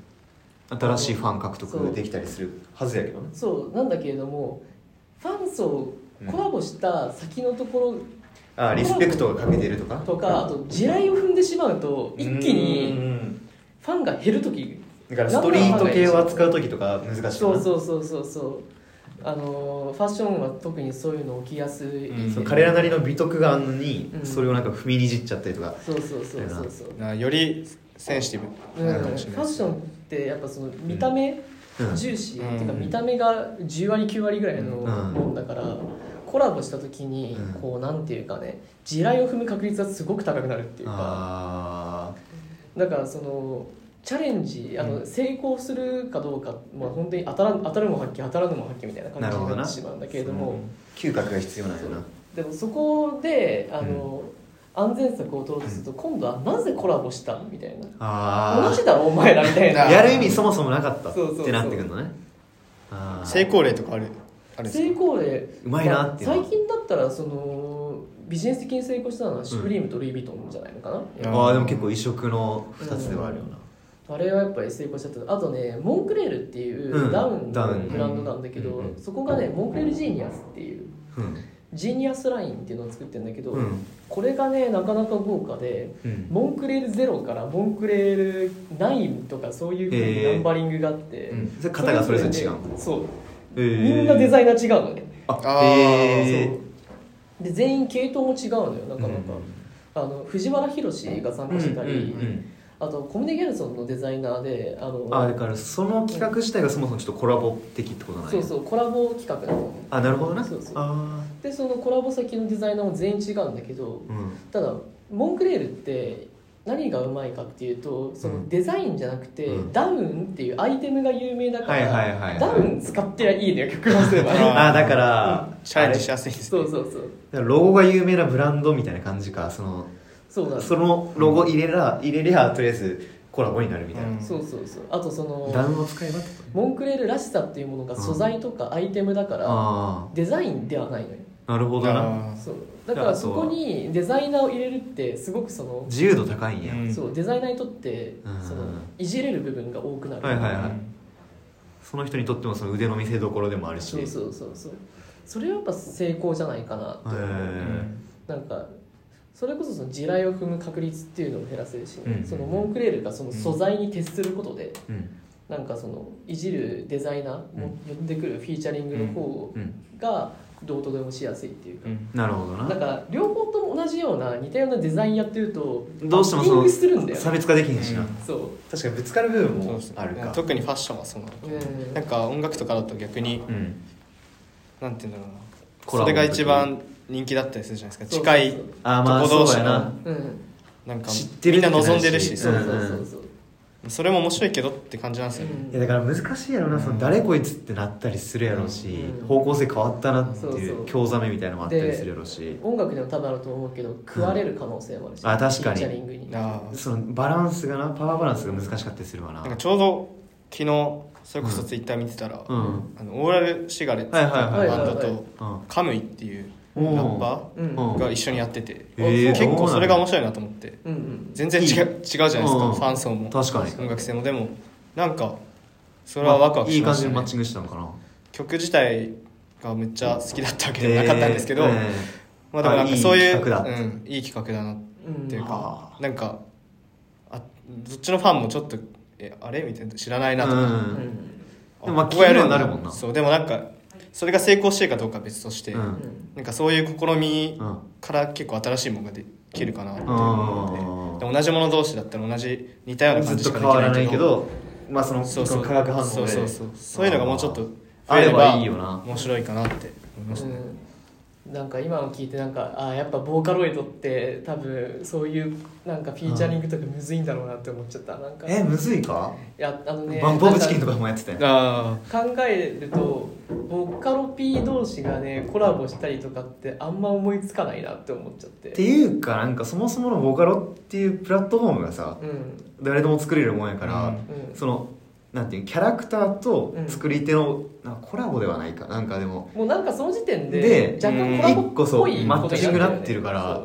[SPEAKER 2] 新しいファン獲得できたりするはずやけどね
[SPEAKER 3] そうなんだけれどもファン層コラボした先のとこ
[SPEAKER 2] あリスペクトをかけてるとか
[SPEAKER 3] ろとかあと地雷を踏んでしまうと一気
[SPEAKER 2] う
[SPEAKER 3] に
[SPEAKER 2] ん
[SPEAKER 3] ファンが減る時
[SPEAKER 2] だからストリート系を扱う時とか難しいな
[SPEAKER 3] そうそうそうそうそうあのーファッションは特にそういうの起きやすい、
[SPEAKER 4] うん
[SPEAKER 2] そう彼らなりの美徳があるのに、
[SPEAKER 3] うん
[SPEAKER 2] それをなんか踏みにじっちゃったりとか
[SPEAKER 3] そうそうそうそうそう
[SPEAKER 4] なよりセンシティ
[SPEAKER 3] う
[SPEAKER 4] ブ
[SPEAKER 3] ん
[SPEAKER 4] な
[SPEAKER 3] フ
[SPEAKER 4] のか
[SPEAKER 3] ァ
[SPEAKER 4] もしれない
[SPEAKER 3] ッションってやっぱその見た目
[SPEAKER 2] うん
[SPEAKER 3] 重視、
[SPEAKER 4] うん
[SPEAKER 3] っていうか
[SPEAKER 2] うん
[SPEAKER 3] 見た目が10割9割ぐらいの
[SPEAKER 2] うん
[SPEAKER 3] もんだから、コラボした時に
[SPEAKER 2] うん
[SPEAKER 3] こうなんていうかね地雷を踏む確率がすごく高くなるっていうか
[SPEAKER 2] あ
[SPEAKER 3] だからそのチャレンジあの成功するかどうか、まあ、本当に当たらん当たるも発揮当たらぬも発揮みたいな感じに
[SPEAKER 2] なるほど
[SPEAKER 3] なっ
[SPEAKER 2] な
[SPEAKER 3] てしまうんだけれども。
[SPEAKER 2] ー嗅覚が必要なんやな
[SPEAKER 3] でもそこであの、安全策を取ろうとすると今度はなぜコラボしたみたいな同
[SPEAKER 2] あ
[SPEAKER 3] じだろお前らみたい
[SPEAKER 2] あ
[SPEAKER 3] な
[SPEAKER 4] だ
[SPEAKER 2] やる意味そもそもなかったっ
[SPEAKER 3] そうそうそう
[SPEAKER 2] てなってくるのねあー
[SPEAKER 4] 成功例とかあるあるんです
[SPEAKER 3] 成
[SPEAKER 4] か
[SPEAKER 3] 功例
[SPEAKER 2] うまいなっていうのは
[SPEAKER 3] 最近だったらそのビジネス的に成功したのはシュプリームとルイ・ヴィトンじゃないのかな、
[SPEAKER 2] ああでも結構異色の2つではあるよな、
[SPEAKER 3] あれはやっぱり成功しちゃったあとねモンクレールっていううんダウン
[SPEAKER 2] ダ
[SPEAKER 3] の
[SPEAKER 2] ウン
[SPEAKER 3] ブランドなんだけど、
[SPEAKER 2] うん
[SPEAKER 3] そこがねモンクレールジーニアスっていう
[SPEAKER 2] うん
[SPEAKER 3] ジーニアスラインっていうのを作ってるんだけど、
[SPEAKER 2] うん
[SPEAKER 3] これがねなかなか豪華で
[SPEAKER 2] うん
[SPEAKER 3] モンクレール0からモンクレール9とかそういうふう
[SPEAKER 2] へー
[SPEAKER 3] にナンバリングがあって、
[SPEAKER 2] うんそれ型がそれぞれ違うの
[SPEAKER 3] そう
[SPEAKER 2] えー
[SPEAKER 3] みんなデザイナー違うのね
[SPEAKER 2] あ
[SPEAKER 4] あー
[SPEAKER 2] え
[SPEAKER 3] そうで全員系統も違うのよな
[SPEAKER 2] ー
[SPEAKER 3] かなか、あの藤原宏が参加してたり、
[SPEAKER 2] うんうんうん
[SPEAKER 3] あとコムネ・ギャルソンのデザイナーであの
[SPEAKER 2] あだからその企画自体がそもそもちょっとコラボ的ってことない
[SPEAKER 3] そうそうコラボ企画なの
[SPEAKER 2] あなるほどな
[SPEAKER 3] そうそう
[SPEAKER 2] あ
[SPEAKER 3] でそのコラボ先のデザイナーも全員違うんだけど
[SPEAKER 2] ーうん
[SPEAKER 3] ただモンクレールって何がうまいかっていうとそうの
[SPEAKER 2] ん
[SPEAKER 3] デザインじゃなくて、
[SPEAKER 2] うん
[SPEAKER 3] ダウンっていうアイテムが有名だから、
[SPEAKER 2] はいはいはいはい
[SPEAKER 3] ダウン使ってりゃいいのよ曲をすればね
[SPEAKER 2] あーだから
[SPEAKER 4] チャレンジしやすいです
[SPEAKER 3] そうそうそう
[SPEAKER 2] ロゴが有名なブランドみたいな感じかその
[SPEAKER 3] そうだそ
[SPEAKER 2] そのロゴ入れら入れりゃとりあえずコラボになるみたいな、
[SPEAKER 4] うん
[SPEAKER 3] うそうそうあとそ
[SPEAKER 2] ダウ
[SPEAKER 3] の
[SPEAKER 2] ンを使えばってことね
[SPEAKER 3] モンクレールらしさっていうものが素材とかアイテムだから、
[SPEAKER 2] あ
[SPEAKER 3] デザインではないのよ
[SPEAKER 2] あなるほどな
[SPEAKER 4] あー
[SPEAKER 3] そうだからそこにデザイナーを入れるってすごくその、
[SPEAKER 2] 自由度高いんや、
[SPEAKER 4] うん
[SPEAKER 3] そうデザイナーにとって
[SPEAKER 2] うん
[SPEAKER 3] そのいじれる部分が多くなる、
[SPEAKER 2] はいはい
[SPEAKER 4] うん
[SPEAKER 2] その人にとってもその腕の見せ所でもあるし
[SPEAKER 3] そうそうそうそうそれはやっぱ成功じゃないかなと
[SPEAKER 2] へ
[SPEAKER 3] 思う、
[SPEAKER 2] ー
[SPEAKER 3] なんかそれこそその地雷を踏む確率っていうのを減らせるし、
[SPEAKER 2] うん
[SPEAKER 3] そのモンクレールがその素材に徹することで、
[SPEAKER 2] うん
[SPEAKER 3] なんかそのいじるデザイナーも呼んでくるフィーチャリングの方
[SPEAKER 2] うん
[SPEAKER 3] がどうとでもしやすいっていうか、
[SPEAKER 4] うん
[SPEAKER 2] なるほど
[SPEAKER 3] なん
[SPEAKER 2] な
[SPEAKER 3] か両方とも同じような似たようなデザインやってると
[SPEAKER 2] どうしてもそ
[SPEAKER 3] バッティング
[SPEAKER 2] の
[SPEAKER 3] するんだよ
[SPEAKER 2] 差別化できへんしな、
[SPEAKER 4] うん
[SPEAKER 3] そう、
[SPEAKER 2] 確かにぶつかる部分
[SPEAKER 4] そう
[SPEAKER 2] も
[SPEAKER 4] ですね
[SPEAKER 2] あるか
[SPEAKER 4] 特にファッションはそうなの
[SPEAKER 3] うん
[SPEAKER 4] なんか音楽とかだと逆に
[SPEAKER 2] うん
[SPEAKER 4] なんていうんだろうな
[SPEAKER 2] コラ
[SPEAKER 4] そ
[SPEAKER 2] ボ
[SPEAKER 4] れ
[SPEAKER 2] の時
[SPEAKER 4] が一番人気だったりするじゃないですか
[SPEAKER 3] そう
[SPEAKER 4] 近い
[SPEAKER 3] そうそう
[SPEAKER 2] あーまあ
[SPEAKER 4] とこ同
[SPEAKER 2] そう
[SPEAKER 4] 士
[SPEAKER 2] や
[SPEAKER 4] の
[SPEAKER 2] な
[SPEAKER 3] うん
[SPEAKER 4] なんか
[SPEAKER 2] 知ってる
[SPEAKER 4] みんな望んでる
[SPEAKER 2] って
[SPEAKER 4] し
[SPEAKER 2] なるし
[SPEAKER 3] そう
[SPEAKER 4] そ
[SPEAKER 3] そううそうそう、
[SPEAKER 4] それも面白いけどって感じなんですよね
[SPEAKER 2] いやだから難しいやろな、
[SPEAKER 4] うん
[SPEAKER 2] その誰こいつってなったりするやろうし、
[SPEAKER 3] うん
[SPEAKER 2] 方向性変わったなって
[SPEAKER 3] そう
[SPEAKER 2] い
[SPEAKER 3] そう
[SPEAKER 2] う興ざめみたいなのもあったりするやろうし
[SPEAKER 3] 音楽でも多分あると思うけど食われる可能性もあるし、
[SPEAKER 2] あ確かに
[SPEAKER 3] フィーチャリングに
[SPEAKER 4] あー
[SPEAKER 2] そのバランスがなパワーバランスが難しかったりするわな
[SPEAKER 4] なんかちょうど昨日それこそツイッター見てたら、
[SPEAKER 2] うんうん
[SPEAKER 4] あのオーラルシガレッツっていう
[SPEAKER 2] はいはい
[SPEAKER 3] はい
[SPEAKER 4] バンド
[SPEAKER 3] はいはい
[SPEAKER 4] とカムイっていうラ
[SPEAKER 2] おー
[SPEAKER 4] ッパ
[SPEAKER 3] うん
[SPEAKER 2] うん
[SPEAKER 4] ーが一緒にやってて、
[SPEAKER 2] へー
[SPEAKER 4] 結構それが
[SPEAKER 2] どうなんや
[SPEAKER 4] 面白いなと思って
[SPEAKER 3] うんうん
[SPEAKER 4] 全然違う
[SPEAKER 2] いい
[SPEAKER 4] 違うじゃないですか、
[SPEAKER 2] うん
[SPEAKER 4] ファン層も
[SPEAKER 2] 確かに
[SPEAKER 4] 音楽性もでもなんかそれはワクワクしました、ね
[SPEAKER 2] まあいい感じにマッチングしたのかな
[SPEAKER 4] 曲自体がめっちゃ好きだったわけではなかったんですけど、
[SPEAKER 2] えーえ
[SPEAKER 4] まあでもなんかそういう
[SPEAKER 2] あいい企画だ
[SPEAKER 4] うん、いい企画だなっていう
[SPEAKER 2] は
[SPEAKER 4] か、なんかあどっちのファンもちょっとえあれみたいな知らないなとか、
[SPEAKER 2] うん
[SPEAKER 3] うんうん
[SPEAKER 2] でもまあ
[SPEAKER 4] ここやるんだ
[SPEAKER 2] 気にはなるもんな
[SPEAKER 4] そうでもなんかそれが成功してるかどうかは別として、
[SPEAKER 2] うん
[SPEAKER 3] うん
[SPEAKER 4] なんかそういう試み
[SPEAKER 2] うんうん
[SPEAKER 4] から結構新しいものができるかなって
[SPEAKER 2] あ
[SPEAKER 4] 思って、で同じもの同士だったら同じ似たような
[SPEAKER 2] ず
[SPEAKER 4] 感
[SPEAKER 2] っ
[SPEAKER 4] じ
[SPEAKER 2] と
[SPEAKER 4] しか
[SPEAKER 2] 変
[SPEAKER 4] でき
[SPEAKER 2] わら
[SPEAKER 4] な
[SPEAKER 2] ないい
[SPEAKER 4] け
[SPEAKER 2] け
[SPEAKER 4] ど
[SPEAKER 2] どまあその
[SPEAKER 4] そう
[SPEAKER 2] こ
[SPEAKER 4] そう
[SPEAKER 2] の化学反応で
[SPEAKER 4] そうそうそうそういうのがもうちょっと増
[SPEAKER 2] あ
[SPEAKER 4] え
[SPEAKER 2] れ
[SPEAKER 4] れば
[SPEAKER 2] ばいいよな
[SPEAKER 4] 面白いかなって思いましたね、
[SPEAKER 3] うんなんか今の聞いてなんかあーやっぱボーカロイドって多分そういうなんかフィーチャリングとかむずいんだろうなって思っちゃったなんか
[SPEAKER 2] えむずいか
[SPEAKER 3] いやあのね
[SPEAKER 2] バンポーブチキンと
[SPEAKER 3] なん
[SPEAKER 2] かもやってたよ
[SPEAKER 4] あ
[SPEAKER 3] か考えるとボカロ P 同士がねコラボしたりとかってあんま思いつかないなって思っちゃっ
[SPEAKER 2] って
[SPEAKER 3] て
[SPEAKER 2] いうかなんかそもそものボカロっていうプラットフォームがさ
[SPEAKER 3] うん
[SPEAKER 2] 誰でも作れるもんやから、
[SPEAKER 4] うん
[SPEAKER 3] うん
[SPEAKER 2] そのなんていうキャラクターと
[SPEAKER 3] うん
[SPEAKER 2] 作り手の、なんかコラボではないかなんかでも
[SPEAKER 3] もうなんかその時点
[SPEAKER 2] で
[SPEAKER 3] で若干コラボ
[SPEAKER 2] 一
[SPEAKER 3] っ
[SPEAKER 2] 個そ
[SPEAKER 3] ぽ
[SPEAKER 2] う
[SPEAKER 3] い
[SPEAKER 2] マ
[SPEAKER 3] こ
[SPEAKER 2] ッ
[SPEAKER 3] と
[SPEAKER 2] チングなってるから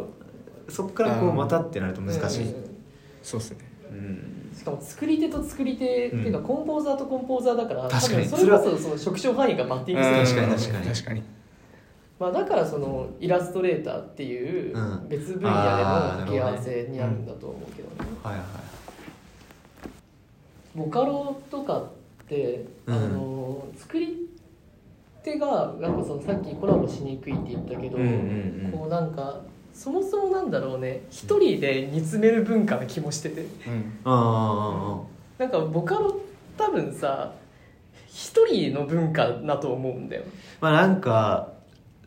[SPEAKER 3] そう
[SPEAKER 2] そっからこう
[SPEAKER 4] あー
[SPEAKER 2] またってなると難しい、
[SPEAKER 3] うん
[SPEAKER 4] ーそうですね
[SPEAKER 2] うん
[SPEAKER 3] しかも作り手と作り手、
[SPEAKER 2] うん
[SPEAKER 3] っていうかコンポーザーとコンポーザーだから
[SPEAKER 2] 確かに
[SPEAKER 3] 多分それこそその職種範囲がバッティングする、
[SPEAKER 2] ん確かに確かに
[SPEAKER 4] 確かに
[SPEAKER 3] まあ、だからそのイラストレーターっていう
[SPEAKER 2] うん
[SPEAKER 3] 別分
[SPEAKER 2] あーなるほどね
[SPEAKER 3] 野での付け合わせになるんだと思うけどね、
[SPEAKER 2] はいはい
[SPEAKER 3] ボカロとかって、
[SPEAKER 2] うん
[SPEAKER 3] あの作り手がなんかそのさっきコラボしにくいって言ったけど、
[SPEAKER 2] うんうんうん
[SPEAKER 3] こうなんかそもそもなんだろうね一人で煮詰める文化な気もしてて
[SPEAKER 4] うん
[SPEAKER 2] あ
[SPEAKER 3] なんかボカロ多分さ一人の文化だと思うんだよ
[SPEAKER 2] ーまあなんか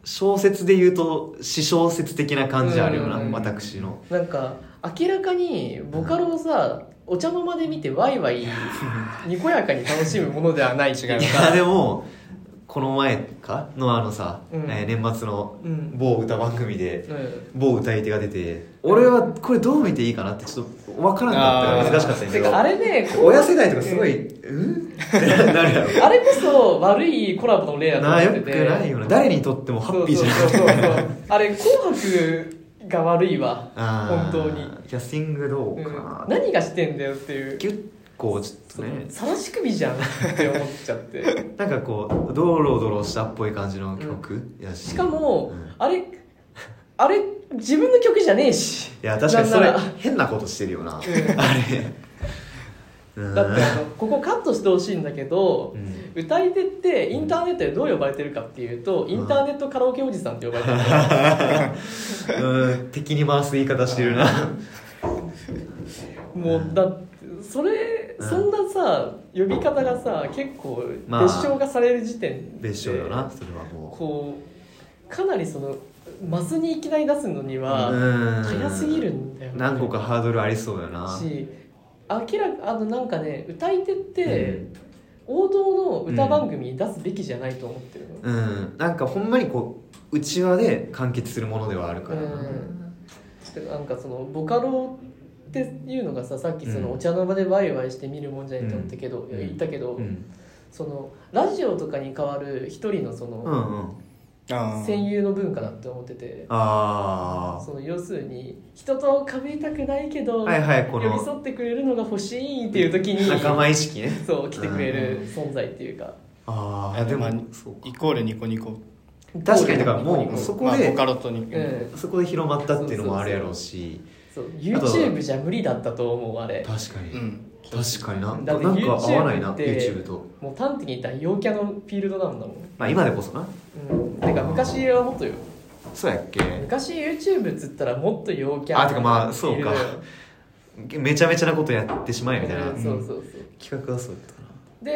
[SPEAKER 2] 小説で言うと私小説的な感じあるよな
[SPEAKER 3] うん
[SPEAKER 2] 私の
[SPEAKER 3] なんか明らかにボカロをさ、お茶の間で見てワイワイにこやかに楽しむものではない違い
[SPEAKER 4] 違いま
[SPEAKER 2] いやでもこの前かのあのさ、
[SPEAKER 3] うん
[SPEAKER 2] えー年末の
[SPEAKER 3] うん
[SPEAKER 2] 某歌番組で、
[SPEAKER 3] うん
[SPEAKER 2] 某歌い手が出て俺はこれどう見ていいかなってちょっと分からんかったから難しかったんやけ
[SPEAKER 3] てかあ
[SPEAKER 2] ど
[SPEAKER 3] れねこう
[SPEAKER 2] 親世代とかすごい「うん?」 (laughs) ってなるやろ
[SPEAKER 3] あれこそ悪いコラボの例だと
[SPEAKER 2] なよ
[SPEAKER 3] 思
[SPEAKER 2] く
[SPEAKER 3] ってて
[SPEAKER 2] ないよな誰にとってもハ
[SPEAKER 3] そ
[SPEAKER 2] ッ
[SPEAKER 3] う
[SPEAKER 2] ピー
[SPEAKER 3] そ
[SPEAKER 2] じ
[SPEAKER 3] う
[SPEAKER 2] ゃ
[SPEAKER 3] そう
[SPEAKER 2] ない
[SPEAKER 3] そうあれ「紅白」が悪いわ
[SPEAKER 2] あー
[SPEAKER 3] 本当に
[SPEAKER 2] キャスティングどうか
[SPEAKER 3] うん
[SPEAKER 2] な、
[SPEAKER 3] 何がしてんだよっていう
[SPEAKER 2] ギュッこうちょっとね
[SPEAKER 3] さらし首じゃんって思っちゃって
[SPEAKER 2] なんかこうドロドロしたっぽい感じの曲やし、
[SPEAKER 3] しかも
[SPEAKER 2] うん
[SPEAKER 3] あれあれ自分の曲じゃねえし
[SPEAKER 2] いや確かにそれ
[SPEAKER 3] なんなら
[SPEAKER 2] 変なことしてるよなあ
[SPEAKER 3] (laughs)
[SPEAKER 2] れうん
[SPEAKER 3] だってあのここカットしてほしいんだけど、
[SPEAKER 2] うん
[SPEAKER 3] 歌い手ってインターネットでどう呼ばれてるかっていうと、インターネットカラオケおじさんって呼ばれてる、
[SPEAKER 2] (laughs) うん敵に回す言い方してるな
[SPEAKER 3] もうだってそれ、
[SPEAKER 2] うん
[SPEAKER 3] そんなさ呼び方がさ結構
[SPEAKER 2] まあ
[SPEAKER 3] 別称がされる時点で、
[SPEAKER 2] 別称よなそれはも
[SPEAKER 3] こうかなりそのマスにいきなり出すのに
[SPEAKER 2] う
[SPEAKER 3] は、
[SPEAKER 2] うん
[SPEAKER 3] 早すぎるんだよね
[SPEAKER 2] 何個かハードルありそうよな
[SPEAKER 3] し明らかあのなんかね歌い手って、
[SPEAKER 2] うん
[SPEAKER 3] 王道の歌番組に出すべきじゃないと思ってるの、
[SPEAKER 2] うんなんかほんまにこう内輪で完結するものではあるからな
[SPEAKER 3] うん、なんかそのボカロっていうのがささっきそ
[SPEAKER 2] う
[SPEAKER 3] の
[SPEAKER 2] ん
[SPEAKER 3] お茶の場でワイワイして見るもんじゃないと思ったけど、
[SPEAKER 2] うん
[SPEAKER 3] 言ったけど、
[SPEAKER 2] うん
[SPEAKER 3] そのラジオとかに代わる一人のそ
[SPEAKER 2] うんう
[SPEAKER 3] の、
[SPEAKER 2] ん
[SPEAKER 4] あー
[SPEAKER 3] 戦友の文化だって思ってて、
[SPEAKER 2] あ
[SPEAKER 3] その要するに人と被りたくないけど、
[SPEAKER 2] あはいはいこ
[SPEAKER 3] 寄り
[SPEAKER 2] の
[SPEAKER 3] 添ってくれるのが欲しいっていう時に
[SPEAKER 2] 仲間意識ね
[SPEAKER 3] そう来てくれる存在っていうか、
[SPEAKER 2] ああでも
[SPEAKER 4] まあ
[SPEAKER 2] そうか
[SPEAKER 4] イコールニコニコ
[SPEAKER 2] 確かにだからもうそ
[SPEAKER 4] ま
[SPEAKER 2] こ
[SPEAKER 4] あ、ボ
[SPEAKER 2] で
[SPEAKER 4] カロとニコニコ、
[SPEAKER 3] うん
[SPEAKER 2] そこで広まったっていうのもあるやろうし
[SPEAKER 3] そう
[SPEAKER 2] あと
[SPEAKER 3] YouTube じゃ無理だったと思うあれ
[SPEAKER 2] 確か
[SPEAKER 4] う
[SPEAKER 2] に
[SPEAKER 4] ん
[SPEAKER 2] 確かにな
[SPEAKER 3] だ
[SPEAKER 2] な
[SPEAKER 3] っ
[SPEAKER 2] ん
[SPEAKER 3] て
[SPEAKER 2] か合わないな
[SPEAKER 3] YouTube って
[SPEAKER 2] YouTube と
[SPEAKER 3] もう端的に言ったら陽キャのフィールドなんだもん
[SPEAKER 2] まあ今でこそな
[SPEAKER 3] うん、てか昔はもっとよ
[SPEAKER 2] そうやっけ
[SPEAKER 3] 昔 YouTube っつったらもっと陽キャ
[SPEAKER 2] あてかまあそうか
[SPEAKER 3] いる
[SPEAKER 2] めちゃめちゃなことやってしまえみたいな
[SPEAKER 3] うんそうそうそう
[SPEAKER 2] 企画はそうやったかな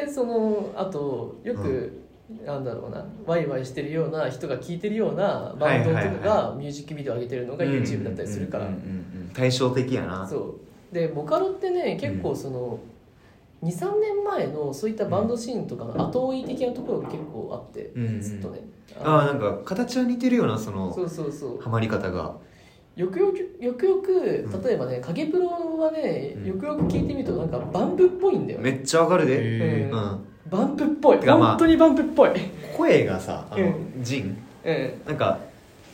[SPEAKER 3] でそのあとよく、なんだろうなワイワイしてるような人が聴いてるようなバンドとか
[SPEAKER 2] はいはい
[SPEAKER 3] がミュージックビデオ上げてるのが YouTube だったりするから、
[SPEAKER 2] うんうんうんうん対照的やな
[SPEAKER 3] そうでボカロってね結構その、23年前のそういったバンドシーンとかの後追い的なところが結構あって、
[SPEAKER 2] うんうん
[SPEAKER 3] ずっとね
[SPEAKER 2] ああなんか形は似てるようなそ
[SPEAKER 3] そ
[SPEAKER 2] の
[SPEAKER 3] うそうそう
[SPEAKER 2] ハマり方が
[SPEAKER 3] よくよくよくよ
[SPEAKER 2] うん
[SPEAKER 3] く例えばね影プロはね
[SPEAKER 2] うん
[SPEAKER 3] よくよく聞いてみるとなんかバンプっぽいんだよね
[SPEAKER 2] めっちゃわかるで
[SPEAKER 4] へ
[SPEAKER 2] う
[SPEAKER 3] うん
[SPEAKER 2] ん
[SPEAKER 3] バンプっぽい
[SPEAKER 2] てかまあ
[SPEAKER 3] 本当にバンプっぽい (laughs)
[SPEAKER 2] 声がさあ
[SPEAKER 3] う
[SPEAKER 2] のジン
[SPEAKER 3] うん
[SPEAKER 2] なんか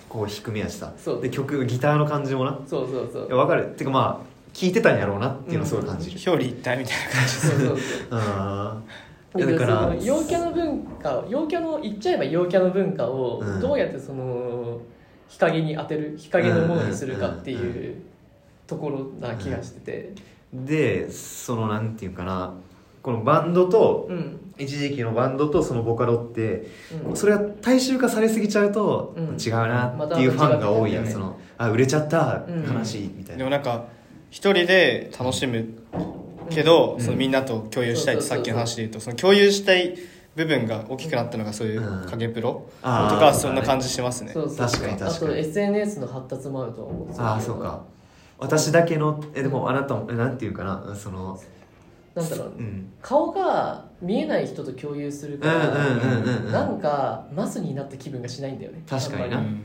[SPEAKER 2] こう低めやしさ
[SPEAKER 3] そう
[SPEAKER 2] で曲ギターの感じもな
[SPEAKER 3] そうそうそ
[SPEAKER 2] いうやわかるてかまあ聞いてたんやろうなっていうのをすごい感じる
[SPEAKER 4] 表裏一体みたいな感じ
[SPEAKER 3] そうそう
[SPEAKER 2] あ
[SPEAKER 3] そう
[SPEAKER 2] だから
[SPEAKER 3] その陽キャの文化陽キャの言っちゃえば陽キャの文化を
[SPEAKER 2] うん
[SPEAKER 3] どうやってその日陰に当てる日陰のものにするかって
[SPEAKER 2] うんうんう
[SPEAKER 3] いうところな気がしてて
[SPEAKER 2] ーでそのなんていうかなこのバンドと
[SPEAKER 3] うん
[SPEAKER 2] 一時期のバンドとそのボカロって
[SPEAKER 3] うん
[SPEAKER 2] それは大衆化されすぎちゃうと、
[SPEAKER 3] うん
[SPEAKER 2] 違うなっていうファンが多いやん、
[SPEAKER 3] また違う
[SPEAKER 2] そのあ売れちゃった、
[SPEAKER 3] うん
[SPEAKER 2] 悲しいみたい
[SPEAKER 4] で
[SPEAKER 2] な
[SPEAKER 4] もなんか一人で楽しむけど、
[SPEAKER 2] うん
[SPEAKER 4] そのみんなと共有したいって
[SPEAKER 3] そ
[SPEAKER 4] さ
[SPEAKER 3] うそ
[SPEAKER 4] っ
[SPEAKER 3] うそうそう
[SPEAKER 4] きの話で言うとその共有したい部分が大きくなったのがそういう影プロと
[SPEAKER 2] あー
[SPEAKER 4] かそんな感じしますね
[SPEAKER 3] そうそう
[SPEAKER 2] 確かに確かに
[SPEAKER 3] あと SNS の発達もあると思う
[SPEAKER 2] ああそうか私だけのえでもあなたもえなんていうかなその
[SPEAKER 3] なんだろう
[SPEAKER 2] うん
[SPEAKER 3] 顔が見えない人と共有する
[SPEAKER 2] う
[SPEAKER 3] か
[SPEAKER 2] んうん
[SPEAKER 3] ら、
[SPEAKER 2] うんうんうん
[SPEAKER 3] なんかマスになった気分がしないんだよね
[SPEAKER 2] 確かに
[SPEAKER 4] う
[SPEAKER 2] な
[SPEAKER 3] あんま
[SPEAKER 4] ん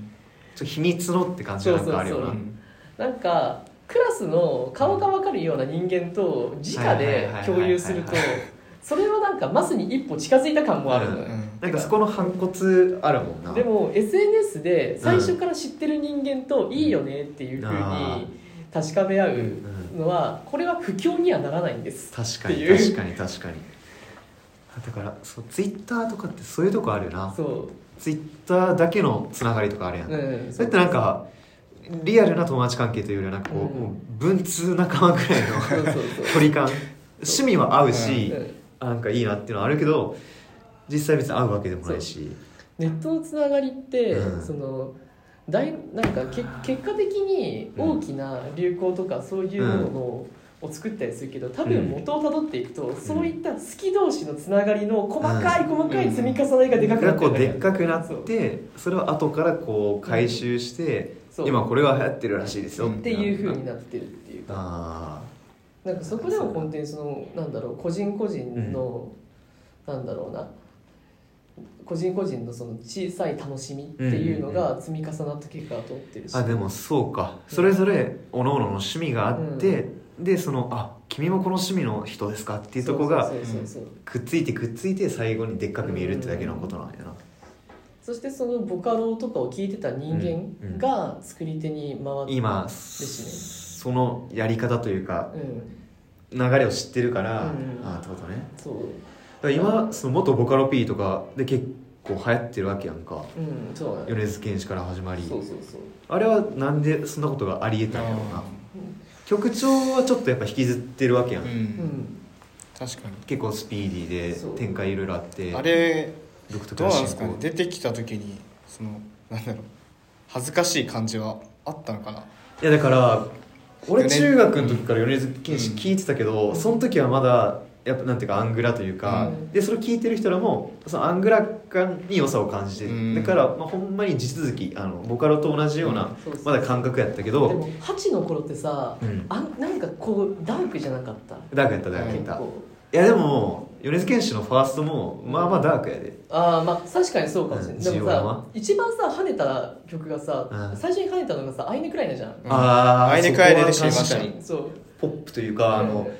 [SPEAKER 2] ちょ秘密のって感じがなんかあるよな
[SPEAKER 3] そううそ
[SPEAKER 4] ん
[SPEAKER 3] りなんかクラスの顔が分かるような人間と直で共有すると
[SPEAKER 2] はいはいはいはい
[SPEAKER 3] それはなんかマスに一歩近づいた感もあるのよ、
[SPEAKER 4] うん
[SPEAKER 2] なんかそこの反骨あるもんな
[SPEAKER 3] でも SNS で最初から知ってる人間といいよねっていうふう
[SPEAKER 2] あ
[SPEAKER 3] に確かめ合うのはこれは不況にはならないんです
[SPEAKER 2] 確かに
[SPEAKER 3] ってい
[SPEAKER 2] 確
[SPEAKER 3] う
[SPEAKER 2] かに確かにだからそうツイッターとかってそういうとこあるよな
[SPEAKER 3] そ
[SPEAKER 2] ツイッターだけのつながりとかあるやん、
[SPEAKER 3] う、うん、
[SPEAKER 2] そうやってなんかリアルな友達関係というよりはなんかこう、
[SPEAKER 3] うん
[SPEAKER 2] もう文通仲間ぐらいの
[SPEAKER 3] そう
[SPEAKER 2] (laughs)
[SPEAKER 3] そう
[SPEAKER 2] 距離感趣味は合うし
[SPEAKER 3] そう、うん
[SPEAKER 2] あなんかいいなっていうのはあるけど実際別に会うわけでもないし
[SPEAKER 3] ネットのつながりって、
[SPEAKER 2] うん
[SPEAKER 3] その大なんかけ結果的に大きな流行とかそういうものを,、作ったりするけど多分元をたどっていくと、そういった好き同士のつながりの細かい細かい積み重ねがでかく
[SPEAKER 2] が
[SPEAKER 3] なって
[SPEAKER 2] こ
[SPEAKER 3] る
[SPEAKER 2] うん
[SPEAKER 3] だ
[SPEAKER 2] で
[SPEAKER 3] よ
[SPEAKER 2] っかくなっ
[SPEAKER 3] そう
[SPEAKER 2] てそれを後からこう回収して、
[SPEAKER 3] そう
[SPEAKER 2] 今これが流行ってるらしいですよ
[SPEAKER 4] うん
[SPEAKER 3] っていう
[SPEAKER 2] ふ
[SPEAKER 3] 風になってるっていうか
[SPEAKER 2] あ
[SPEAKER 3] なんかそこでも本当にそのなんだろう個人個人の、なんだろうな個人個人のその小さい楽しみっていうのが積み重なった結果だと思ってるし、
[SPEAKER 2] ーあでもそうかそれぞれおのおのの趣味があって、でその「あ君もこの趣味の人ですか?」っていうとこが
[SPEAKER 3] そうそうそうそう
[SPEAKER 2] くっついてくっついて最後にでっかく見えるってだけのことなんやな
[SPEAKER 3] そしてそのボカロとかを聞いてた人間が作り手に回って、
[SPEAKER 2] 今
[SPEAKER 3] すね
[SPEAKER 2] そのやり方というか
[SPEAKER 3] うん
[SPEAKER 2] 流れを知ってるから、
[SPEAKER 3] うん
[SPEAKER 2] ああってことね
[SPEAKER 3] そう
[SPEAKER 2] だから今その元ボカロ P とかで結構流行ってるわけやんか
[SPEAKER 3] うんそうだね
[SPEAKER 2] 米津玄師から始まり
[SPEAKER 3] そうそうそう
[SPEAKER 2] あれはなんでそんなことがありえたんやろうな曲調はちょっとやっぱ引きずってるわけやん、
[SPEAKER 3] うんん
[SPEAKER 4] 確か
[SPEAKER 2] 結構スピーディ
[SPEAKER 3] そ
[SPEAKER 2] ー
[SPEAKER 3] う
[SPEAKER 2] で展開いろいろあって
[SPEAKER 4] にあれ
[SPEAKER 2] 独特
[SPEAKER 4] どう
[SPEAKER 2] な
[SPEAKER 4] な
[SPEAKER 2] 進
[SPEAKER 4] んですかね
[SPEAKER 2] 行
[SPEAKER 4] 出てきた時にそのなんだろう恥ずかしい感じはあったのかない
[SPEAKER 2] やだから俺
[SPEAKER 4] よね
[SPEAKER 2] 中学の時から米津玄師聞いてたけど、
[SPEAKER 3] うん
[SPEAKER 2] その時はまだやっぱなんていうかアングラというか、
[SPEAKER 3] うん
[SPEAKER 2] でそれ聞いてる人らもそのアングラ感に良さを感じてる、
[SPEAKER 4] うん
[SPEAKER 2] だから、まあ、ほんまに地続きあのボカロと同じような、
[SPEAKER 3] そうそう
[SPEAKER 2] まだ感覚やったけ
[SPEAKER 3] で
[SPEAKER 2] ど、
[SPEAKER 3] も8の頃ってさ、
[SPEAKER 2] うん
[SPEAKER 3] あんなんかこうダークじゃなかった
[SPEAKER 2] ダークやったダークやっ
[SPEAKER 3] 結
[SPEAKER 2] た、い
[SPEAKER 3] 構
[SPEAKER 2] やでも米津玄師のファーストもまあまあダークやで
[SPEAKER 3] ああまあ確かにそうかもしれ
[SPEAKER 2] う
[SPEAKER 3] ない、
[SPEAKER 2] ん
[SPEAKER 3] で
[SPEAKER 2] GO
[SPEAKER 3] も
[SPEAKER 2] は
[SPEAKER 3] さ一番さ跳ねた曲がさ、
[SPEAKER 2] うん
[SPEAKER 3] 最初に跳ねたのがさ「アイネクライナ」じゃん、
[SPEAKER 4] うん
[SPEAKER 2] ああ
[SPEAKER 4] アイネクアイネで知りました
[SPEAKER 2] そこは確かに
[SPEAKER 3] そう
[SPEAKER 2] ポップというかあの、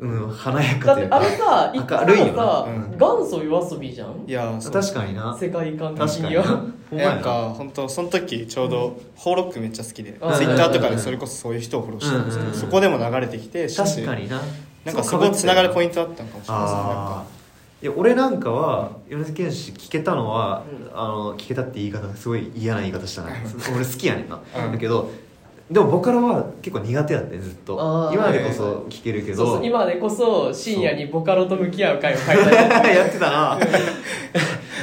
[SPEAKER 2] うん、華や
[SPEAKER 3] だ
[SPEAKER 2] か
[SPEAKER 3] っ
[SPEAKER 2] とい
[SPEAKER 3] て
[SPEAKER 2] う
[SPEAKER 3] あ
[SPEAKER 2] か
[SPEAKER 3] れさ一
[SPEAKER 2] 明るいよ
[SPEAKER 3] 回
[SPEAKER 2] な
[SPEAKER 3] さ、
[SPEAKER 4] うん
[SPEAKER 3] 元祖夜遊びじゃん
[SPEAKER 4] いやーそう
[SPEAKER 2] 確かにな
[SPEAKER 3] 世界観的
[SPEAKER 2] 確かに
[SPEAKER 3] に
[SPEAKER 2] な
[SPEAKER 3] は
[SPEAKER 2] ほんまや
[SPEAKER 4] なんか本当その時ちょうどホーロックめっちゃ好きでツイ
[SPEAKER 3] うん
[SPEAKER 4] ッターとかでそれこそそういう人をフォローしてたんですけ
[SPEAKER 2] う
[SPEAKER 4] ど
[SPEAKER 2] ん
[SPEAKER 4] そこでも流れてきて知って
[SPEAKER 2] 確かにな
[SPEAKER 4] なんかそこにつながるポイ
[SPEAKER 2] ント
[SPEAKER 4] ントあったのかもしれないですねな
[SPEAKER 2] あ
[SPEAKER 4] んか
[SPEAKER 2] ーいや俺なんかは米津玄師聞けたのは、
[SPEAKER 3] う
[SPEAKER 2] あの聞けたって言い方がすごい嫌な言い方
[SPEAKER 4] (laughs)
[SPEAKER 2] したな俺好きやねんな、
[SPEAKER 4] うん
[SPEAKER 2] だけどでもボカロは結構苦手やったねずっと
[SPEAKER 3] あー
[SPEAKER 2] 今でこそ聞けるけ
[SPEAKER 3] そう
[SPEAKER 2] ど、
[SPEAKER 3] そう今でこそ深夜にボカロと向き合う会を開催
[SPEAKER 2] (laughs) やってた
[SPEAKER 4] (laughs)
[SPEAKER 2] な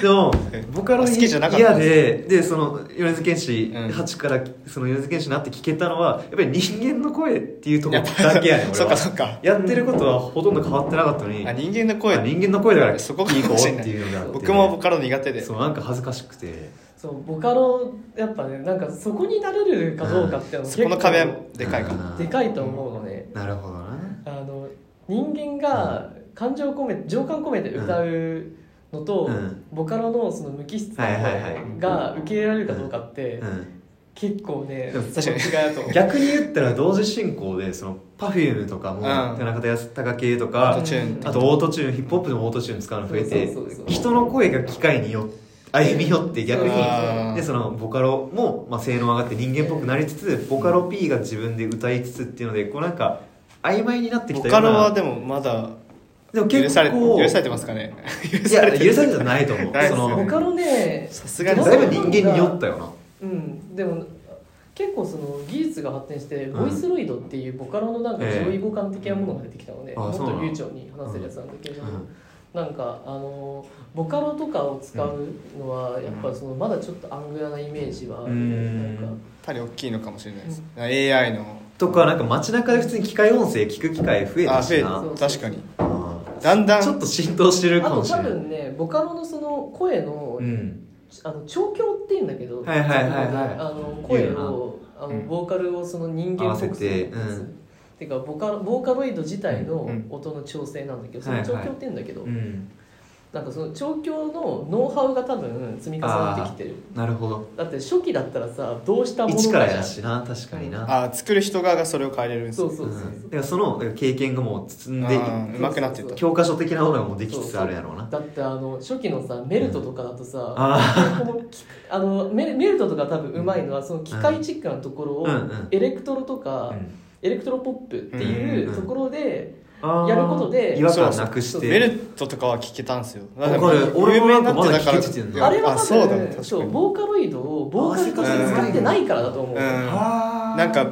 [SPEAKER 2] でもボカロ
[SPEAKER 4] 好きじゃなかった
[SPEAKER 2] 嫌ででその米津玄師
[SPEAKER 4] うん
[SPEAKER 2] 8からその米津玄師になって聞けたのはやっぱり人間の声っていうところだけやねん俺
[SPEAKER 4] (laughs) そっ
[SPEAKER 2] は
[SPEAKER 4] かそっか
[SPEAKER 2] やってることはほとんど変わってなかったのに
[SPEAKER 4] あ人間の声
[SPEAKER 2] あ人間の声だから
[SPEAKER 4] そこかもしれない
[SPEAKER 2] 聞いていこうっていうのがあって
[SPEAKER 4] 僕もボカロ苦手で
[SPEAKER 2] そうなんか恥ずかしくて
[SPEAKER 3] そうボカロやっぱねなんかそこになれるかどうかっていうのも
[SPEAKER 4] そこの壁は
[SPEAKER 3] 結
[SPEAKER 4] でかいかも
[SPEAKER 3] 構でかいと思うのね、
[SPEAKER 2] なるほどな
[SPEAKER 3] あの人間が感情込め情感込めて歌うのと、
[SPEAKER 2] うん
[SPEAKER 3] ボカロのその無機質
[SPEAKER 2] はい
[SPEAKER 3] な
[SPEAKER 2] はいはい
[SPEAKER 3] が受け入れられるかどうかって
[SPEAKER 2] うん
[SPEAKER 3] 結構ね、
[SPEAKER 2] でも
[SPEAKER 3] その違いだと思う
[SPEAKER 2] 逆に言ったら同時進行でその Perfume とかも
[SPEAKER 4] うん
[SPEAKER 2] 田中孝系と
[SPEAKER 4] オ
[SPEAKER 2] か
[SPEAKER 4] ートチューン
[SPEAKER 2] あとオートチューンヒップホップでもオートチューン使うの増えて
[SPEAKER 3] そうそうそうそう
[SPEAKER 2] 人の声が機械によって歩み寄って逆
[SPEAKER 3] うん
[SPEAKER 2] に
[SPEAKER 4] あー
[SPEAKER 2] でそのボカロも、まあ、性能上がって人間っぽくなりつつボカロ P が自分で歌いつつっていうのでこうなんか曖昧になってき
[SPEAKER 4] ボ
[SPEAKER 2] たよ
[SPEAKER 4] カ
[SPEAKER 2] うな
[SPEAKER 4] ロはでもまだ
[SPEAKER 2] でも
[SPEAKER 4] 許
[SPEAKER 2] 結
[SPEAKER 4] され
[SPEAKER 2] 構
[SPEAKER 4] 許されてますかね許
[SPEAKER 2] い
[SPEAKER 4] さ
[SPEAKER 2] や
[SPEAKER 4] れて
[SPEAKER 2] 許
[SPEAKER 4] る
[SPEAKER 2] されてないと思う
[SPEAKER 4] (laughs) ないで
[SPEAKER 2] そ
[SPEAKER 4] すよね
[SPEAKER 2] の
[SPEAKER 3] ボカロね
[SPEAKER 4] さすが
[SPEAKER 2] だい
[SPEAKER 4] に
[SPEAKER 2] ぶ
[SPEAKER 4] それは
[SPEAKER 2] 人間に酔ったよな
[SPEAKER 3] うんでも結構その技術が発展してボイスロイドっていうボカロのなんか
[SPEAKER 2] ええ
[SPEAKER 3] 上位互換的なものが出てきたので、
[SPEAKER 2] あ
[SPEAKER 3] もっ
[SPEAKER 2] そうなの
[SPEAKER 3] と流暢に話せるやつなんだけど、
[SPEAKER 2] う
[SPEAKER 3] なんかあのボカロとかを使うのはやっぱりそのまだちょっとアングラなイメージはある
[SPEAKER 2] う
[SPEAKER 3] ね、
[SPEAKER 2] ん
[SPEAKER 3] なんか
[SPEAKER 4] やっぱり大きいのかもしれないです、AI の
[SPEAKER 2] んとかなんか街中で普通に機械音声聞く機会増え
[SPEAKER 4] あ
[SPEAKER 2] たし
[SPEAKER 4] 増え
[SPEAKER 2] な
[SPEAKER 3] そう
[SPEAKER 4] た確かに
[SPEAKER 2] あ
[SPEAKER 4] だんだ
[SPEAKER 2] ー
[SPEAKER 4] ん
[SPEAKER 2] ちょっと浸透してる
[SPEAKER 3] あ
[SPEAKER 2] か
[SPEAKER 3] と
[SPEAKER 2] もし
[SPEAKER 3] 多
[SPEAKER 2] れない
[SPEAKER 3] 分ねボカロのその声の,、
[SPEAKER 2] うん
[SPEAKER 3] あの調教っていうんだけど、
[SPEAKER 2] はいはいはいはい
[SPEAKER 3] あの声
[SPEAKER 2] 言うよ
[SPEAKER 3] をあの
[SPEAKER 4] うん
[SPEAKER 3] ボーカルをその人
[SPEAKER 2] 合
[SPEAKER 3] 間
[SPEAKER 2] わ
[SPEAKER 3] っ
[SPEAKER 2] せ
[SPEAKER 3] ぽく
[SPEAKER 2] て
[SPEAKER 3] するやつ
[SPEAKER 2] うん
[SPEAKER 3] ていうかボカロボーカロイド自体の
[SPEAKER 4] うん
[SPEAKER 3] 音の調整なんだけど、
[SPEAKER 2] はいはい
[SPEAKER 3] その調教っていうんだけど、
[SPEAKER 2] うん
[SPEAKER 3] なんかその調教のノウハウが多分積み重なってきてる
[SPEAKER 2] なるほど
[SPEAKER 3] だって初期だったらさどうしたもの
[SPEAKER 2] 一か
[SPEAKER 3] からじゃ
[SPEAKER 2] や
[SPEAKER 3] ん
[SPEAKER 2] しな確かにな
[SPEAKER 4] あ作る人側がそれを変えれるんです
[SPEAKER 3] そ
[SPEAKER 4] ね
[SPEAKER 3] うそうそうそう、
[SPEAKER 2] うんだからそのだから経験がもう包んでい
[SPEAKER 4] あーうまくなっていった
[SPEAKER 2] 教科書的なものがもうできつつあるやろうな
[SPEAKER 3] だってあの初期のさメルトとかだとさ、
[SPEAKER 2] あ
[SPEAKER 3] このき (laughs) あのメメルトとか多分うまいのはその機械チックなところを、
[SPEAKER 2] うんうん
[SPEAKER 3] エレクトロとか、
[SPEAKER 2] あ
[SPEAKER 3] エレクトロポップって
[SPEAKER 2] うん
[SPEAKER 3] いううんところで、
[SPEAKER 2] あー
[SPEAKER 3] やることで
[SPEAKER 2] 違和感なくし
[SPEAKER 4] そう
[SPEAKER 2] て
[SPEAKER 4] メルトとかは聞けたんですよ
[SPEAKER 2] わかる俺もなんかまだ聞けててん
[SPEAKER 4] 有名にな
[SPEAKER 2] な
[SPEAKER 3] あ
[SPEAKER 4] ってだから
[SPEAKER 3] れは多分
[SPEAKER 4] そうだね確か
[SPEAKER 3] そう
[SPEAKER 4] に
[SPEAKER 3] ボーカロイドをボーカルとして使ってないからだと思う、
[SPEAKER 4] うん
[SPEAKER 2] あー
[SPEAKER 4] なんか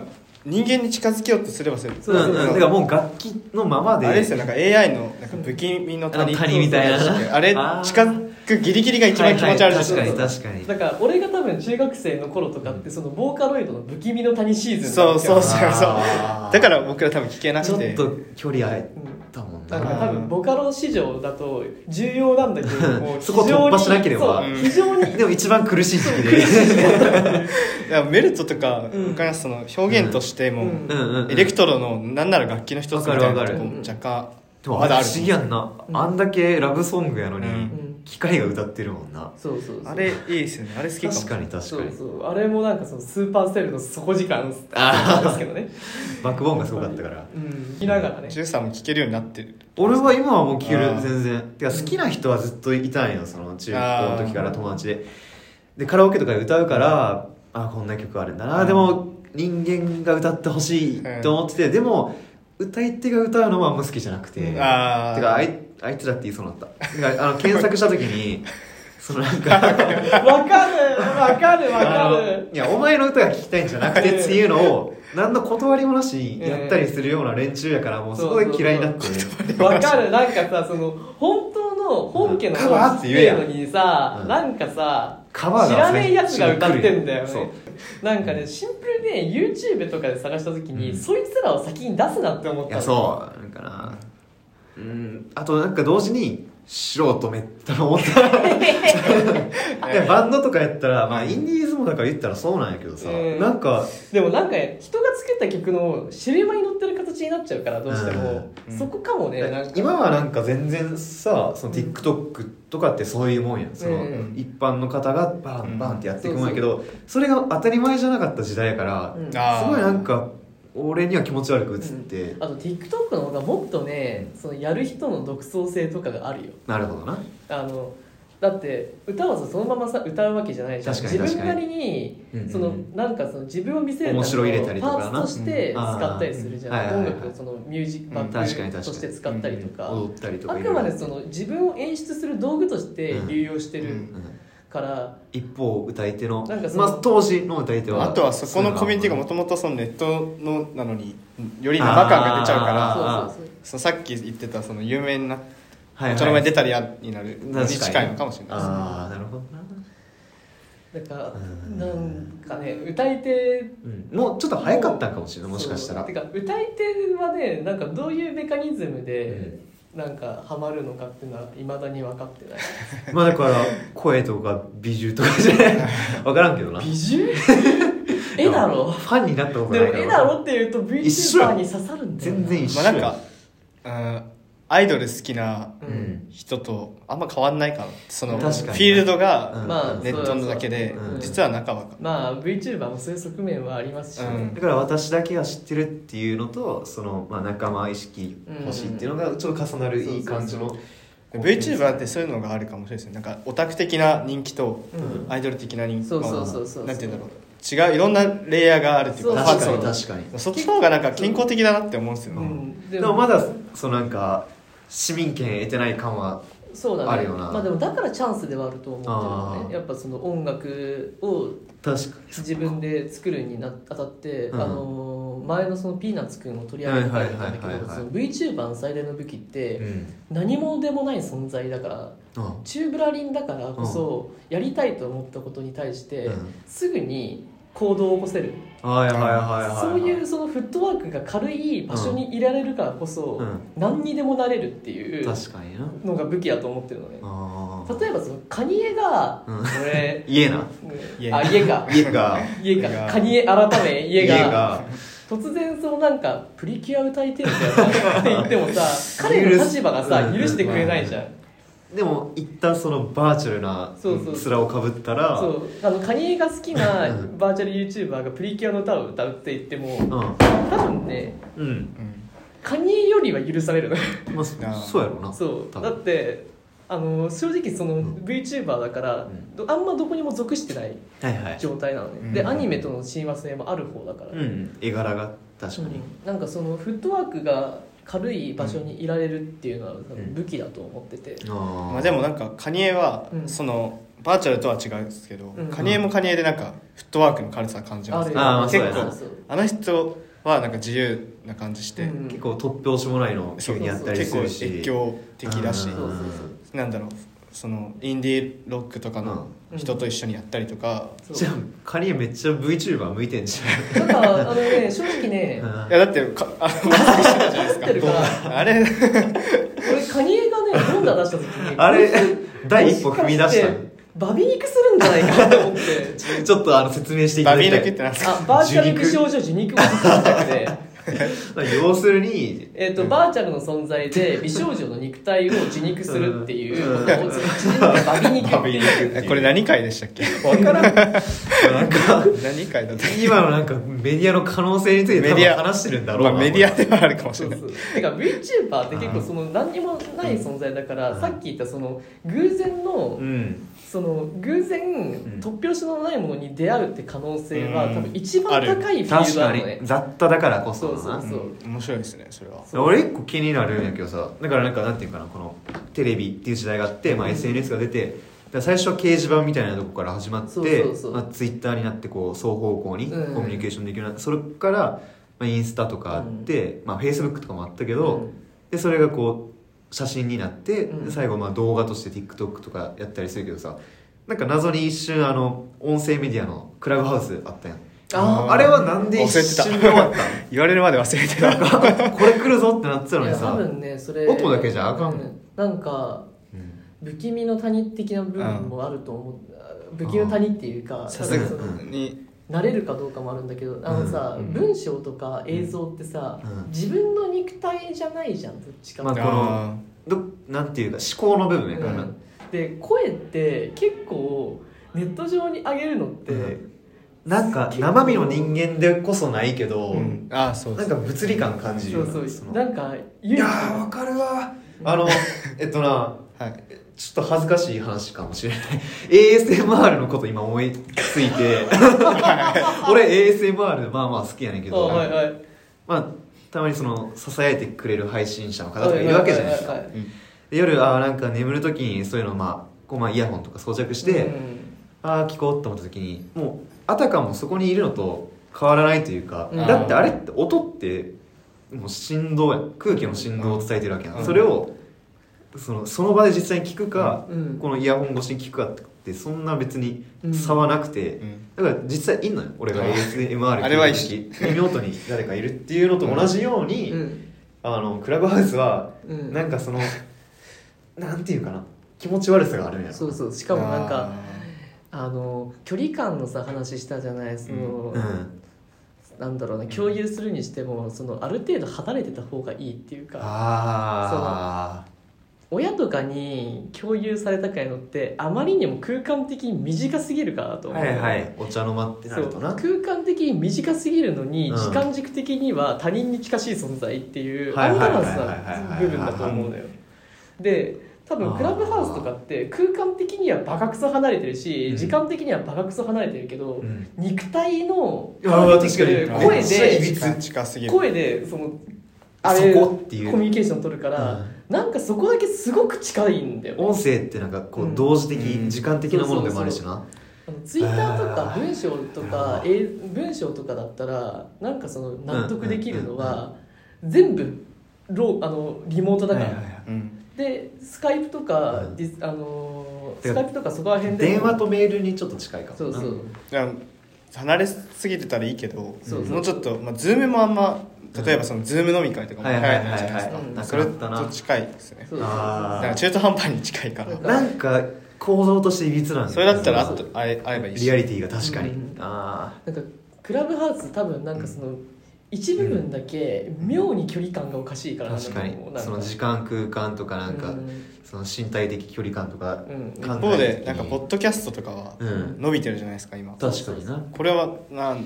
[SPEAKER 4] 人間に近づけようとすればする
[SPEAKER 3] そ
[SPEAKER 2] うんうんだ
[SPEAKER 4] な
[SPEAKER 2] か
[SPEAKER 4] ん
[SPEAKER 2] ら
[SPEAKER 4] か
[SPEAKER 2] もう楽器のままで
[SPEAKER 4] あれですよなんか AI のなんか不気味の谷
[SPEAKER 2] あの谷みたいな
[SPEAKER 4] あれ
[SPEAKER 2] あー
[SPEAKER 4] 近づくギリギリが一番気持ち悪いです
[SPEAKER 2] はいはい確かに確か
[SPEAKER 3] だから俺が多分中学生の頃とかってそのボーカロイドの不気味の谷シーズン
[SPEAKER 4] そうそう
[SPEAKER 3] う、
[SPEAKER 4] そう
[SPEAKER 2] あー
[SPEAKER 4] だから僕ら多分聞けな
[SPEAKER 2] にちょ
[SPEAKER 4] く
[SPEAKER 2] ってと距離あえ
[SPEAKER 3] うん
[SPEAKER 2] たもん
[SPEAKER 3] だ
[SPEAKER 2] な
[SPEAKER 3] から多分ボカロ市場だと重要なんだけども
[SPEAKER 2] そこ突破しなければ
[SPEAKER 3] そう非常に
[SPEAKER 2] (laughs) でも一番苦しい時期で
[SPEAKER 4] いやメルトとか、
[SPEAKER 3] うん
[SPEAKER 4] 他のその表現としても、
[SPEAKER 3] う
[SPEAKER 2] う
[SPEAKER 3] ん
[SPEAKER 2] んうんうん
[SPEAKER 4] エレクトロのなんなら楽器の一つみたい
[SPEAKER 2] わか
[SPEAKER 4] な
[SPEAKER 2] る
[SPEAKER 4] と
[SPEAKER 2] わ
[SPEAKER 4] こ
[SPEAKER 2] か
[SPEAKER 3] る
[SPEAKER 4] も若干
[SPEAKER 2] でも
[SPEAKER 4] まだある
[SPEAKER 2] 不思議やんな
[SPEAKER 3] うん
[SPEAKER 2] あんだけラブソングやのに
[SPEAKER 4] うん
[SPEAKER 2] 機械が歌ってるもんな
[SPEAKER 3] そうそうそう
[SPEAKER 4] あれいいですよねあれ好きかも
[SPEAKER 2] 確かに確
[SPEAKER 3] そ
[SPEAKER 2] か
[SPEAKER 3] う
[SPEAKER 2] に
[SPEAKER 3] そうあれもなんかそのスーパーセルの底力なんです
[SPEAKER 2] あ
[SPEAKER 3] けどね
[SPEAKER 2] バックボーンがすごかったから
[SPEAKER 3] うん聞きながらね (laughs)
[SPEAKER 4] 13も聴けるようになってる
[SPEAKER 2] 俺は今はもう聴け
[SPEAKER 4] あ
[SPEAKER 2] る
[SPEAKER 4] ー
[SPEAKER 2] 全然てか好きな人はずっといたんよその中
[SPEAKER 4] あ
[SPEAKER 2] 高
[SPEAKER 4] ー
[SPEAKER 2] の時から友達ででカラオケとかで歌うからあこんな曲あるんだな、
[SPEAKER 4] うん
[SPEAKER 2] でも人間が歌ってほしいと思ってて、でも歌い手が歌うのもあんま好きじゃなくて
[SPEAKER 4] う
[SPEAKER 2] て
[SPEAKER 4] んあー
[SPEAKER 2] かあいあいつらって言いそうになったてかあの検索した時に (laughs) そのなん (laughs) か
[SPEAKER 3] わかるわかるわか
[SPEAKER 2] あ
[SPEAKER 3] る
[SPEAKER 2] のいやお前の歌が聞きたいんじゃなくてっていうのを何の断りもなしにやったりするような連中やからもうそこで嫌いになって
[SPEAKER 3] わかるなんかさその本当の本家の
[SPEAKER 2] カバーって言えや
[SPEAKER 3] のにさ、
[SPEAKER 2] うん
[SPEAKER 3] なんかさ
[SPEAKER 2] カバーが
[SPEAKER 3] 知らねえやつが歌ってんだよ
[SPEAKER 2] そう
[SPEAKER 3] ねなんかねシンプルで YouTube とかで探した時に、
[SPEAKER 2] うん
[SPEAKER 3] そいつらを先に出すなって思っ
[SPEAKER 2] い
[SPEAKER 3] た
[SPEAKER 2] や
[SPEAKER 3] の
[SPEAKER 2] そうなんかなうんあとなんか同時に素人めったな思った
[SPEAKER 3] (laughs)
[SPEAKER 2] いやバンドとかやったらまあインディーズもだから言ったらそうなんやけどさ、
[SPEAKER 3] うん
[SPEAKER 2] なんか
[SPEAKER 3] でもなんか人が作った曲のシルバに乗ってる形になっちゃうからどうしても、
[SPEAKER 4] うん
[SPEAKER 3] そこかもねなんか
[SPEAKER 2] 今はなんか全然さその TikTok とかってそういうもんやんその、
[SPEAKER 3] うん
[SPEAKER 2] 一般の方がバンバンってやっていくもんやけど、それが当たり前じゃなかった時代やから、
[SPEAKER 3] うん
[SPEAKER 4] あー
[SPEAKER 2] すごいなんか俺には気持ち悪く映って、
[SPEAKER 3] あと TikTok の方がもっとねそのやる人の独創性とかがあるよ
[SPEAKER 2] なるほどな
[SPEAKER 3] あのだって歌はさそのままさ歌うわけじゃないじゃん
[SPEAKER 2] 確かに
[SPEAKER 3] 自分な
[SPEAKER 2] 確か
[SPEAKER 3] りに
[SPEAKER 2] うんうん
[SPEAKER 3] そのなんかその自分を見せるための
[SPEAKER 2] 面白い入れたりとかな
[SPEAKER 3] パーツとして使ったりするじ
[SPEAKER 2] うんあ
[SPEAKER 3] ゃ
[SPEAKER 2] ー
[SPEAKER 3] ん、
[SPEAKER 2] うん
[SPEAKER 3] 音楽をそのミュージックバ
[SPEAKER 4] うん
[SPEAKER 2] 確かに確
[SPEAKER 3] ッ
[SPEAKER 2] か
[SPEAKER 3] ク
[SPEAKER 2] に
[SPEAKER 3] として使ったりとか、
[SPEAKER 2] 踊ったりと
[SPEAKER 3] あ
[SPEAKER 2] かい
[SPEAKER 3] く
[SPEAKER 2] ろいろ
[SPEAKER 3] までその自分を演出する道具として流用して
[SPEAKER 4] う
[SPEAKER 3] る
[SPEAKER 4] ん
[SPEAKER 2] うん
[SPEAKER 3] から、
[SPEAKER 2] 一方歌い手の
[SPEAKER 3] なんかその
[SPEAKER 2] まあ、当時の歌い手は
[SPEAKER 4] あとはそこのコミュニティがもともとそのネットのなのにより生感が出ちゃう
[SPEAKER 2] あ
[SPEAKER 4] から
[SPEAKER 2] ー
[SPEAKER 3] そうそう
[SPEAKER 4] そのさっき言ってたその有名にな
[SPEAKER 2] はいはい
[SPEAKER 4] お茶の間に出たりやになる
[SPEAKER 2] 確
[SPEAKER 4] に
[SPEAKER 2] かに
[SPEAKER 4] 近いのかもしれないですね
[SPEAKER 2] ああなるほどな、
[SPEAKER 3] そうだから
[SPEAKER 2] うん
[SPEAKER 3] なんかね歌い手
[SPEAKER 2] うん、もうちょっと早かったんかもしれないもしかしたら
[SPEAKER 3] そうてか歌い手はねなんかどういうメカニズムでなんかハマるのかっていうのはいまだに分かってない
[SPEAKER 2] まあだから声とか美獣とかじゃない
[SPEAKER 4] (laughs)
[SPEAKER 2] 分からんけどな
[SPEAKER 3] 美獣 (laughs) 絵だろ
[SPEAKER 2] ファンになったこと
[SPEAKER 3] で
[SPEAKER 2] ない
[SPEAKER 3] も
[SPEAKER 2] から
[SPEAKER 3] 絵だろって言うと
[SPEAKER 2] 一緒
[SPEAKER 3] VTuber
[SPEAKER 2] よ
[SPEAKER 3] に刺さるんだよな
[SPEAKER 2] 全然一緒
[SPEAKER 4] まあなんかうんアイドル好きな
[SPEAKER 3] う
[SPEAKER 2] うんん
[SPEAKER 4] 人とあんま変わんないかなそのフ
[SPEAKER 2] 確かにね
[SPEAKER 4] ィールドが
[SPEAKER 2] うん
[SPEAKER 3] まあ
[SPEAKER 4] ネットのだけで
[SPEAKER 3] そうそうそう
[SPEAKER 2] うん
[SPEAKER 4] 実は仲は
[SPEAKER 3] まあ VTuber もそういう側面はありますしね、
[SPEAKER 4] うん
[SPEAKER 2] だから私だけが知ってるっていうのとその、まあ、仲間意識欲しいっていうのがちょっと重なるいい感じの
[SPEAKER 4] VTuber ってそういうのがあるかもしれないですねなんかオタク的な人気と
[SPEAKER 3] うん
[SPEAKER 4] アイドル的な人気
[SPEAKER 3] そうそうそうそう
[SPEAKER 4] まあなんて言うんだろう違ういろんなレイヤーがあるっていうか
[SPEAKER 3] そう
[SPEAKER 2] 確
[SPEAKER 3] そう
[SPEAKER 2] か
[SPEAKER 4] パー
[SPEAKER 2] に
[SPEAKER 4] ツ
[SPEAKER 2] 確かに
[SPEAKER 4] のそっちの方がなんか健康的だなって思うんですよ
[SPEAKER 3] う
[SPEAKER 4] ね
[SPEAKER 3] ん
[SPEAKER 2] でもまだそのなんか市民権得てない感は
[SPEAKER 3] そうだね
[SPEAKER 2] あるよな
[SPEAKER 3] まあでもだからチャンスではあると思ってるよ
[SPEAKER 2] あ
[SPEAKER 3] ね
[SPEAKER 2] ー
[SPEAKER 3] やっぱその音楽を
[SPEAKER 2] 確か
[SPEAKER 3] 自分で作るにな当たって、
[SPEAKER 2] うん
[SPEAKER 3] あのー前のそのピーナッツくんを取り上げた回だったんだけ
[SPEAKER 2] はいはい
[SPEAKER 3] ど
[SPEAKER 2] はいはいはい
[SPEAKER 3] その VTuber の最大の武器っ
[SPEAKER 2] に、う
[SPEAKER 3] て
[SPEAKER 2] ん
[SPEAKER 3] 何もでもない存在だから
[SPEAKER 2] あ
[SPEAKER 3] チューブラリンだからこそやりたいと思ったことに対して
[SPEAKER 2] うん
[SPEAKER 3] すぐに行動を起こせる
[SPEAKER 2] はいはいはいはい
[SPEAKER 3] そういうそのフットワークが軽い場所にいられるからこそ
[SPEAKER 2] うん
[SPEAKER 3] 何にでもなれるっていう
[SPEAKER 2] 確かにな
[SPEAKER 3] のが武器だと思ってるのね
[SPEAKER 2] あ
[SPEAKER 3] 例えばそのカニエが
[SPEAKER 2] うん
[SPEAKER 3] 俺
[SPEAKER 2] 家な
[SPEAKER 4] 家
[SPEAKER 3] あ家か
[SPEAKER 2] 家が
[SPEAKER 3] 家
[SPEAKER 4] 家
[SPEAKER 3] か
[SPEAKER 4] が
[SPEAKER 3] カニエ改め (laughs) 家が
[SPEAKER 2] 家が
[SPEAKER 3] 突然そのなんかプリキュア歌いてるんだよなって言ってもさ彼の立場がさ
[SPEAKER 2] 許す
[SPEAKER 3] 許してくれないじゃん
[SPEAKER 2] でも一旦そのバーチャルな
[SPEAKER 3] そうそう
[SPEAKER 2] 面をかぶったら
[SPEAKER 3] そうあのカニエが好きな
[SPEAKER 2] うん
[SPEAKER 3] バーチャル YouTuber がプリキュアの歌を歌うって言っても多分ね
[SPEAKER 2] うん、うん
[SPEAKER 4] うん
[SPEAKER 3] カニエよりは許されるの
[SPEAKER 2] まあそそうやろうな
[SPEAKER 3] そう
[SPEAKER 2] 多
[SPEAKER 3] だ
[SPEAKER 2] 分
[SPEAKER 3] ってあの正直その
[SPEAKER 2] ん
[SPEAKER 3] VTuber だから
[SPEAKER 2] ん
[SPEAKER 3] どあんまどこにも属してない
[SPEAKER 2] はいはい
[SPEAKER 3] 状態なの
[SPEAKER 4] う
[SPEAKER 3] ね
[SPEAKER 4] ん
[SPEAKER 3] でアニメとの親和性もある方だから
[SPEAKER 2] うん絵柄が確かに、
[SPEAKER 3] うんなんかそのフットワークが軽い場所にいられるっていうのは多分
[SPEAKER 2] うん
[SPEAKER 3] 武器だと思ってて、
[SPEAKER 2] あ
[SPEAKER 4] まあでもなんかカニエは
[SPEAKER 3] うん
[SPEAKER 4] そのバーチャルとは違うんですけど
[SPEAKER 3] うん
[SPEAKER 4] カニエもカニエでなんかフットワークの軽さ感じます
[SPEAKER 3] る
[SPEAKER 2] あーまあそうだ
[SPEAKER 3] 結
[SPEAKER 2] よな
[SPEAKER 3] 構そう
[SPEAKER 4] あの人はなんか自由な感じして
[SPEAKER 3] うん
[SPEAKER 2] 結構突拍子もないのを急にやったり
[SPEAKER 4] 結
[SPEAKER 2] す
[SPEAKER 4] 構
[SPEAKER 2] るし
[SPEAKER 4] 越境的だし
[SPEAKER 3] そうそうそう
[SPEAKER 4] なんだろうそのインディーロックとかの人と一緒にやったりとか、
[SPEAKER 3] そう
[SPEAKER 2] じゃあカニエめっちゃ VTuber 向いてんじ
[SPEAKER 3] だからあのね正直ね
[SPEAKER 2] ゃん、
[SPEAKER 4] いやだってかあのマスクしてたじゃないです
[SPEAKER 3] 合ってるか
[SPEAKER 4] かあれ
[SPEAKER 3] 俺カニエがね読んだ出した時に
[SPEAKER 2] (laughs) あれ第一歩踏み出した
[SPEAKER 3] もかてバビ肉するんじゃないかって思って
[SPEAKER 2] ちょっとあの説明してい
[SPEAKER 4] バ
[SPEAKER 2] ただ
[SPEAKER 4] ビ
[SPEAKER 2] き
[SPEAKER 4] ー
[SPEAKER 2] た
[SPEAKER 4] 抜けっ
[SPEAKER 2] い
[SPEAKER 4] てなんです
[SPEAKER 2] (laughs)
[SPEAKER 4] か
[SPEAKER 3] あバーチャル肉少女受肉おじさんじゃなくて
[SPEAKER 2] まあ要するに
[SPEAKER 3] えっとバーチャルの存在で美少女の肉体を受肉するっていうことを縮めてバビ肉っていう
[SPEAKER 4] えこれ何回でしたっ
[SPEAKER 2] (laughs)
[SPEAKER 4] け
[SPEAKER 2] 分からんなんか
[SPEAKER 4] 何回だった
[SPEAKER 2] 今のなんかメディアの可能性について多
[SPEAKER 4] メデ
[SPEAKER 2] 分
[SPEAKER 4] ィア
[SPEAKER 2] 話してるんだろう
[SPEAKER 4] ま
[SPEAKER 2] な、
[SPEAKER 4] あメディアではあるかも
[SPEAKER 3] そ
[SPEAKER 4] しれ
[SPEAKER 3] う
[SPEAKER 4] ない
[SPEAKER 3] そうてか VTuber って結構その何にもない存在だか
[SPEAKER 2] う
[SPEAKER 3] ら、
[SPEAKER 2] ん
[SPEAKER 3] さっき言ったその偶然の、
[SPEAKER 2] うん
[SPEAKER 3] その偶然
[SPEAKER 2] ん
[SPEAKER 3] 突拍子のないものに出会うって可能性は、
[SPEAKER 4] うん
[SPEAKER 3] 多分一番高いフィール
[SPEAKER 2] 確
[SPEAKER 3] ドな
[SPEAKER 2] か
[SPEAKER 3] のね
[SPEAKER 2] に雑多だからこ
[SPEAKER 3] そ
[SPEAKER 2] そう
[SPEAKER 3] そうそうそう
[SPEAKER 4] 面白いですねそれは
[SPEAKER 3] そう
[SPEAKER 2] 俺一個気になるんやけどさだからなんかなんていうかなこのテレビっていう時代があって、まあ、SNS が出てだから最初は掲示板みたいなとこから始まって
[SPEAKER 3] そうそうそう
[SPEAKER 2] まあ、ツイッターになってこう双方向にコ
[SPEAKER 3] うん
[SPEAKER 2] ミュニケーションできるようになって、それから、まあ、インスタとかあって、まあ、フェイスブックとかもあったけど、
[SPEAKER 3] うん
[SPEAKER 2] でそれがこう写真になって、
[SPEAKER 3] うん
[SPEAKER 2] で最後まあ動画として TikTok とかやったりするけどさなんか謎に一瞬あの音声メディアのクラブハウスあったやん
[SPEAKER 3] あ
[SPEAKER 4] あ
[SPEAKER 3] ー
[SPEAKER 4] ー
[SPEAKER 2] あれはなんで一瞬で終わったの
[SPEAKER 4] 言われるまで忘れて (laughs) た
[SPEAKER 2] これ来るぞってなってたの
[SPEAKER 3] い
[SPEAKER 2] に
[SPEAKER 3] や多
[SPEAKER 2] さ、
[SPEAKER 3] 分ねそれ
[SPEAKER 2] 音だけじゃあかんもん
[SPEAKER 3] うなんか
[SPEAKER 2] うん
[SPEAKER 3] 不気味の谷的な部分もあると思う不気味の谷っていうか
[SPEAKER 4] さすが
[SPEAKER 3] 多分その
[SPEAKER 4] に
[SPEAKER 3] 慣れるかどうかもあるんだけどあのさ、
[SPEAKER 4] うん
[SPEAKER 3] 文章とか映像ってさ、
[SPEAKER 2] うん
[SPEAKER 3] 自分の肉体じゃないじゃんどっちかって
[SPEAKER 2] まあこのどなんていうか思考の部分やからな、
[SPEAKER 3] うんで声って結構ネット上に上げるのって、
[SPEAKER 2] うんなんか生身の人間でこそないけ
[SPEAKER 4] あ
[SPEAKER 2] ど、
[SPEAKER 4] ーうんあーそう
[SPEAKER 2] な
[SPEAKER 4] で
[SPEAKER 2] ん
[SPEAKER 4] す
[SPEAKER 2] か物理感感じる
[SPEAKER 3] そ
[SPEAKER 2] よ
[SPEAKER 3] う
[SPEAKER 2] な
[SPEAKER 3] そう
[SPEAKER 2] その
[SPEAKER 3] なんか
[SPEAKER 2] い
[SPEAKER 3] 勇気
[SPEAKER 2] やーわかるわあ
[SPEAKER 3] (laughs)
[SPEAKER 2] のえっとな
[SPEAKER 4] はい
[SPEAKER 2] ちょっと恥ずかしい話かもしれない (laughs) ASMR のこと今思いついて (laughs) 俺 ASMR まあまあ好きやねんけ
[SPEAKER 3] あ
[SPEAKER 2] ど、
[SPEAKER 3] はいはい
[SPEAKER 2] まあたまにその支えてくれる配信者の方とかいるわけじゃないですか
[SPEAKER 3] はいはいはい
[SPEAKER 2] で夜あーなんか眠る時にそういうのまあこうまあイヤホンとか装着して、
[SPEAKER 3] うん
[SPEAKER 2] ああ聞こうと思った時にもうあたかもそこにいるのと変わらないというか、
[SPEAKER 3] うん
[SPEAKER 2] だってあれって音ってもう振動やん空気の振動を伝えてるわけやん、
[SPEAKER 4] うん
[SPEAKER 2] それをそのその場で実際に聞くか、
[SPEAKER 3] うん
[SPEAKER 2] このイヤホン越しに聞くかってそんな別に
[SPEAKER 3] うん
[SPEAKER 2] 差はなくて、
[SPEAKER 4] うん
[SPEAKER 2] だから実際いんのよ俺が ASMR
[SPEAKER 4] あれは一
[SPEAKER 2] 聞いてる時耳元に誰かいるっていうのと同じように、
[SPEAKER 3] うん
[SPEAKER 2] あのクラブハウスは
[SPEAKER 3] うん
[SPEAKER 2] なんかその、なんていうかな気持ち悪さがあるんやろ
[SPEAKER 3] そうそうしかもなんか
[SPEAKER 4] あ
[SPEAKER 3] あの距離感のさ話したじゃないその、
[SPEAKER 2] うん、
[SPEAKER 3] なんだろうな共有するにしてもそのある程度離れてた方がいいっていうか
[SPEAKER 2] ああ
[SPEAKER 3] 親とかに共有されたかいのってあまりにも空間的に短すぎるかなと思う、
[SPEAKER 2] はいはいお茶の間ってな
[SPEAKER 3] そう
[SPEAKER 2] るとな
[SPEAKER 3] 空間的に短すぎるのに、
[SPEAKER 2] うん
[SPEAKER 3] 時間軸的には他人に近しい存在っていう
[SPEAKER 2] は
[SPEAKER 3] ア
[SPEAKER 2] い
[SPEAKER 3] ン
[SPEAKER 2] は
[SPEAKER 3] バ
[SPEAKER 2] い
[SPEAKER 3] ラ
[SPEAKER 2] はい
[SPEAKER 3] ンス
[SPEAKER 2] はい
[SPEAKER 3] な部分だと思うのよで多分クラブハウスとかって空間的にはバカクソ離れてるし、
[SPEAKER 2] うん
[SPEAKER 3] 時間的にはバカクソ離れてるけど、
[SPEAKER 2] うん
[SPEAKER 3] 肉体の
[SPEAKER 2] いやー確かに
[SPEAKER 3] 出てくる声
[SPEAKER 2] めっちゃいび
[SPEAKER 3] で
[SPEAKER 2] つ
[SPEAKER 4] 近近すぎる
[SPEAKER 3] 声でそのあ
[SPEAKER 2] そ
[SPEAKER 3] れ
[SPEAKER 2] こっていう
[SPEAKER 3] コミュニケーション取るから、なんかそこだけすごく近いんだよね
[SPEAKER 2] 音声ってなんかこ
[SPEAKER 3] うん
[SPEAKER 2] う同時的、
[SPEAKER 4] うん
[SPEAKER 2] 時間的なものでもあるしな
[SPEAKER 3] あのツイッターとか
[SPEAKER 2] あー
[SPEAKER 3] 文章とか
[SPEAKER 2] あ
[SPEAKER 3] えー文章とかだったらなんかその納得できるの
[SPEAKER 2] うんうん
[SPEAKER 3] は全部ローあのリモートだから、
[SPEAKER 2] はいはいは
[SPEAKER 4] うんで
[SPEAKER 3] でスカイプとか、
[SPEAKER 2] うん
[SPEAKER 3] ディスあのー
[SPEAKER 2] て
[SPEAKER 3] ス
[SPEAKER 2] か
[SPEAKER 3] カイプとかそこら辺
[SPEAKER 2] い
[SPEAKER 3] で
[SPEAKER 2] 電話とメールにちょっと近いかも
[SPEAKER 3] そうそう、
[SPEAKER 4] 離れすぎてたらいいけど
[SPEAKER 3] そうそう
[SPEAKER 4] もうちょっとまあズームもあんま例えばそのズーム飲み会とかも
[SPEAKER 2] は
[SPEAKER 4] 流
[SPEAKER 2] い
[SPEAKER 4] 行
[SPEAKER 2] はい
[SPEAKER 4] って
[SPEAKER 2] はい
[SPEAKER 4] るじゃないです
[SPEAKER 2] はい、
[SPEAKER 4] か
[SPEAKER 3] うん
[SPEAKER 2] なく
[SPEAKER 4] それ
[SPEAKER 2] なった
[SPEAKER 4] と
[SPEAKER 2] な
[SPEAKER 4] 近いですね
[SPEAKER 3] そうそうそう
[SPEAKER 2] あ
[SPEAKER 4] だ
[SPEAKER 2] ー
[SPEAKER 4] から中途半端に近いから
[SPEAKER 2] なんか構造としていびつなん
[SPEAKER 4] それだったら
[SPEAKER 2] あ
[SPEAKER 4] あと会え会えばいいし
[SPEAKER 2] リアリティが確かに、
[SPEAKER 3] うん
[SPEAKER 2] あ
[SPEAKER 3] なんかクラブハウス多分なんかその一部分だけ妙に距離感がおかしいか
[SPEAKER 2] あ
[SPEAKER 3] ら
[SPEAKER 2] 確かに
[SPEAKER 3] なん
[SPEAKER 2] その時
[SPEAKER 3] 間
[SPEAKER 2] 間空間とかなんか、
[SPEAKER 3] うん
[SPEAKER 2] その身体的距離感とか
[SPEAKER 3] うん
[SPEAKER 2] 考え
[SPEAKER 4] 一
[SPEAKER 2] た時に
[SPEAKER 4] 方でなんかポッドキャストとかは
[SPEAKER 2] うん
[SPEAKER 4] 伸びてるじゃないですか今
[SPEAKER 2] 確かにな
[SPEAKER 4] これはなん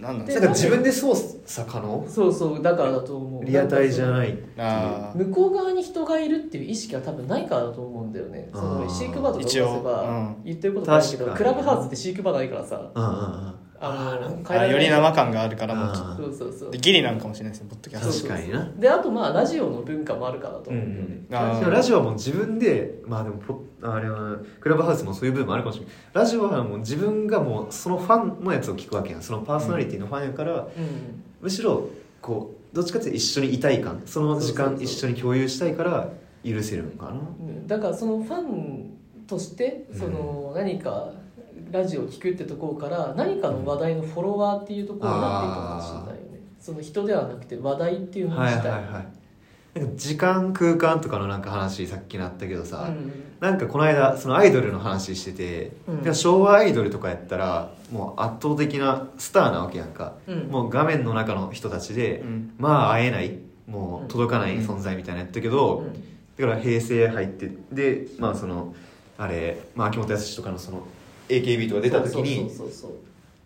[SPEAKER 4] なんなん
[SPEAKER 2] な
[SPEAKER 4] です
[SPEAKER 2] ん
[SPEAKER 4] か
[SPEAKER 2] か自分で操作可能
[SPEAKER 3] そうそうだからだと思う
[SPEAKER 2] リアタイじゃない
[SPEAKER 4] あー
[SPEAKER 3] 向こう側に人がいるっていう意識は多分ないからだと思うんだよねそ
[SPEAKER 2] あ
[SPEAKER 3] の
[SPEAKER 2] ー
[SPEAKER 3] シークバーとか
[SPEAKER 4] 一応
[SPEAKER 3] せば
[SPEAKER 4] うん
[SPEAKER 3] 言ってることないけ
[SPEAKER 2] 確
[SPEAKER 3] ど
[SPEAKER 2] かに
[SPEAKER 3] クラブハウスってシークバーないからさ
[SPEAKER 2] うんうんうん
[SPEAKER 3] あの
[SPEAKER 4] あより
[SPEAKER 3] 生
[SPEAKER 4] 生感があるからもうちょっ
[SPEAKER 3] そうそうそう
[SPEAKER 4] とギリなんかもしれないですねポッドキャ
[SPEAKER 3] そうそ
[SPEAKER 4] ス
[SPEAKER 2] 確
[SPEAKER 3] う
[SPEAKER 2] かにな
[SPEAKER 3] であとまあラジオの文化もあるからだと思うよね
[SPEAKER 4] トあ
[SPEAKER 2] でも
[SPEAKER 4] ー
[SPEAKER 2] ラジオはもう自分でまあでもポッあれはクラブハウスもそういう部分もあるかもしれないラジオはもう自分がもうそのファンのやつを聞くわけやんそのパーソナリティのファンやから、
[SPEAKER 3] うん
[SPEAKER 2] むしろこうどっちかっていうと一緒にいたい感その時
[SPEAKER 3] そう
[SPEAKER 2] 間
[SPEAKER 3] そうそう
[SPEAKER 2] 一緒に共有したいから許せるのかな
[SPEAKER 3] うんだからそのファンとしてその何かラジオを聞くってところから何かの話題のフォロワーっていうところになっていくかもしれないよねその人ではなくて話題っていうもの
[SPEAKER 2] はい
[SPEAKER 3] 自
[SPEAKER 2] はい
[SPEAKER 3] 体
[SPEAKER 2] はいなんか時間空間とかのなんか話さっきなったけどさ、
[SPEAKER 3] うん
[SPEAKER 2] なんかこの間そのアイドルの話してて、
[SPEAKER 3] うん
[SPEAKER 2] いや昭和アイドルとかやったらもう圧倒的なスターなわけやんか、
[SPEAKER 3] うん
[SPEAKER 2] もう画面の中の人たちで、
[SPEAKER 4] トうん
[SPEAKER 2] まあ会えないもう届かない
[SPEAKER 4] うん
[SPEAKER 2] 存在みたいなやったけど、
[SPEAKER 3] うん
[SPEAKER 2] だから平成入ってでまあそのあれ、まあ、秋元康とかのその AKB とか出た時に
[SPEAKER 3] そうそうそうそ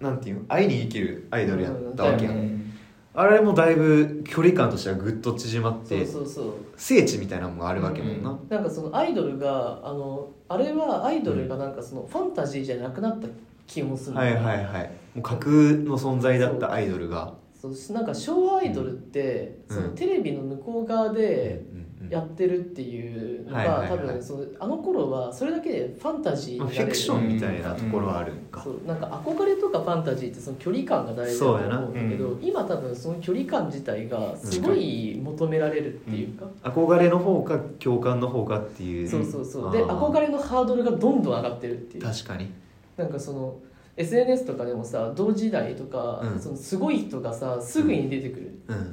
[SPEAKER 3] う
[SPEAKER 2] なんていうの会いに生きるアイドルやったわけやん、
[SPEAKER 3] うん
[SPEAKER 2] あれもだいぶ距離感としてはぐっと縮まって
[SPEAKER 3] そうそうそう
[SPEAKER 2] 聖地みたいなのがあるわけもんな、
[SPEAKER 4] うん
[SPEAKER 3] なんかそのアイドルがあのあれはアイドルがなんかそのファンタジーじゃなくなった気もするの
[SPEAKER 2] はいはいはいもう架空の存在だったアイドルが
[SPEAKER 3] そうなんか昭和アイドルって、
[SPEAKER 2] うん
[SPEAKER 3] そのテレビの向こう側で
[SPEAKER 2] うんうん
[SPEAKER 3] やってるっていうのが、
[SPEAKER 2] はいはいはい
[SPEAKER 3] 多分そのあの頃はそれだけでファンタジーに
[SPEAKER 2] ま
[SPEAKER 3] な
[SPEAKER 2] あ
[SPEAKER 3] れ
[SPEAKER 2] フ
[SPEAKER 3] る
[SPEAKER 2] ィクションみたいなところはあるんか
[SPEAKER 3] そうなんか憧れとかファンタジーってその距離感が大事だと
[SPEAKER 2] そうやな
[SPEAKER 3] 思うんだけど、
[SPEAKER 4] う
[SPEAKER 3] 今多分その距離感自体がすごい求められるっていうか、
[SPEAKER 2] 憧れの方か共感の方かっていう
[SPEAKER 3] そうそうそうで
[SPEAKER 2] あー
[SPEAKER 3] 憧れのハードルがどんどん上がってるっていう
[SPEAKER 2] 確かに
[SPEAKER 3] なんかその SNS とかでもさ同時代とか、
[SPEAKER 2] うん
[SPEAKER 3] そのすごい人がさすぐに出てくる、
[SPEAKER 2] うんうんうん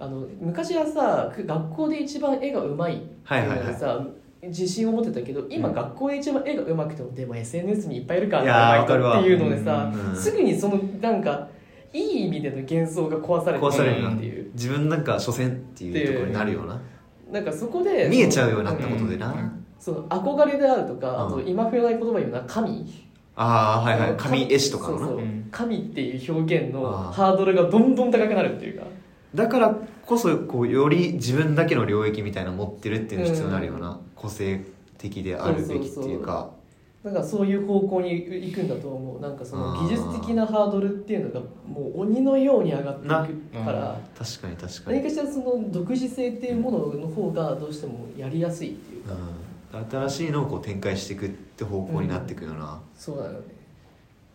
[SPEAKER 3] あの昔はさく学校で一番絵がうまいって
[SPEAKER 2] はいいうはい
[SPEAKER 3] の
[SPEAKER 2] は
[SPEAKER 3] で
[SPEAKER 2] い
[SPEAKER 3] さ、自信を持ってたけど今、学校で一番絵がうまくてもでも SNS にいっぱいいるから
[SPEAKER 2] いやー
[SPEAKER 3] うまい人
[SPEAKER 2] わかるわ
[SPEAKER 3] っていうのでさ、
[SPEAKER 2] うん
[SPEAKER 3] すぐにそのなんかいい意味での幻想が壊されて
[SPEAKER 2] 壊され
[SPEAKER 4] るな
[SPEAKER 3] っていう
[SPEAKER 2] 自分なんか所詮っていうところになるような
[SPEAKER 3] なんかそこで
[SPEAKER 2] 見えちゃうようになった
[SPEAKER 3] ん
[SPEAKER 2] ことでな、
[SPEAKER 4] うん
[SPEAKER 3] その憧れであるとか、
[SPEAKER 2] うん
[SPEAKER 3] あと今触れない言葉に言うのは神
[SPEAKER 2] ああはいは
[SPEAKER 3] そ
[SPEAKER 2] い
[SPEAKER 3] の
[SPEAKER 2] 紙絵師とかのな
[SPEAKER 3] そうそう
[SPEAKER 4] うん
[SPEAKER 3] 神っていう表現の
[SPEAKER 2] あー
[SPEAKER 3] ハードルがどんどん高くなるっていうか
[SPEAKER 2] だからこそこうより自分だけの領域みたいなの持ってるっていうのが必要になるような、個性的であるべきっていうか
[SPEAKER 3] なんかそういう方向に行くんだと思うなんかその技術的なハードルっていうのがもう鬼のように上がっていくか
[SPEAKER 4] な
[SPEAKER 3] ら
[SPEAKER 2] 確かに確かに
[SPEAKER 3] 何かしらその独自性っていうものの方がどうしてもやりやすいっていうか
[SPEAKER 2] うん、新しいのをこう展開していくって方向になっていくよな、
[SPEAKER 3] そうなのね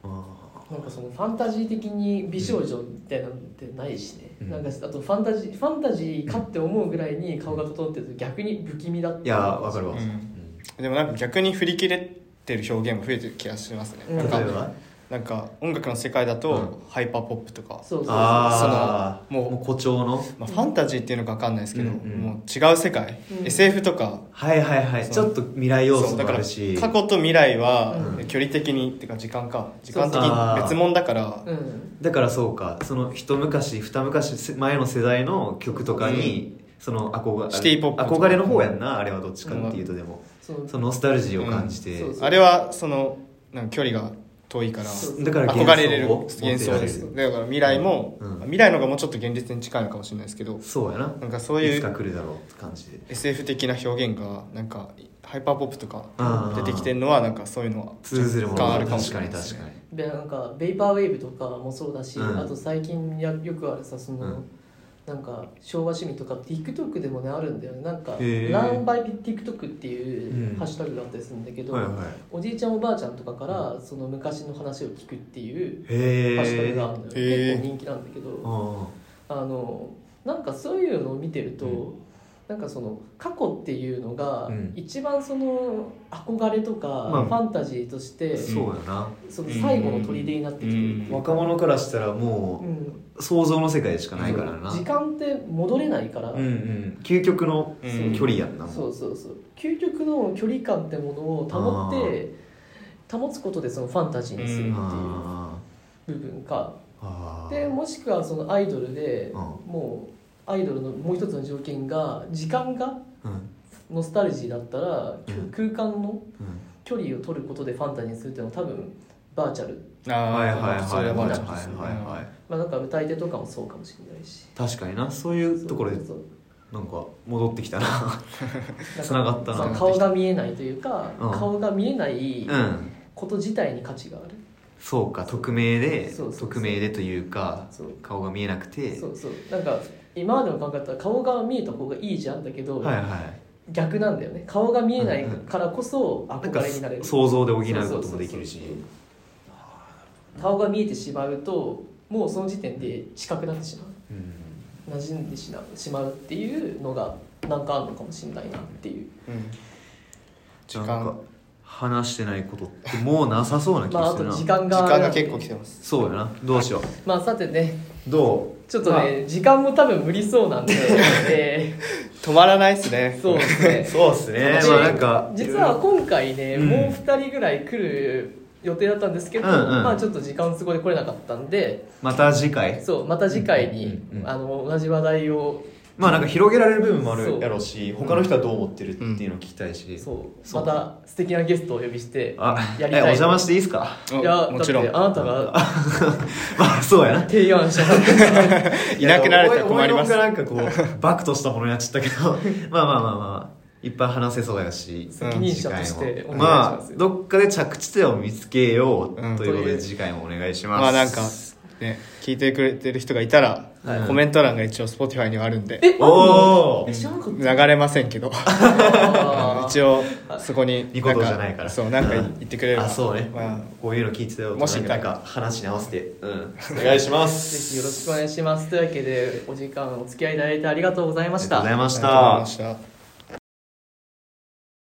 [SPEAKER 2] うん
[SPEAKER 3] なんかそのファンタジー的に美少女みたいなのってないしね、
[SPEAKER 2] うん
[SPEAKER 3] なんかあとファンタジーファンタジーかって思うぐらいに顔が整ってると逆に不気味だって
[SPEAKER 2] いやーわかるわ、
[SPEAKER 4] う
[SPEAKER 2] うんん
[SPEAKER 4] でもなんか逆に振り切れてる表現も増えてる気がしますね、
[SPEAKER 3] うん
[SPEAKER 4] な
[SPEAKER 2] 例え
[SPEAKER 4] ん
[SPEAKER 2] ば
[SPEAKER 4] かなんか音楽の世界だと、ハイパーポップとか、
[SPEAKER 3] そうそうそう
[SPEAKER 2] ああ
[SPEAKER 4] その
[SPEAKER 2] もう
[SPEAKER 4] もう
[SPEAKER 2] 誇張の
[SPEAKER 4] まあ、ファンタジーっていうのか分かんないですけど、
[SPEAKER 2] うんうん
[SPEAKER 4] もう違う世界、
[SPEAKER 3] うん
[SPEAKER 4] SF とか
[SPEAKER 2] はいはいはいち
[SPEAKER 4] そ
[SPEAKER 2] ょ
[SPEAKER 4] の
[SPEAKER 2] っと未来要
[SPEAKER 4] そう
[SPEAKER 2] 素
[SPEAKER 4] だ
[SPEAKER 2] も
[SPEAKER 4] か
[SPEAKER 2] あ
[SPEAKER 4] ら
[SPEAKER 2] る
[SPEAKER 4] 過
[SPEAKER 2] し
[SPEAKER 4] 去と未来は
[SPEAKER 2] うん
[SPEAKER 4] 距離的に、ってか時間か時
[SPEAKER 3] そうそう
[SPEAKER 4] 間的に別物だから
[SPEAKER 3] うん
[SPEAKER 2] だからそうかその一昔二昔前の世代の曲とかに、その憧れ
[SPEAKER 4] シティポップと
[SPEAKER 2] 憧
[SPEAKER 4] か
[SPEAKER 2] れの方やんなあれはどっちかっていうとでも、
[SPEAKER 3] その
[SPEAKER 2] そのノスタルジーを感じて、
[SPEAKER 3] うんそうそう
[SPEAKER 4] あれはそのなんか距離が遠いから
[SPEAKER 3] そう
[SPEAKER 2] だから
[SPEAKER 4] 憧れれる
[SPEAKER 2] を持っ
[SPEAKER 4] 幻
[SPEAKER 2] てられ
[SPEAKER 4] 想ですだから未来も、
[SPEAKER 2] うん
[SPEAKER 4] 未来の方がもうちょっと現実に近いのかもしれないですけど
[SPEAKER 2] そうやな
[SPEAKER 4] なんかそうい
[SPEAKER 2] つか
[SPEAKER 4] う
[SPEAKER 2] 来るだろうって感じで
[SPEAKER 4] SF 的な表現がなんかハイパーポップとか
[SPEAKER 2] あー
[SPEAKER 4] 出てきてるのはなんかそういうのは
[SPEAKER 2] 通ずるもの
[SPEAKER 4] 若干
[SPEAKER 2] が
[SPEAKER 4] あ
[SPEAKER 2] 確
[SPEAKER 4] る
[SPEAKER 2] か
[SPEAKER 4] かも
[SPEAKER 2] に
[SPEAKER 4] しれない
[SPEAKER 2] 確
[SPEAKER 4] で
[SPEAKER 2] か
[SPEAKER 4] すね
[SPEAKER 2] に
[SPEAKER 3] でなんかベイパーウェーブとかもそうだし、
[SPEAKER 2] うん
[SPEAKER 3] あと最近やよくあるさその、
[SPEAKER 2] うん
[SPEAKER 3] なんか昭和趣味とか TikTok でもねあるんだよねなんか「
[SPEAKER 2] へー
[SPEAKER 3] ランバイ TikTok」ってい
[SPEAKER 2] うん
[SPEAKER 3] うハッシュタグがあったりするんだけど、
[SPEAKER 2] はいはい
[SPEAKER 3] おじいちゃんおばあちゃんとかからその昔の話を聞くっていうハッシュタ
[SPEAKER 2] へ
[SPEAKER 3] グが
[SPEAKER 2] え
[SPEAKER 3] あるんだよ、
[SPEAKER 4] へー
[SPEAKER 3] 結構人気なんだけど、
[SPEAKER 2] あ
[SPEAKER 3] あのなんかそういうのを見てると、
[SPEAKER 2] う
[SPEAKER 3] なんかその過去っていうのが
[SPEAKER 2] うん
[SPEAKER 3] 一番その憧れとか
[SPEAKER 2] まあ
[SPEAKER 3] ファンタジーとして、
[SPEAKER 2] あそうやな、
[SPEAKER 3] その最後の砦になってきてるっていうか
[SPEAKER 2] 若者からしたらも
[SPEAKER 3] うん
[SPEAKER 2] う想像の世界しかないからな
[SPEAKER 3] 時間って戻れないから、
[SPEAKER 2] うんうん究極の
[SPEAKER 4] うん
[SPEAKER 2] 距離やんな、
[SPEAKER 3] そうそうそう究極の距離感ってものを保って保つことでそのファンタジーにするっていう
[SPEAKER 2] あ
[SPEAKER 3] 部分か、
[SPEAKER 2] ーあー
[SPEAKER 3] でもしくはそのアイドルで、
[SPEAKER 2] うん
[SPEAKER 3] もうアイドルのもう一つの条件が時間が
[SPEAKER 2] うん
[SPEAKER 3] ノスタルジーだったら、
[SPEAKER 2] うん
[SPEAKER 3] 空間の
[SPEAKER 2] うん
[SPEAKER 3] 距離を取ることでファンタジーにするっていうのは多分バーチャル、
[SPEAKER 2] はいはいはいはい
[SPEAKER 4] それ
[SPEAKER 2] は
[SPEAKER 4] は
[SPEAKER 2] い
[SPEAKER 4] ま
[SPEAKER 2] は
[SPEAKER 4] あ
[SPEAKER 2] いはい
[SPEAKER 3] まあ、なんか歌い手とかもそうかもしれないし。
[SPEAKER 2] 確かになそういうところで
[SPEAKER 3] そう
[SPEAKER 2] なんか戻ってきたな
[SPEAKER 3] そう
[SPEAKER 2] 繋がったな
[SPEAKER 3] そう顔が見えないというか、
[SPEAKER 2] うん
[SPEAKER 3] 顔が見えない
[SPEAKER 2] うん
[SPEAKER 3] こと自体に価値がある、
[SPEAKER 2] そうか匿名で
[SPEAKER 3] そうそうそう
[SPEAKER 2] 匿名でというか
[SPEAKER 3] そう
[SPEAKER 2] 顔が見えなくて
[SPEAKER 3] そうそうなんか今までの考え方は顔が見えた方がいいじゃんだけど、
[SPEAKER 2] はいはい
[SPEAKER 3] 逆なんだよね顔が見えないからこそ
[SPEAKER 2] なんか
[SPEAKER 3] 憧れになれる、
[SPEAKER 2] 想像で補うこともできるし
[SPEAKER 3] そうそうそう顔が見えてしまうともうその時点で近くなってしまう
[SPEAKER 2] うん
[SPEAKER 3] 馴染んでしまうしまうっていうのがなんかあるのかもしれないなっていう
[SPEAKER 4] うん時
[SPEAKER 2] なんか
[SPEAKER 4] 間
[SPEAKER 2] 話してないことってもうなさそうな気
[SPEAKER 3] まあ
[SPEAKER 2] が
[SPEAKER 3] あ
[SPEAKER 2] する
[SPEAKER 3] と
[SPEAKER 2] な、
[SPEAKER 3] 時間
[SPEAKER 4] 時
[SPEAKER 3] が
[SPEAKER 4] 間が結構来てます
[SPEAKER 2] そうやなどうしよう、
[SPEAKER 3] まあさてね
[SPEAKER 2] どう
[SPEAKER 3] ちょっとね時間も多分無理そうなん
[SPEAKER 2] (laughs)
[SPEAKER 3] で、え
[SPEAKER 4] 止まらないですね
[SPEAKER 3] ーそうですね
[SPEAKER 2] そうっすね
[SPEAKER 3] で
[SPEAKER 2] まあなんか
[SPEAKER 3] 実は今回ね、
[SPEAKER 2] うん
[SPEAKER 3] もう2人ぐらい来る予定だったんですけど、
[SPEAKER 2] うんうん
[SPEAKER 3] まあちょっと時間都合で来れなかったんで
[SPEAKER 2] また次回
[SPEAKER 3] そうまた次回に、
[SPEAKER 2] うんうん
[SPEAKER 3] あの同じ話題を
[SPEAKER 2] まあなんか広げられる部分もあ
[SPEAKER 3] そ
[SPEAKER 2] る
[SPEAKER 3] う
[SPEAKER 2] やろうし他の人はどう思ってるっていうのを聞きたいし、
[SPEAKER 3] そう
[SPEAKER 2] そう
[SPEAKER 3] また素敵なゲストをお呼びして
[SPEAKER 2] あ
[SPEAKER 3] や
[SPEAKER 2] え
[SPEAKER 3] りたい
[SPEAKER 2] お邪魔していいですか
[SPEAKER 4] うん
[SPEAKER 3] いや
[SPEAKER 4] もちろん
[SPEAKER 3] だってあなたが
[SPEAKER 2] まあそうやな
[SPEAKER 3] 提案した
[SPEAKER 2] (laughs)
[SPEAKER 4] いなくなれたら困ります
[SPEAKER 2] いや俺俺の方がなんかこうバクとしたものになっちゃったけど (laughs) まあまあまあまあいっぱい話せそうやし
[SPEAKER 3] 責任者としてお願いしま、
[SPEAKER 2] ますあどっかで着地点を見つけよう
[SPEAKER 4] うん
[SPEAKER 2] ということ
[SPEAKER 3] とい
[SPEAKER 2] で
[SPEAKER 3] う
[SPEAKER 2] 次回もお願いします、
[SPEAKER 4] まあなんかね聞いてくれてる人がいたら、
[SPEAKER 2] はい
[SPEAKER 4] コメント欄が一応 Spotify にはあるんで
[SPEAKER 3] え
[SPEAKER 2] おー
[SPEAKER 3] あんのえ知らなかっ
[SPEAKER 4] 流れませんけど
[SPEAKER 3] た
[SPEAKER 4] 一応そこに
[SPEAKER 2] ニコ動じゃないから
[SPEAKER 4] そうなんか
[SPEAKER 2] うん
[SPEAKER 4] 言ってくれれば
[SPEAKER 2] あそうね、
[SPEAKER 4] まあ
[SPEAKER 2] こういうの聞いてたよ
[SPEAKER 4] もし
[SPEAKER 2] なんか話に合わせて、うん、お願いします
[SPEAKER 3] ぜひよろしくお願いしますというわけでお時間お付き合いいただいてありがとうございま
[SPEAKER 2] あり
[SPEAKER 3] し
[SPEAKER 2] がとうご
[SPEAKER 3] た
[SPEAKER 2] ざいま
[SPEAKER 4] あり
[SPEAKER 2] し
[SPEAKER 4] がとうござい
[SPEAKER 2] た
[SPEAKER 4] ました